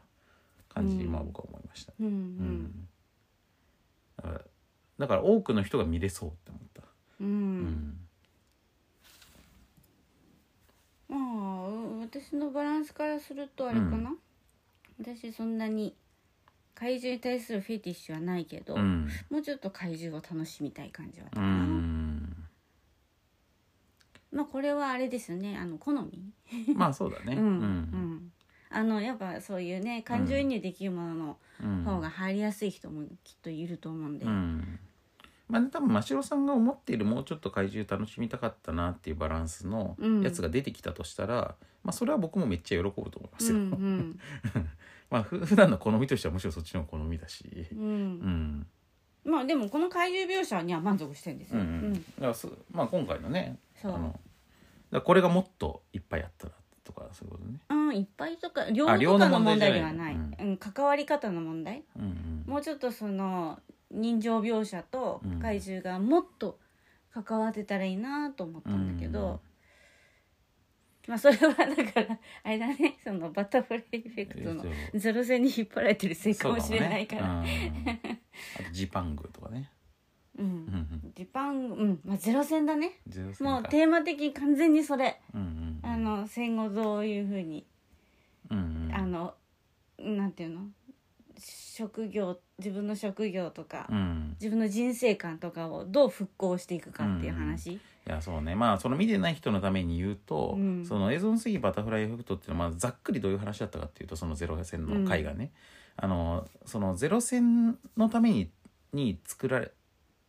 [SPEAKER 1] 感じにまあ僕は思いました
[SPEAKER 2] うんう
[SPEAKER 1] うんんだからだから多くの人が見れそうって思った、
[SPEAKER 2] う
[SPEAKER 1] うんん
[SPEAKER 2] まあう私のバランスからするとあれかな、私そんなに怪獣に対するフェティッシュはないけど、
[SPEAKER 1] うん
[SPEAKER 2] もうちょっと怪獣を楽しみたい感じはあった
[SPEAKER 1] う
[SPEAKER 2] かな、
[SPEAKER 1] ん
[SPEAKER 2] まあこれはあれですよねあの好み
[SPEAKER 1] まあそうだね
[SPEAKER 2] うんうんあのやっぱそういうね感情移入できるもの
[SPEAKER 1] うんうん
[SPEAKER 2] の方が入りやすい人もきっといると思うんで、
[SPEAKER 1] うんまあね、多分真城さんが思っているもうちょっと怪獣楽しみたかったなっていうバランスの
[SPEAKER 2] うん
[SPEAKER 1] やつが出てきたとしたら、まあそれは僕もめっちゃ喜ぶと思いま
[SPEAKER 2] う
[SPEAKER 1] すよ、
[SPEAKER 2] ん
[SPEAKER 1] まあふ [LAUGHS] 普段の好みとしてはむしろそっちの好みだし、
[SPEAKER 2] うんうん
[SPEAKER 1] うん
[SPEAKER 2] まあでもこの怪獣描写には満足してるんです
[SPEAKER 1] うん
[SPEAKER 2] よ、
[SPEAKER 1] う
[SPEAKER 2] うん
[SPEAKER 1] だか
[SPEAKER 2] ん
[SPEAKER 1] らすまあ今回のね
[SPEAKER 2] そう
[SPEAKER 1] あのだからこれがもっといっぱいあったらとかそういうことね。
[SPEAKER 2] うん、いっぱいとか量
[SPEAKER 1] あ量
[SPEAKER 2] と
[SPEAKER 1] の
[SPEAKER 2] かの問
[SPEAKER 1] 問題じ
[SPEAKER 2] 題で
[SPEAKER 1] ゃな
[SPEAKER 2] はいない、うん関わり方の問題
[SPEAKER 1] うんうん
[SPEAKER 2] もうちょっとその人情描写と
[SPEAKER 1] うん
[SPEAKER 2] 怪獣がもっと関わってたらいいなと思ったんだけど、まあそれはだからあれだねそのバタフライエフェクトの [LAUGHS] ゼロ戦に引っ張られてるせいかもしれないから
[SPEAKER 1] そうか
[SPEAKER 2] う,、
[SPEAKER 1] もねうんあとジパングとかね。うんうんん
[SPEAKER 2] ジパンうんまあゼロ戦だね
[SPEAKER 1] ゼロ戦か
[SPEAKER 2] もうテーマ的に完全にそれ
[SPEAKER 1] うんうんうん
[SPEAKER 2] あの戦後どういうふうに
[SPEAKER 1] うんうん
[SPEAKER 2] あのなんていうの職業自分の職業とか、
[SPEAKER 1] うん
[SPEAKER 2] 自分の人生観とかをどう復興していくかっていう話、
[SPEAKER 1] いやそうねまあその見てない人のために言うと、
[SPEAKER 2] うん
[SPEAKER 1] その映像の次バタフライエフェクトっていうのは、まあ、ざっくりどういう話だったかっていうとそのゼロ戦の回がね、あのそのゼロ戦のためにに作られ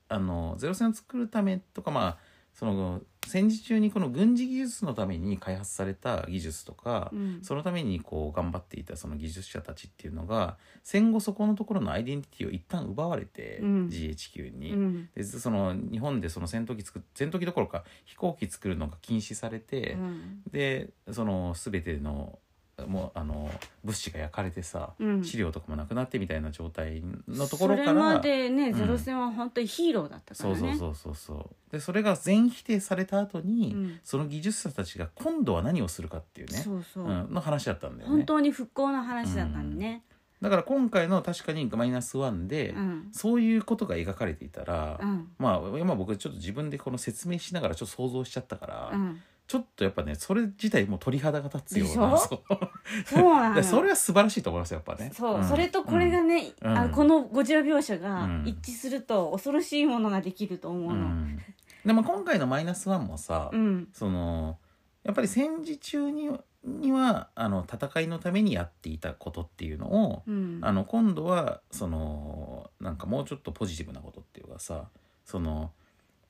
[SPEAKER 1] あのゼロ戦を作るためとかまあその戦時中にこの軍事技術のために開発された技術とか、
[SPEAKER 2] うん
[SPEAKER 1] そのためにこう頑張っていたその技術者たちっていうのが戦後そこのところのアイデンティティを一旦奪われて、
[SPEAKER 2] うん
[SPEAKER 1] GHQ に、
[SPEAKER 2] うん
[SPEAKER 1] でその日本でその戦闘機作っ戦闘機どころか飛行機作るのが禁止されて、
[SPEAKER 2] うん
[SPEAKER 1] でその全てのもうあの物資が焼かれてさ、
[SPEAKER 2] うん
[SPEAKER 1] 資料とかもなくなってみたいな状態のところか
[SPEAKER 2] それま
[SPEAKER 1] ら
[SPEAKER 2] でね、
[SPEAKER 1] ん
[SPEAKER 2] ゼロ戦は本当にヒーローだったか
[SPEAKER 1] そ
[SPEAKER 2] ら
[SPEAKER 1] う
[SPEAKER 2] ね
[SPEAKER 1] そうそうそうそうでそれが全否定された後に、
[SPEAKER 2] うん
[SPEAKER 1] その技術者たちが今度は何をするかっていうね
[SPEAKER 2] そうそう
[SPEAKER 1] うん、の話だったんだよね
[SPEAKER 2] 本当に復興の話だったんでね、
[SPEAKER 1] だから今回の確かにマイナスワンで、
[SPEAKER 2] うん
[SPEAKER 1] そういうことが描かれていたら、
[SPEAKER 2] うん
[SPEAKER 1] まあ今僕ちょっと自分でこの説明しながらちょっと想像しちゃったから、
[SPEAKER 2] うん、
[SPEAKER 1] ちょっとやっぱねそれ自体もう鳥肌が立つような
[SPEAKER 2] でしょ
[SPEAKER 1] そうだか
[SPEAKER 2] そうなの
[SPEAKER 1] らそれは素晴らしいと思いますよやっぱね
[SPEAKER 2] そう、
[SPEAKER 1] ん
[SPEAKER 2] それとこれがね、
[SPEAKER 1] うん
[SPEAKER 2] あこのゴジラ描写が
[SPEAKER 1] うん
[SPEAKER 2] 一致すると恐ろしいものができると思
[SPEAKER 1] う
[SPEAKER 2] うの、うん
[SPEAKER 1] んでも今回のマイナスワンもさ、そのやっぱり戦時中ににはあの戦いのためにやっていたことっていうのを、
[SPEAKER 2] うん
[SPEAKER 1] あの今度はそのなんかもうちょっとポジティブなことっていうかさその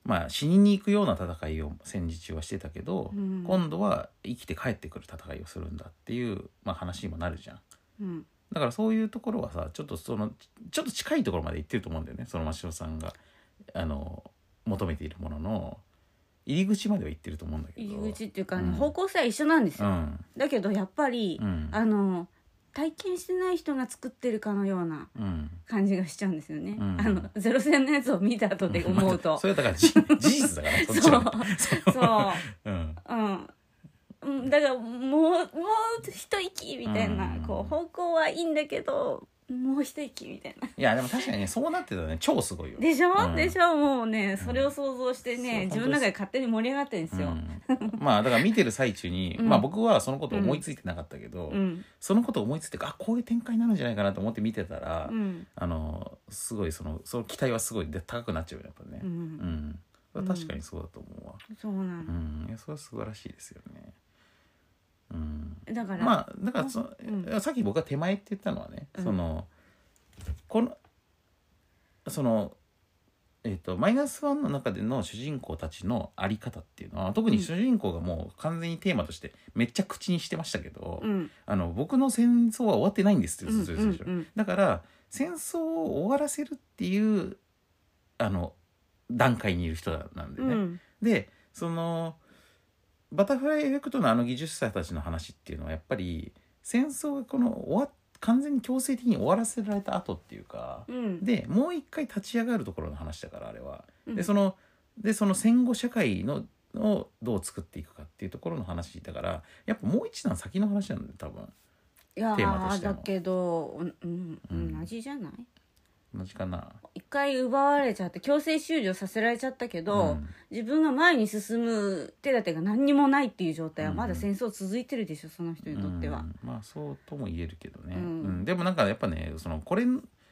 [SPEAKER 1] まあ死にに行くような戦いを戦時中はしてたけど、
[SPEAKER 2] うん
[SPEAKER 1] 今度は生きて帰ってくる戦いをするんだっていう、まあ、話にもなるじゃん。
[SPEAKER 2] うん
[SPEAKER 1] だからそういうところはさちょっとそのちちょっと近いところまで行ってると思うんだよねその真汐さんがあの求めているものの入り口までは行ってると思うんだけど
[SPEAKER 2] 入り口っていうか、あの
[SPEAKER 1] うん
[SPEAKER 2] 方向性は一緒なんです
[SPEAKER 1] う
[SPEAKER 2] よ、
[SPEAKER 1] ん
[SPEAKER 2] だけどやっぱり、
[SPEAKER 1] うん
[SPEAKER 2] あの体験してない人が作ってるかのような
[SPEAKER 1] うん
[SPEAKER 2] 感じがしちゃうんですよね、
[SPEAKER 1] うん
[SPEAKER 2] あのゼロ戦のやつを見た後で思う
[SPEAKER 1] [LAUGHS]
[SPEAKER 2] と、
[SPEAKER 1] まあそれはだからじ事実だから [LAUGHS] ねそっちはね
[SPEAKER 2] [LAUGHS] そうそ
[SPEAKER 1] うん
[SPEAKER 2] ううんうんだからもうもう一息みたいな、
[SPEAKER 1] うん
[SPEAKER 2] こう方向はいいんだけどもう一息みたいない
[SPEAKER 1] やでも確かにねそうなってたらね超すごいよ
[SPEAKER 2] でしょ、
[SPEAKER 1] うん
[SPEAKER 2] でしょもうねそれを想像してね、
[SPEAKER 1] うん
[SPEAKER 2] 自分の中で勝手に盛り上がってるんですよ、
[SPEAKER 1] うんまあだから見てる最中に、
[SPEAKER 2] うん
[SPEAKER 1] まあ僕はそのこと思いついてなかったけど、
[SPEAKER 2] うん
[SPEAKER 1] そのこと思いついてあこういう展開になるんじゃないかなと思って見てたら、
[SPEAKER 2] うん
[SPEAKER 1] あのすごいそのその期待はすごいで高くなっちゃうよやっぱね
[SPEAKER 2] うん
[SPEAKER 1] うんそれは確かにそうだと思うわ、
[SPEAKER 2] そうな
[SPEAKER 1] う
[SPEAKER 2] の、
[SPEAKER 1] んいやそれは素晴らしいですよねうん
[SPEAKER 2] だから、
[SPEAKER 1] まあだからそ
[SPEAKER 2] うん
[SPEAKER 1] さっき僕が手前って言ったのはね、
[SPEAKER 2] うん
[SPEAKER 1] そのこのそのえっ、とマイナスワンの中での主人公たちのあり方っていうのは特に主人公がもう完全にテーマとしてめっちゃ口にしてましたけど、
[SPEAKER 2] うん
[SPEAKER 1] あの僕の戦争は終わってないんですって
[SPEAKER 2] う
[SPEAKER 1] ず
[SPEAKER 2] ん
[SPEAKER 1] っ
[SPEAKER 2] う
[SPEAKER 1] と
[SPEAKER 2] ん
[SPEAKER 1] 言ってたでしょ
[SPEAKER 2] うん
[SPEAKER 1] だから戦争を終わらせるっていうあの段階にいる人なんで
[SPEAKER 2] う
[SPEAKER 1] ね、
[SPEAKER 2] ん
[SPEAKER 1] でそのバタフライエフェクトのあの技術者たちの話っていうのはやっぱり戦争がこの終わっ完全に強制的に終わらせられた後っていうか、
[SPEAKER 2] うん
[SPEAKER 1] でもう一回立ち上がるところの話だからあれは。
[SPEAKER 2] うん
[SPEAKER 1] でそのでその戦後社会のをどう作っていくかっていうところの話だからやっぱもう一段先の話なんだよ多分
[SPEAKER 2] いや
[SPEAKER 1] テーマとし
[SPEAKER 2] ー
[SPEAKER 1] ても
[SPEAKER 2] だけど、うんう
[SPEAKER 1] うん
[SPEAKER 2] ん、同じじゃない
[SPEAKER 1] 同じかな。
[SPEAKER 2] 一回奪われちゃって強制終了させられちゃったけ
[SPEAKER 1] う
[SPEAKER 2] ど、
[SPEAKER 1] ん
[SPEAKER 2] 自分が前に進む手立てが何にもないっていう状態は
[SPEAKER 1] うん
[SPEAKER 2] まだ戦争続いてるでしょその人にとって
[SPEAKER 1] う。
[SPEAKER 2] は
[SPEAKER 1] んまあそうとも言えるけどね、
[SPEAKER 2] うん
[SPEAKER 1] うんでもなんかやっぱねそのこれ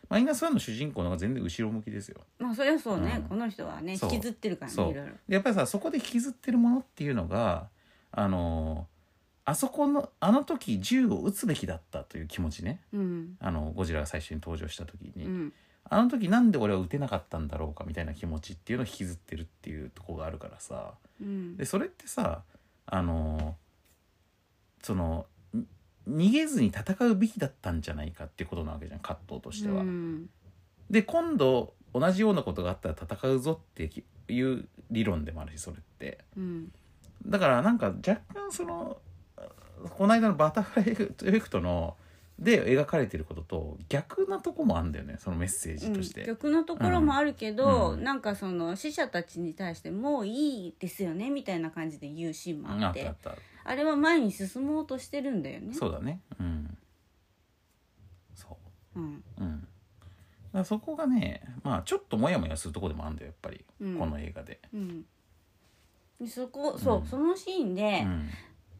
[SPEAKER 1] マイナスワンの主人公の方が全然後ろ向きですよ。
[SPEAKER 2] まあそれはそうね、
[SPEAKER 1] うん
[SPEAKER 2] この人はね
[SPEAKER 1] そ
[SPEAKER 2] 引
[SPEAKER 1] う
[SPEAKER 2] きずってるから
[SPEAKER 1] そ
[SPEAKER 2] ね
[SPEAKER 1] う
[SPEAKER 2] いろいろ。
[SPEAKER 1] でやっぱりさそこで引きずってるものっていうのがあのあそこのあの時銃を撃つべきだったという気持ちね
[SPEAKER 2] うん
[SPEAKER 1] あのゴジラが最初に登場した時
[SPEAKER 2] う
[SPEAKER 1] に、
[SPEAKER 2] ん
[SPEAKER 1] あの時なんで俺は撃てなかったんだろうかみたいな気持ちっていうのを引きずってるっていうところがあるからさ
[SPEAKER 2] うん
[SPEAKER 1] でそれってさあのそのに逃げずに戦うべきだったんじゃないかっていうことなわけじゃん葛藤としては。
[SPEAKER 2] うん
[SPEAKER 1] で今度同じようなことがあったら戦うぞっていう理論でもあるしそれって。
[SPEAKER 2] うん
[SPEAKER 1] だからなんか若干そのこの間のバタフライエフェクトので描かれてることと逆なとこもあるんだよねそのメッセージとして。
[SPEAKER 2] 逆のところもあるけど、
[SPEAKER 1] うん
[SPEAKER 2] なんかその死者たちに対して「もういいですよね」みたいな感じで言うシーンもあ
[SPEAKER 1] あ
[SPEAKER 2] っ
[SPEAKER 1] ってたあ
[SPEAKER 2] あ
[SPEAKER 1] った、
[SPEAKER 2] れは前に進もうとしてるんだよね。
[SPEAKER 1] そうだねうんそ
[SPEAKER 2] うん
[SPEAKER 1] ううんだからそこがねまあちょっとモヤモヤするとこでもあるんだよやっぱり、
[SPEAKER 2] うん
[SPEAKER 1] この映画で、
[SPEAKER 2] うん、でそこそう、
[SPEAKER 1] うん
[SPEAKER 2] そのシーンで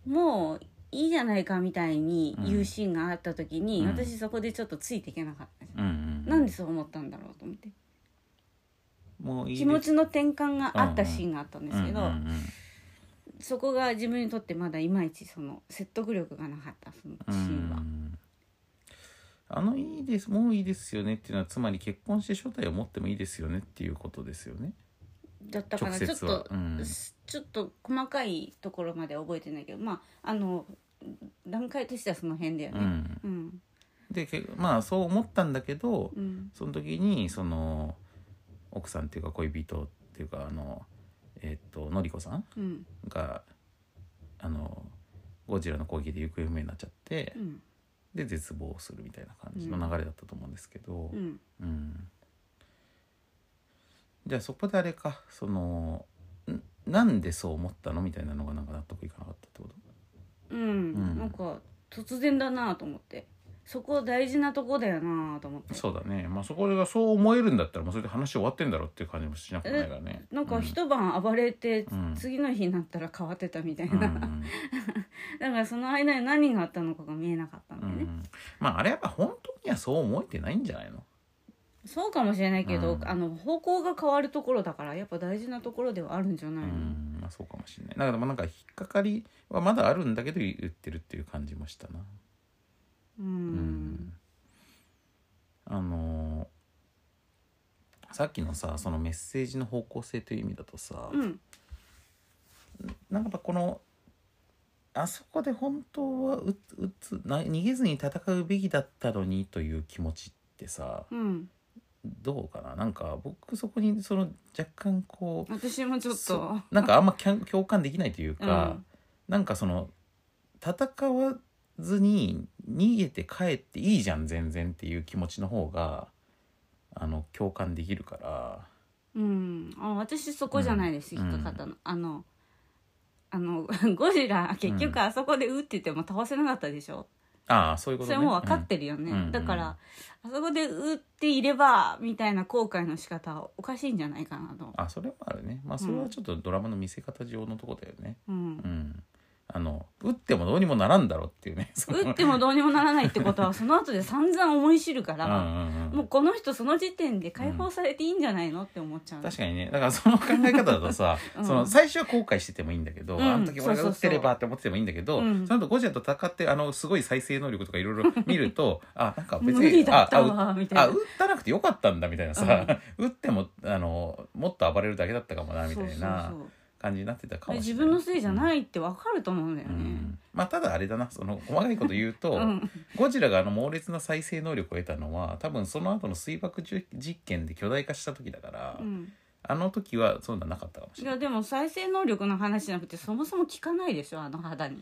[SPEAKER 1] う、ん、
[SPEAKER 2] もういいじゃないかみたいに言うシーンがあった時に、
[SPEAKER 1] うん
[SPEAKER 2] 私そこでちょっとついていけなかったじゃん、
[SPEAKER 1] うんうん
[SPEAKER 2] なんでそう思ったんだろうと思って
[SPEAKER 1] もういい
[SPEAKER 2] 気持ちの転換があったシーンがあったんですけど、
[SPEAKER 1] うんうんうん
[SPEAKER 2] そこが自分にとってまだいまいちその説得力がなかったそのシーンは
[SPEAKER 1] う。んあのいいですもういいですよねっていうのはつまり結婚して正体を持ってもいいですよねっていうことですよね。
[SPEAKER 2] だったからちょ
[SPEAKER 1] 直
[SPEAKER 2] っ
[SPEAKER 1] 接は
[SPEAKER 2] と、
[SPEAKER 1] うん
[SPEAKER 2] ちょっと細かいところまで覚えてないけどまああの段階としてはその辺だよ
[SPEAKER 1] う
[SPEAKER 2] ね。
[SPEAKER 1] ん、
[SPEAKER 2] うん
[SPEAKER 1] でけまあそう思ったんだけど
[SPEAKER 2] うん
[SPEAKER 1] その時にその奥さんっていうか恋人っていうかあのえっとのりこさん
[SPEAKER 2] うん
[SPEAKER 1] があのゴジラの攻撃で行方不明になっちゃって
[SPEAKER 2] うん
[SPEAKER 1] で絶望するみたいな感じの流れだったと思うんですけど。
[SPEAKER 2] うん
[SPEAKER 1] うんじゃあそこであれかそのんなんでそう思ったのみたいなのがなんか納得いかなかったってこと
[SPEAKER 2] うん
[SPEAKER 1] うん
[SPEAKER 2] なんか突然だなと思ってそこ大事なとこだよなと思って
[SPEAKER 1] そうだねまあそこがそう思えるんだったらもうそれで話終わってんだろうっていう感じもしなくもないからね
[SPEAKER 2] なんか
[SPEAKER 1] 人
[SPEAKER 2] 一晩暴れて、
[SPEAKER 1] うん
[SPEAKER 2] 次の日になったら変わってたみたい
[SPEAKER 1] うんう
[SPEAKER 2] な、 [LAUGHS]
[SPEAKER 1] ん
[SPEAKER 2] だからその間に何があったのかが見えなかったん
[SPEAKER 1] う
[SPEAKER 2] だよね、
[SPEAKER 1] んまああれやっぱ本当にはそう思えてないんじゃないの
[SPEAKER 2] そうかもしれないけど、
[SPEAKER 1] うん
[SPEAKER 2] あの方向が変わるところだからやっぱ大事なところではあるんじゃな
[SPEAKER 1] う
[SPEAKER 2] いの、
[SPEAKER 1] んまあそうかもしれないだからまあなんか引っかかりはまだあるんだけど言ってるっていう感じもしたな
[SPEAKER 2] う
[SPEAKER 1] うんんあのーさっきのさそのメッセージの方向性という意味だとさ、
[SPEAKER 2] うん
[SPEAKER 1] なんかやっぱこのあそこで本当はううつな逃げずに戦うべきだったのにという気持ちってさ
[SPEAKER 2] うん
[SPEAKER 1] どうかななんか僕そこにその若干こう
[SPEAKER 2] 私もちょっ
[SPEAKER 1] そ
[SPEAKER 2] と
[SPEAKER 1] なんかあんまきゃん共感できないというか、
[SPEAKER 2] うん
[SPEAKER 1] なんかその戦わずに逃げて帰っていいじゃん全然っていう気持ちの方があの共感できるから
[SPEAKER 2] うんあ私そこじゃないです、
[SPEAKER 1] うん
[SPEAKER 2] 引っかかったの、あのあの [LAUGHS] ゴジラ結
[SPEAKER 1] う
[SPEAKER 2] 局
[SPEAKER 1] ん
[SPEAKER 2] あそこで打ってても倒せなかったでしょ、
[SPEAKER 1] ああそういうこ
[SPEAKER 2] そ
[SPEAKER 1] とね
[SPEAKER 2] れもう分かってるよね、
[SPEAKER 1] うんうん
[SPEAKER 2] だから、あそこで打っていればみたいな後悔の仕方はおかしいんじゃないかなと
[SPEAKER 1] うん、あそれもあるねまあそれはちょっとドラマの見せ方上のとこだよね
[SPEAKER 2] う
[SPEAKER 1] うんん、ああの打ってもどうにもならんだろうっていう
[SPEAKER 2] [LAUGHS]
[SPEAKER 1] ねその
[SPEAKER 2] 打ってもどうにもならないってことはその後で散々思い知るか
[SPEAKER 1] うん
[SPEAKER 2] ら、
[SPEAKER 1] うんうん
[SPEAKER 2] もうこの人その時点で解放されていいんじゃないのって思っちゃう
[SPEAKER 1] 確かにねだからその考え方だとさ、
[SPEAKER 2] [LAUGHS] うん
[SPEAKER 1] その最初は後悔しててもいいんだけど、
[SPEAKER 2] うん
[SPEAKER 1] あの時俺が打
[SPEAKER 2] そうそう
[SPEAKER 1] っ
[SPEAKER 2] そう
[SPEAKER 1] てればって思っててもいいんだけど、
[SPEAKER 2] うん
[SPEAKER 1] その後ゴジラと戦ってあのすごい再生能力とかいろいろ見ると [LAUGHS] あなんか別
[SPEAKER 2] 無理
[SPEAKER 1] に
[SPEAKER 2] だ
[SPEAKER 1] あ
[SPEAKER 2] った
[SPEAKER 1] あう
[SPEAKER 2] わみた
[SPEAKER 1] あ
[SPEAKER 2] い
[SPEAKER 1] 打っ
[SPEAKER 2] な
[SPEAKER 1] たなくてよかったんだみたいなさ、打ってもあのもっと暴れるだけだったかもなみた
[SPEAKER 2] そう
[SPEAKER 1] い
[SPEAKER 2] そう
[SPEAKER 1] な
[SPEAKER 2] そう
[SPEAKER 1] 感じになってたかもし
[SPEAKER 2] 自
[SPEAKER 1] れない。
[SPEAKER 2] 分のせいじゃ
[SPEAKER 1] い、
[SPEAKER 2] ないってわかると思うんだよ
[SPEAKER 1] う
[SPEAKER 2] ね、
[SPEAKER 1] んまあ、ただあれだなその細かいこと言うと、
[SPEAKER 2] うん
[SPEAKER 1] ゴジラがあの猛烈な再生能力を得たのは多分その後の水爆じゅ実験で巨大化した時だから、
[SPEAKER 2] うん、
[SPEAKER 1] あの時はそういうのはなかったかもし
[SPEAKER 2] い
[SPEAKER 1] れな
[SPEAKER 2] や
[SPEAKER 1] い。
[SPEAKER 2] でも再生能力の話じゃなくてそもそも効かないでしょあの肌に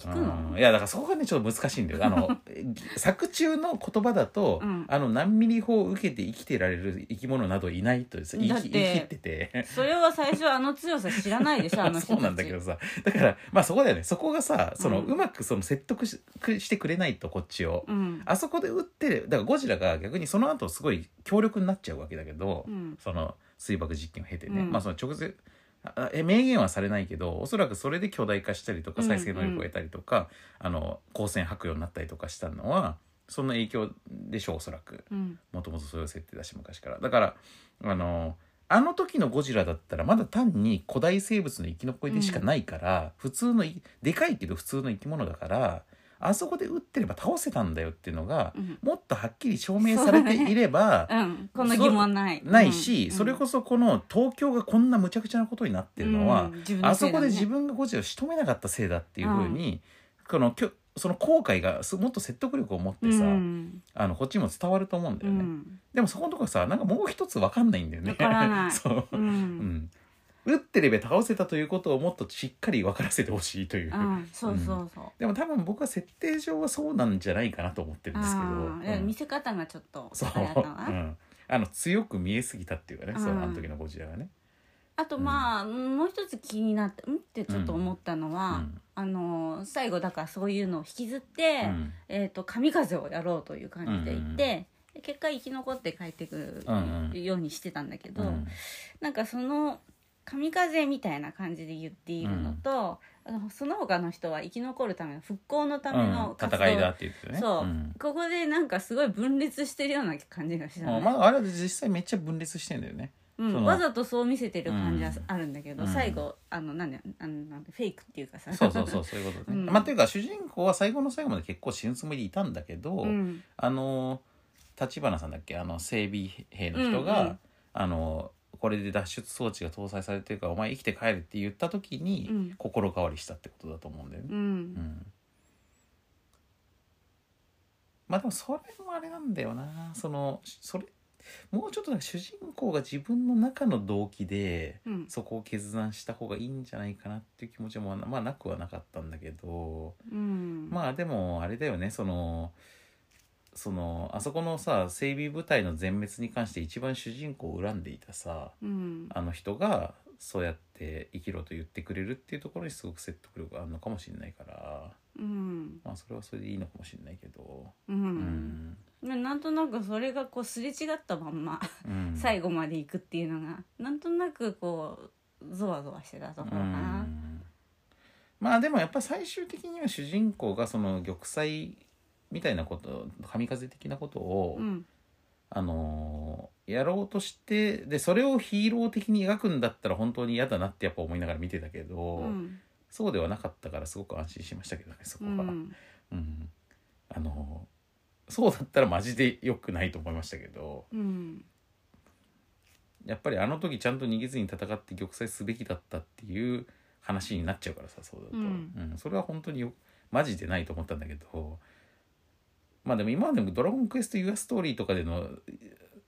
[SPEAKER 2] 聞くの
[SPEAKER 1] うんいやだからそこがねちょっと難しいんだよあ
[SPEAKER 2] [LAUGHS]
[SPEAKER 1] のえ作中の言葉だと、
[SPEAKER 2] うん
[SPEAKER 1] あの何ミリ法を受けて生きてられる生き物などいないとです言い
[SPEAKER 2] だっ
[SPEAKER 1] 切
[SPEAKER 2] て
[SPEAKER 1] 言い切ってて
[SPEAKER 2] それは最初あの強さ知らないでしょあの人
[SPEAKER 1] [LAUGHS] そ
[SPEAKER 2] たち
[SPEAKER 1] うなんだけどさだからまあそこだよねそこがさその、
[SPEAKER 2] う
[SPEAKER 1] うんまくその説得しくしてくれないとこっちを、
[SPEAKER 2] うん
[SPEAKER 1] あそこで打ってるだからゴジラが逆にその後すごい強力になっちゃうわけだけど、
[SPEAKER 2] うん
[SPEAKER 1] その水爆実験を経てね、
[SPEAKER 2] うん
[SPEAKER 1] まあその直接あえ明言はされないけどおそらくそれで巨大化したりとか
[SPEAKER 2] うん
[SPEAKER 1] 再生能力を得たりとか、あの光線吐くようになったりとかしたのはその影響でしょうおそらく
[SPEAKER 2] うん
[SPEAKER 1] もともとそういう設定だし昔からだからあのあの時のゴジラだったらまだ単に古代生物の生き残りでしかないから、普通のいでかいけど普通の生き物だからあそこで撃ってれば倒せたんだよっていうのが、
[SPEAKER 2] うん
[SPEAKER 1] もっとはっきり証明されていれば、
[SPEAKER 2] うんこの疑問はない
[SPEAKER 1] ないし、それ
[SPEAKER 2] そ
[SPEAKER 1] こそこの東京がこんなむちゃくちゃなことになってるのは、あそこで自分がゴジラを仕留めなかったせいだっていうふうに、このきょその後悔がすもっと説得力を持ってさ、
[SPEAKER 2] うん
[SPEAKER 1] あのこっちにも伝わると思うんだ
[SPEAKER 2] う
[SPEAKER 1] よね、
[SPEAKER 2] ん
[SPEAKER 1] でもそこのとこさなんかもう一つ分かんないんだよね
[SPEAKER 2] わからな
[SPEAKER 1] [LAUGHS]
[SPEAKER 2] い
[SPEAKER 1] そう、
[SPEAKER 2] う
[SPEAKER 1] うんん、打ってれば倒せたということをもっとしっかり分からせてほしいという、
[SPEAKER 2] うんそうそうそう
[SPEAKER 1] でも多分僕は設定上はそうなんじゃないかなと思ってるんですけど、
[SPEAKER 2] ああいや
[SPEAKER 1] うん
[SPEAKER 2] 見せ方がちょっと
[SPEAKER 1] そう、
[SPEAKER 2] あれだったな
[SPEAKER 1] うん、あの強く見えすぎたっていうかね、
[SPEAKER 2] うん
[SPEAKER 1] そのあの時のゴジラがね、
[SPEAKER 2] あとまあ、もう一つ気になってうんってちょっと思ったの
[SPEAKER 1] う
[SPEAKER 2] は、
[SPEAKER 1] ん
[SPEAKER 2] あの最後だからそういうのを引きずって、
[SPEAKER 1] うん
[SPEAKER 2] えー、と神風をやろうという感じでい
[SPEAKER 1] うんうんうん
[SPEAKER 2] て、で結果生き残って帰ってく
[SPEAKER 1] うんうん
[SPEAKER 2] るようにしてたんだけど、
[SPEAKER 1] うん
[SPEAKER 2] なんかその神風みたいな感じで言っているのと、あのその他の人は生き残るための復興のため
[SPEAKER 1] うん
[SPEAKER 2] の活動、
[SPEAKER 1] 戦いだって言ってね
[SPEAKER 2] そう、
[SPEAKER 1] ん
[SPEAKER 2] ここでなんかすごい分裂してるような感じがした
[SPEAKER 1] う
[SPEAKER 2] の
[SPEAKER 1] んまあ、あれは実際めっちゃ分裂してんだよね
[SPEAKER 2] う
[SPEAKER 1] そ
[SPEAKER 2] ん、
[SPEAKER 1] の
[SPEAKER 2] わざとそう見せてる感じはあるんだけど、
[SPEAKER 1] うん
[SPEAKER 2] 最後あのなんだよあのなんだフェイクっていうかさ
[SPEAKER 1] そうそうそううそういうことね、
[SPEAKER 2] うん
[SPEAKER 1] まあというか主人公は最後の最後まで結構死ぬつもりでいたんだけど、
[SPEAKER 2] ん
[SPEAKER 1] あの立花さんだっけあの整備兵の人が、
[SPEAKER 2] うんうん
[SPEAKER 1] あのこれで脱出装置が搭載されてるからお前生きて帰るって言った時に、
[SPEAKER 2] うん
[SPEAKER 1] 心変わりしたってことだと思うんだよね
[SPEAKER 2] う
[SPEAKER 1] うんんまあでもそれもあれなんだよなそのそれもうちょっとなんか主人公が自分の中の動機で
[SPEAKER 2] うん
[SPEAKER 1] そこを決断した方がいいんじゃないかなっていう気持ちもまあなくはなかったんだけど
[SPEAKER 2] うん
[SPEAKER 1] まあでもあれだよねそのそのあそこのさ整備部隊の全滅に関して一番主人公を恨んでいたさ
[SPEAKER 2] うん
[SPEAKER 1] あの人がそうやって生きろと言ってくれるっていうところにすごく説得力があるのかもしれないから。
[SPEAKER 2] うん
[SPEAKER 1] まあそれはそれでいいのかもしれないけど、
[SPEAKER 2] う、
[SPEAKER 1] うん
[SPEAKER 2] ななんとなくそれがこうすれ違ったまんま、
[SPEAKER 1] うん
[SPEAKER 2] 最後まで行くっていうのがなんとなくこうゾワゾワしてたところかな
[SPEAKER 1] うんまあでもやっぱ最終的には主人公がその玉砕みたいなこと神風的なことを、
[SPEAKER 2] うん
[SPEAKER 1] あのーやろうとしてでそれをヒーロー的に描くんだったら本当に嫌だなってやっぱ思いながら見てたけど、
[SPEAKER 2] うん
[SPEAKER 1] そうではなかったからすごく安心しましたけどねそこ
[SPEAKER 2] う
[SPEAKER 1] は、うん
[SPEAKER 2] ん
[SPEAKER 1] あのーそうだったらマジで良くないと思いましたけど。 [LAUGHS]
[SPEAKER 2] うん
[SPEAKER 1] やっぱりあの時ちゃんと逃げずに戦って玉砕すべきだったっていう話になっちゃうからさそうだと、
[SPEAKER 2] うん
[SPEAKER 1] うんそれは本当によマジでないと思ったんだけどまあでも今までも「ドラゴンクエストユアストーリー」とかでの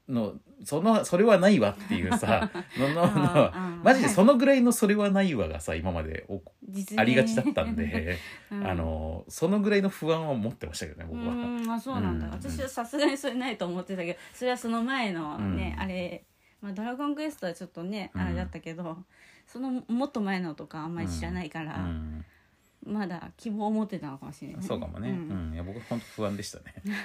[SPEAKER 1] のそのそれはないわっていう
[SPEAKER 2] [LAUGHS]
[SPEAKER 1] さののの
[SPEAKER 2] あ
[SPEAKER 1] [LAUGHS]
[SPEAKER 2] ー
[SPEAKER 1] マジでそのぐらいの「それはないわ」がさ今までお
[SPEAKER 2] 実現
[SPEAKER 1] ありがちだったん、で、
[SPEAKER 2] [LAUGHS] うん
[SPEAKER 1] あのそのぐらいの不安を持ってましたけどね
[SPEAKER 2] う
[SPEAKER 1] 僕は。
[SPEAKER 2] んあそうなんだ、
[SPEAKER 1] うん
[SPEAKER 2] 私はさすがにそれないと思ってたけどそれはその前のね、
[SPEAKER 1] うん
[SPEAKER 2] あれ、まあ、ドラゴンクエストはちょっとね
[SPEAKER 1] うん
[SPEAKER 2] あれだったけど、そのもっと前のとかあんまり知らないから、
[SPEAKER 1] うん
[SPEAKER 2] まだ希望を持ってたのかもしれない
[SPEAKER 1] そうかもね、
[SPEAKER 2] う
[SPEAKER 1] うんんいや僕本当不安でしたね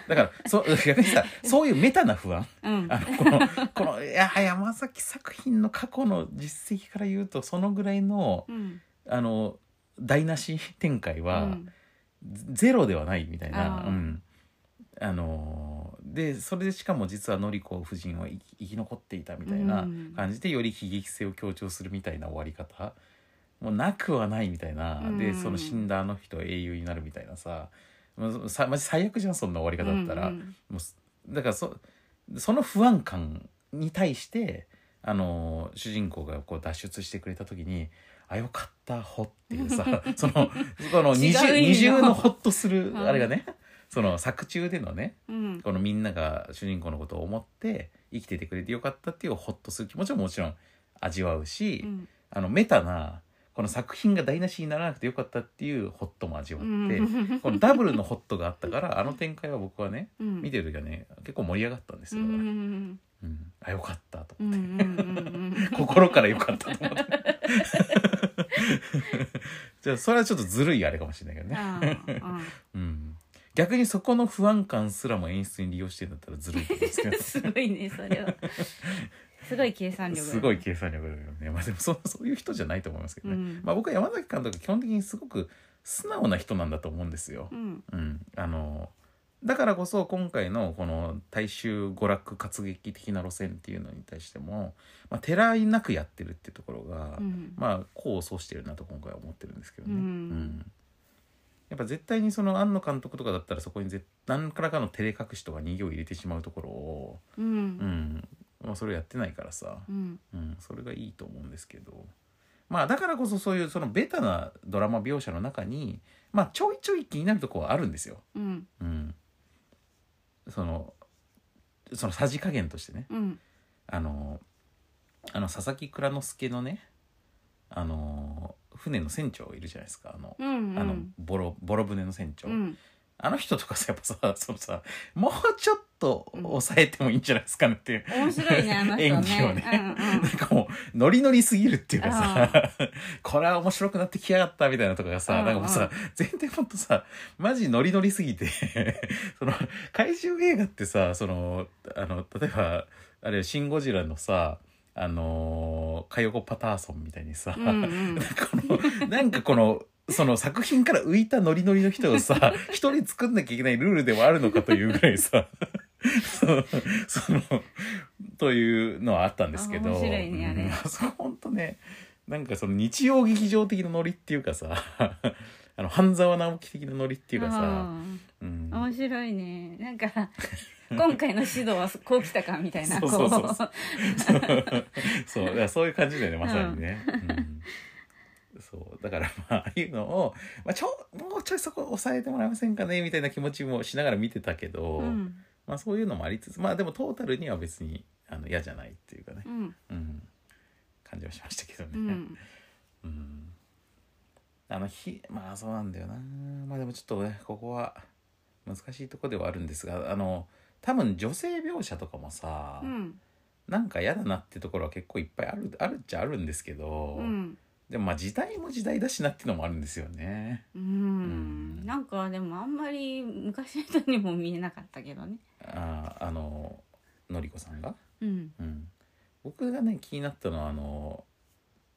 [SPEAKER 1] だからそ [LAUGHS] 逆にさそういうメタな不安
[SPEAKER 2] うん
[SPEAKER 1] あのこのこのいや山崎作品の過去の実績から言うとそのぐらいの
[SPEAKER 2] うん
[SPEAKER 1] あの台無し展開
[SPEAKER 2] う
[SPEAKER 1] は
[SPEAKER 2] ん
[SPEAKER 1] ゼロではないみたいな、
[SPEAKER 2] あー
[SPEAKER 1] うんあのーでそれでしかも実は典子夫人は生き生き残っていたみたいな
[SPEAKER 2] うん
[SPEAKER 1] 感じでより悲劇性を強調するみたいな終わり方もうなくはないみたいな、
[SPEAKER 2] う
[SPEAKER 1] で
[SPEAKER 2] ん
[SPEAKER 1] その死んだあの人は英雄になるみたいなさもうさマジ最悪じゃんそんな終わり方だったら。
[SPEAKER 2] うん
[SPEAKER 1] もうすだからそその不安感に対してあの主人公がこう脱出してくれた時に「あよかったほ」っていう
[SPEAKER 2] [LAUGHS]
[SPEAKER 1] さそのこの二重
[SPEAKER 2] 違う意味の
[SPEAKER 1] 二重のほっとする
[SPEAKER 2] うん
[SPEAKER 1] あれがねその作中でのね
[SPEAKER 2] うん
[SPEAKER 1] このみんなが主人公のことを思って生きててくれてよかったっていうほっとする気持ちももちろん味わうし、
[SPEAKER 2] うん
[SPEAKER 1] あのメタなこの作品が台無しにならなくてよかったっていうほっとも味わっ
[SPEAKER 2] う
[SPEAKER 1] て、
[SPEAKER 2] ん
[SPEAKER 1] このダブルのホットがあったからあの展開は僕はね [LAUGHS]
[SPEAKER 2] うん
[SPEAKER 1] 見てる時はね結構盛り上がったんです
[SPEAKER 2] う
[SPEAKER 1] よ、
[SPEAKER 2] んう
[SPEAKER 1] だから
[SPEAKER 2] ん
[SPEAKER 1] うんあよかったと [LAUGHS]
[SPEAKER 2] うんうんうん
[SPEAKER 1] 心からよかったと思って [LAUGHS] じゃあそれはちょっとずるいあれかもしれないけど
[SPEAKER 2] うん
[SPEAKER 1] ね、
[SPEAKER 2] あーあ
[SPEAKER 1] うん、逆にそこの不安感すらも演出に利用してんだったらずるいと思うんですけど
[SPEAKER 2] ー [LAUGHS] すごいねそれはすごい計算力
[SPEAKER 1] すごい計算力だよね、まあ、でもそそういう人じゃないと思いますけどね、
[SPEAKER 2] うん
[SPEAKER 1] まあ、僕は山崎監督基本的にすごく素直な人なんだと思うんですよ、
[SPEAKER 2] うん
[SPEAKER 1] うん、あのだからこそ今回のこの大衆娯楽活劇的な路線っていうのに対しても、まあ、てらいなくやってるってところが、
[SPEAKER 2] うん
[SPEAKER 1] まあ功を奏してるなと今回は思ってるんですけどね。
[SPEAKER 2] うん
[SPEAKER 1] やっぱ絶対にその庵野監督とかだったらそこに絶何からかの照れ隠しとか逃げを入れてしまうところを、
[SPEAKER 2] う
[SPEAKER 1] うんんまあ、それをやってないからさ、
[SPEAKER 2] うん
[SPEAKER 1] うん、それがいいと思うんですけどまあだからこそそういうそのベタなドラマ描写の中にまあちょいちょい気になるとこはあるんですよ、
[SPEAKER 2] うん
[SPEAKER 1] うん、そのそのさじ加減としてね
[SPEAKER 2] うん
[SPEAKER 1] あのあの佐々木蔵之介のねあの船の船長いるじゃないですかあの,、
[SPEAKER 2] うん
[SPEAKER 1] あのボロボロ船の船長、
[SPEAKER 2] うん
[SPEAKER 1] あの人とかさやっぱさそのさもうちょっと抑えてもいいんじゃないですかねっていう
[SPEAKER 2] 面白いねあの人ね
[SPEAKER 1] 演技をねなんかもうノリノリすぎるっていうかさ [LAUGHS] これは面白くなってきやがったみたいなとかがさ
[SPEAKER 2] うん
[SPEAKER 1] なんかもうさ全然ほんとさマジノリノリすぎて [LAUGHS] その怪獣映画ってさそのあの例えばあれ「シン・ゴジラ」のさあのーカヨコ・パターソンみたいにさ、
[SPEAKER 2] うんうんうん
[SPEAKER 1] なんかこの、なんかこの、その作品から浮いたノリノリの人を
[SPEAKER 2] [LAUGHS]
[SPEAKER 1] さ、一人作んなきゃいけないルールではあるのかというぐらいさ、その、そのというのはあったんですけど、
[SPEAKER 2] あ面白いねあれ
[SPEAKER 1] うんそこほんとね、なんかその日曜劇場的なノリっていうかさ、あの、半沢直樹的なノリっていうかさ、
[SPEAKER 2] うん
[SPEAKER 1] うん
[SPEAKER 2] 面白いねなんか今回の指導はこう来たかみたいな
[SPEAKER 1] そうそうそうそ [LAUGHS] そうだからそういう感じだよねまさにね。うんそうだからまあああいうのを、まあ、ちょもうちょいそこ抑えてもらえませんかねみたいな気持ちもしながら見てたけど、
[SPEAKER 2] こううん
[SPEAKER 1] まあ、そういうのもありつつまあでもトータルには別にあの嫌じゃないっていうかね、
[SPEAKER 2] うん
[SPEAKER 1] うん、感じはしましたけどね。
[SPEAKER 2] うん
[SPEAKER 1] うんあの日まあそうなんだよなまあでもちょっとねここは難しいとこではあるんですがあの多分女性描写とかもさ、
[SPEAKER 2] うん
[SPEAKER 1] なんか嫌だなってところは結構いっぱいあるあるっちゃあるんですけど、
[SPEAKER 2] うん
[SPEAKER 1] でもまあ時代も時代だしなってのもあるんですよね。
[SPEAKER 2] うんなんかでもあんまり昔の人にも見えなかったけどね
[SPEAKER 1] あーあののりこさんが、
[SPEAKER 2] うん
[SPEAKER 1] うん、僕がね気になったのはあの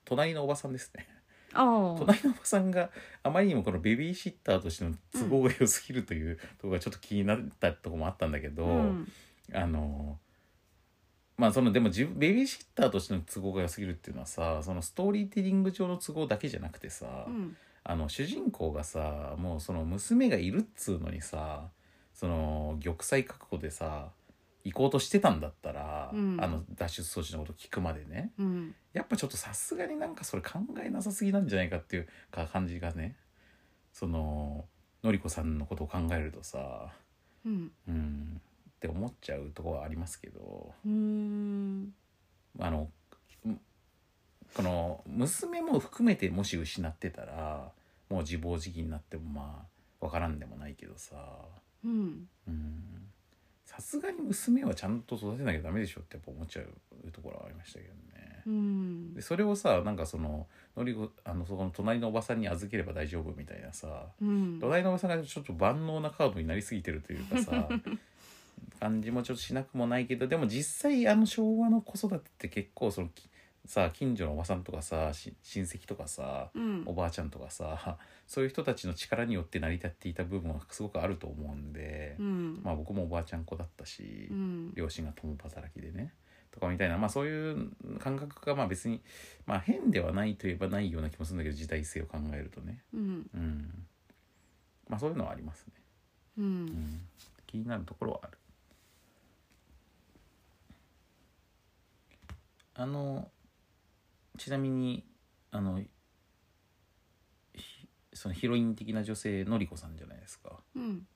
[SPEAKER 1] 隣のおばさんですね。 [LAUGHS]
[SPEAKER 2] ああ
[SPEAKER 1] 隣のおばさんがあまりにもこのベビーシッターとしての都合が良すぎるというところがちょっと気になったとこもあったんだけど、
[SPEAKER 2] うん
[SPEAKER 1] あのまあそのでも自分ベビーシッターとしての都合が良すぎるっていうのはさそのストーリーテリング上の都合だけじゃなくてさ、
[SPEAKER 2] うん
[SPEAKER 1] あの主人公がさもうその娘がいるっつうのにさその玉砕覚悟でさ行こうとしてたんだったら、
[SPEAKER 2] うん
[SPEAKER 1] あの脱出装置のこと聞くまでね
[SPEAKER 2] うん
[SPEAKER 1] やっぱちょっとさすがになんかそれ考えなさすぎなんじゃないかっていうか感じがねそののりこさんのことを考えるとさ
[SPEAKER 2] うん
[SPEAKER 1] うんって思っちゃうところはありますけど
[SPEAKER 2] うん
[SPEAKER 1] あのんこの娘も含めてもし失ってたらもう自暴自棄になってもまあわからんでもないけどさ
[SPEAKER 2] うん
[SPEAKER 1] うんさすがに娘はちゃんと育てなきゃダメでしょってやっぱ思っちゃうところはありましたけどね。
[SPEAKER 2] うん
[SPEAKER 1] でそれをさなんかそののりこあのそこの隣のおばさんに預ければ大丈夫みたいなさ
[SPEAKER 2] うん
[SPEAKER 1] 隣のおばさんがちょっと万能なカードになりすぎてるというか
[SPEAKER 2] [LAUGHS]
[SPEAKER 1] さ感じもちょっとしなくもないけどでも実際あの昭和の子育てって結構そのきさ近所のおばさんとかさし親戚とかさ
[SPEAKER 2] うん
[SPEAKER 1] おばあちゃんとかさそういう人たちの力によって成り立っていた部分はすごくあると思うんで、
[SPEAKER 2] うん
[SPEAKER 1] まあ僕もおばあちゃん子だったし、
[SPEAKER 2] うん
[SPEAKER 1] 両親が共働きでねとかみたいな、まあ、そういう感覚がまあ別に、まあ、変ではないといえばないような気もするんだけど時代性を考えるとね、
[SPEAKER 2] うん
[SPEAKER 1] うん、まあそういうのはありますね、
[SPEAKER 2] う
[SPEAKER 1] うんん、気になるところはある。あのちなみにあのひそのヒロイン的な女性のりこさんじゃないですか。
[SPEAKER 2] うん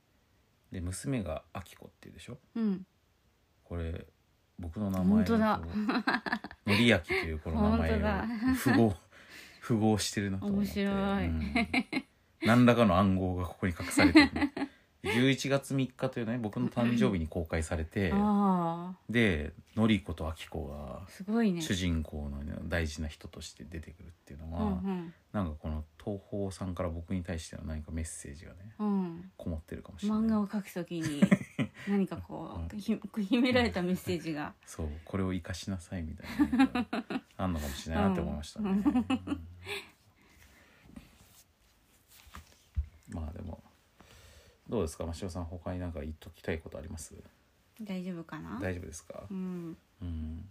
[SPEAKER 1] で娘があきこっていうでしょ
[SPEAKER 2] うん
[SPEAKER 1] これ僕の名
[SPEAKER 2] 本
[SPEAKER 1] 前
[SPEAKER 2] 当だ
[SPEAKER 1] とのりあきというこの名前を
[SPEAKER 2] 本当だ
[SPEAKER 1] 符号 [LAUGHS] 符号してるなと思って
[SPEAKER 2] 面白い
[SPEAKER 1] うん何らかの暗号がここに隠されてる11月3日というね僕の誕生日に公開されて
[SPEAKER 2] あ
[SPEAKER 1] でのりことあきこ
[SPEAKER 2] あすごい
[SPEAKER 1] が
[SPEAKER 2] ね
[SPEAKER 1] 主人公のね大事な人として出てくるっていうの
[SPEAKER 2] う
[SPEAKER 1] は、
[SPEAKER 2] ん
[SPEAKER 1] なんかこの東宝さんから僕に対しての何かメッセージがね
[SPEAKER 2] うんうん
[SPEAKER 1] こもってるかもしれない
[SPEAKER 2] 漫画を描くときに何かこうひ秘められたメッセージが
[SPEAKER 1] そうこれを生かしなさいみたいなのがあんのかもしれないなって思いましたね、うんまあでもどうですか真汐さん他になんか言っときたいことあります
[SPEAKER 2] 大丈夫かな
[SPEAKER 1] 大丈夫ですか、
[SPEAKER 2] うん
[SPEAKER 1] うん、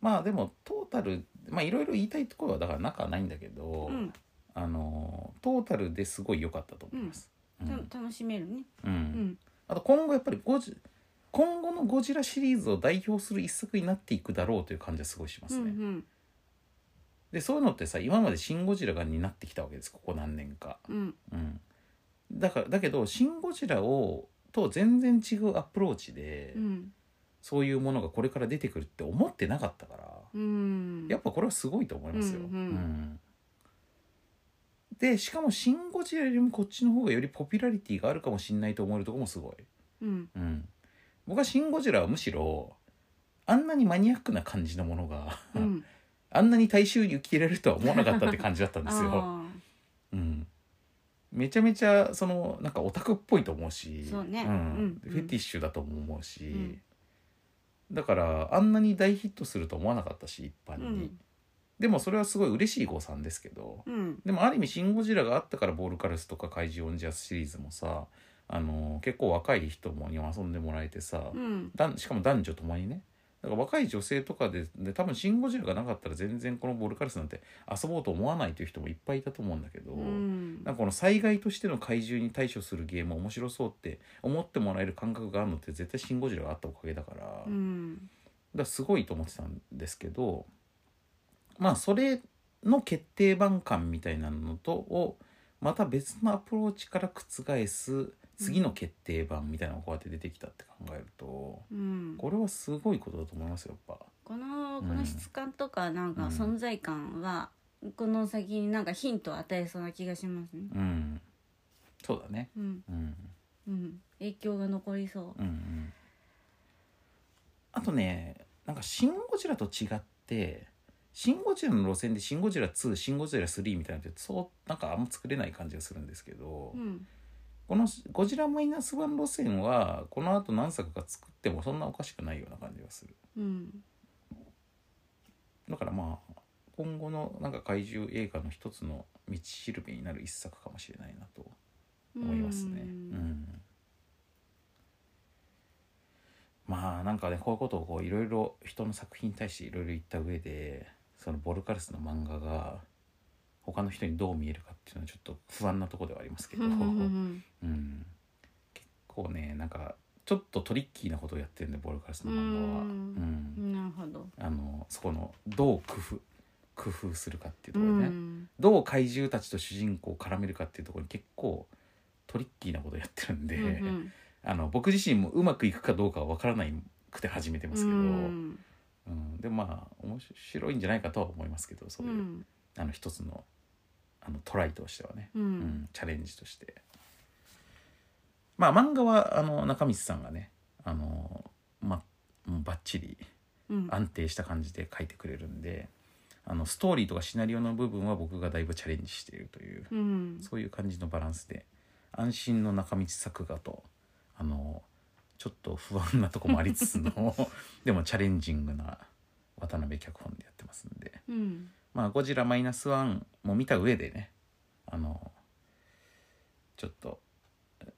[SPEAKER 1] まあでもトータルまあいろいろ言いたいところはだからなくはないんだけど、
[SPEAKER 2] うん
[SPEAKER 1] あのトータルですごい良かったと思います、うん
[SPEAKER 2] た楽しめるね
[SPEAKER 1] うん
[SPEAKER 2] うん
[SPEAKER 1] あと今後やっぱりゴジ今後のゴジラシリーズを代表する一作になっていくだろうという感じはすごいしま
[SPEAKER 2] う
[SPEAKER 1] す
[SPEAKER 2] ん
[SPEAKER 1] ね。
[SPEAKER 2] うん
[SPEAKER 1] でそういうのってさ今まで「シン・ゴジラ」が担ってきたわけですここ何年か。
[SPEAKER 2] うん
[SPEAKER 1] うん、だからだけど「シン・ゴジラを」と全然違うアプローチで、
[SPEAKER 2] うん
[SPEAKER 1] そういうものがこれから出てくるって思ってなかったから、
[SPEAKER 2] うん
[SPEAKER 1] やっぱこれはすごいと思いますよ。
[SPEAKER 2] うんうん
[SPEAKER 1] んでしかも「シン・ゴジラ」よりもこっちの方がよりポピュラリティがあるかもしれないと思えるとこもすごい。
[SPEAKER 2] うん
[SPEAKER 1] うん、僕は「シン・ゴジラ」はむしろあんなにマニアックな感じのものが、
[SPEAKER 2] うん
[SPEAKER 1] あんなに大衆に受け入れられるとは思わなかったって感じだったんですよ。
[SPEAKER 2] あ
[SPEAKER 1] うん、めちゃめちゃそのなんかオタクっぽいと思うし
[SPEAKER 2] そうね
[SPEAKER 1] ん
[SPEAKER 2] うん
[SPEAKER 1] フェティッシュだとも思うし、
[SPEAKER 2] うん
[SPEAKER 1] だからあんなに大ヒットすると思わなかったし一般
[SPEAKER 2] ー
[SPEAKER 1] に、
[SPEAKER 2] うん
[SPEAKER 1] でもそれはすごい嬉しい誤算ですけど、
[SPEAKER 2] うん
[SPEAKER 1] でもある意味「シン・ゴジラ」があったから「ボールカルス」とか「怪獣オンジャス」シリーズもさあの結構若い人もにも遊んでもらえてさ、
[SPEAKER 2] うん
[SPEAKER 1] 男しかも男女ともにねだから若い女性とかでで多分「シン・ゴジラ」がなかったら全然この「ボールカルス」なんて遊ぼうと思わないという人もいっぱいいたと思うんだけど、
[SPEAKER 2] うん
[SPEAKER 1] なんかこの災害としての怪獣に対処するゲーム面白そうって思ってもらえる感覚があるのって絶対「シン・ゴジラ」があったおかげだから。
[SPEAKER 2] うん
[SPEAKER 1] だからすごいと思ってたんですけどまあそれの決定版感みたいなのとをまた別のアプローチから覆す次の決定版みたいなのがこうやって出てきたって考えると
[SPEAKER 2] うん
[SPEAKER 1] これはすごいことだと思いますよやっぱ。
[SPEAKER 2] この
[SPEAKER 1] うん
[SPEAKER 2] この質感とかなん
[SPEAKER 1] う
[SPEAKER 2] か
[SPEAKER 1] ん
[SPEAKER 2] 存在感はこの先になんかヒントを与えそうな気がしますね。
[SPEAKER 1] うん、そうだね、
[SPEAKER 2] うん
[SPEAKER 1] うん
[SPEAKER 2] うん影響が残りそ
[SPEAKER 1] うんうん、あとねなんか「シン・ゴジラ」と違って「シン・ゴジラ」の路線で「シン・ゴジラ2」「シン・ゴジラ3」みたいなのってそうなんかあんま作れない感じがするんですけど。
[SPEAKER 2] う。うん
[SPEAKER 1] この「ゴジラマイナスワン路線はこのあと何作か作ってもそんなおかしくないような感じがする
[SPEAKER 2] うん
[SPEAKER 1] だからまあ今後のなんか怪獣映画の一つの道しるべになる一作かもしれないなと思いますね
[SPEAKER 2] う
[SPEAKER 1] うんんまあなんかねこういうことをこういろいろ人の作品に対していろいろ言った上でそのボルカルスの漫画が他の人にどう見えるかっていうのはちょっと不安なところではありますけど
[SPEAKER 2] うんうん
[SPEAKER 1] うん、結構ねなんかちょっとトリッキーなことをやってるんでボールカラスの漫画は、
[SPEAKER 2] う
[SPEAKER 1] うんん
[SPEAKER 2] うんなるほど。
[SPEAKER 1] あのそこのどう工夫工夫するかっていうと
[SPEAKER 2] う
[SPEAKER 1] ころね、
[SPEAKER 2] ん
[SPEAKER 1] どう怪獣たちと主人公を絡めるかっていうところに結構トリッキーなことをやってるんで、
[SPEAKER 2] うん
[SPEAKER 1] あの僕自身もうまくいくかどうかは分からないくて始めて
[SPEAKER 2] うん
[SPEAKER 1] ま
[SPEAKER 2] う
[SPEAKER 1] すけど、うん
[SPEAKER 2] ん
[SPEAKER 1] でもまあ面白いんじゃないかとは思いますけどそうういう、
[SPEAKER 2] ん
[SPEAKER 1] あの一つのあのトライとしてはね。
[SPEAKER 2] う
[SPEAKER 1] うんん、チャレンジとしてまあ漫画はあの中道さんがねあのまもうバッチリ
[SPEAKER 2] うん
[SPEAKER 1] 安定した感じで書いてくれるんであのストーリーとかシナリオの部分は僕がだいぶチャレンジしているという
[SPEAKER 2] うん
[SPEAKER 1] そういう感じのバランスで安心の中道作画とあ
[SPEAKER 2] [LAUGHS]
[SPEAKER 1] のちょっと不安なとこもありつつのでもチャレンジングな渡辺脚本でやってますんで
[SPEAKER 2] うん
[SPEAKER 1] まあゴジラマイナスワンも見た上でねあのちょっと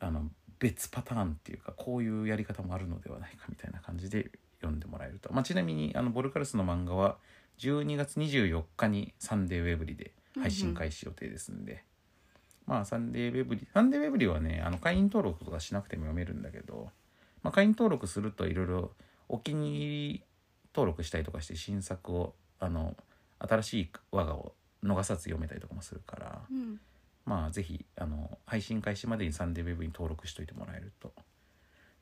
[SPEAKER 1] あの別パターンっていうかこういうやり方もあるのではないかみたいな感じで読んでもらえると、まあ、ちなみにあのボルカルスの漫画は12月24日に「サンデーウェブリ」で配信開始予定ですんで、まあサンデーウェブリサンデーウェブリはねあの会員登録とかしなくても読めるんだけど、まあ、会員登録するといろいろお気に入り登録したりとかして新作をあの新しい我がを逃さず読めたりとかもするから、
[SPEAKER 2] うん
[SPEAKER 1] まあぜひあの配信開始までにサンデーウェブに登録しといてもらえると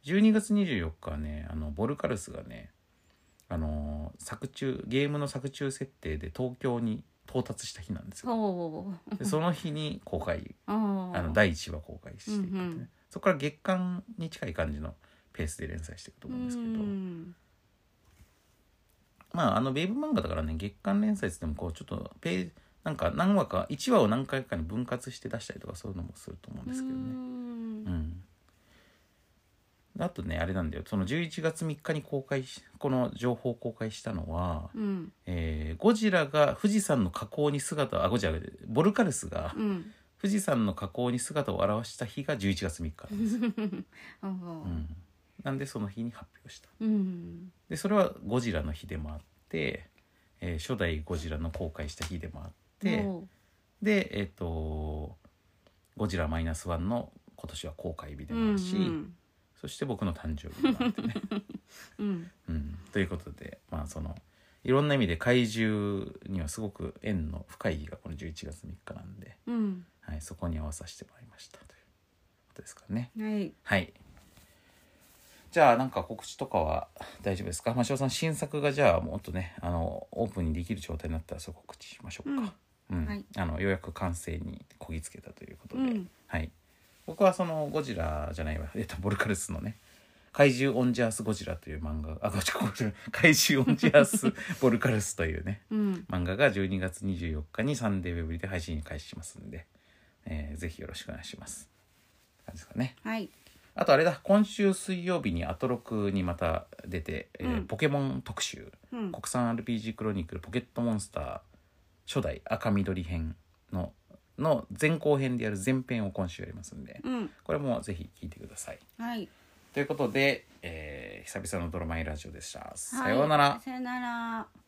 [SPEAKER 1] 12月24日はねあのボルカルスがねあの作中ゲームの作中設定で東京に到達した日なんですよ
[SPEAKER 2] おお
[SPEAKER 1] でその日に公開
[SPEAKER 2] あー
[SPEAKER 1] あの第1話公開していくってね、
[SPEAKER 2] うんうん
[SPEAKER 1] そこから月間に近い感じのペースで連載していくと思うんですけど、
[SPEAKER 2] うん
[SPEAKER 1] まああのウェブ漫画だからね月間連載っつってもこうちょっとページなんか何話か1話を何回かに分割して出したりとかそういうのもすると思うんですけどね。
[SPEAKER 2] うん
[SPEAKER 1] うん、あとねあれなんだよその11月3日に公開しこの情報を公開したのは、
[SPEAKER 2] うん
[SPEAKER 1] えーゴジラが富士山の火口に姿をあゴジラボルカルスが
[SPEAKER 2] うん
[SPEAKER 1] 富士山の火口に姿を現した日が11月3日なんですよ、
[SPEAKER 2] お
[SPEAKER 1] う
[SPEAKER 2] ー
[SPEAKER 1] ん、なんでその日に発表した
[SPEAKER 2] うん
[SPEAKER 1] でそれはゴジラの日でもあって、えー初代ゴジラの公開した日でもあって、
[SPEAKER 2] おー
[SPEAKER 1] でえっ、とゴジラマイナスワンの今年は公開日で
[SPEAKER 2] う
[SPEAKER 1] もあ
[SPEAKER 2] ん
[SPEAKER 1] るし、
[SPEAKER 2] うん
[SPEAKER 1] そして僕の誕生日もあって
[SPEAKER 2] [LAUGHS]
[SPEAKER 1] ね、
[SPEAKER 2] うん
[SPEAKER 1] うん、ということでまあそのいろんな意味で怪獣にはすごく縁の深い日がこの11月3日なんで、
[SPEAKER 2] うん
[SPEAKER 1] はい、そこに合わさせてもらいましたということですかね
[SPEAKER 2] はい
[SPEAKER 1] はいじゃあなんか告知とかは大丈夫ですかましさん新作がじゃあもっとねあのオープンにできる状態になったらそれ告知しましょうか、うん
[SPEAKER 2] はい
[SPEAKER 1] あのようやく完成にこぎつけたということで、
[SPEAKER 2] うん
[SPEAKER 1] はい、僕はそのゴジラじゃないわ、えっと、ボルカルスのね「怪獣オンジャースゴジラ」という漫画あごめんゴジラ怪獣オンジャースボルカルスというね
[SPEAKER 2] うん
[SPEAKER 1] 漫画が12月24日にサンデーウェブリで配信開始しますんで、えーぜひよろしくお願いします。感じですかね、
[SPEAKER 2] はい
[SPEAKER 1] あとあれだ今週水曜日にアトロクにまた出て、えー
[SPEAKER 2] うん
[SPEAKER 1] ポケモン特集、
[SPEAKER 2] うん
[SPEAKER 1] 国産 RPG クロニクルポケットモンスター初代赤緑編のの前後編でやる前編を今週やりますんで、
[SPEAKER 2] うん
[SPEAKER 1] これもぜひ聞いてください。
[SPEAKER 2] はい
[SPEAKER 1] ということで、えー久々のドラマイラジオでした。さようなら。
[SPEAKER 2] はいさよなら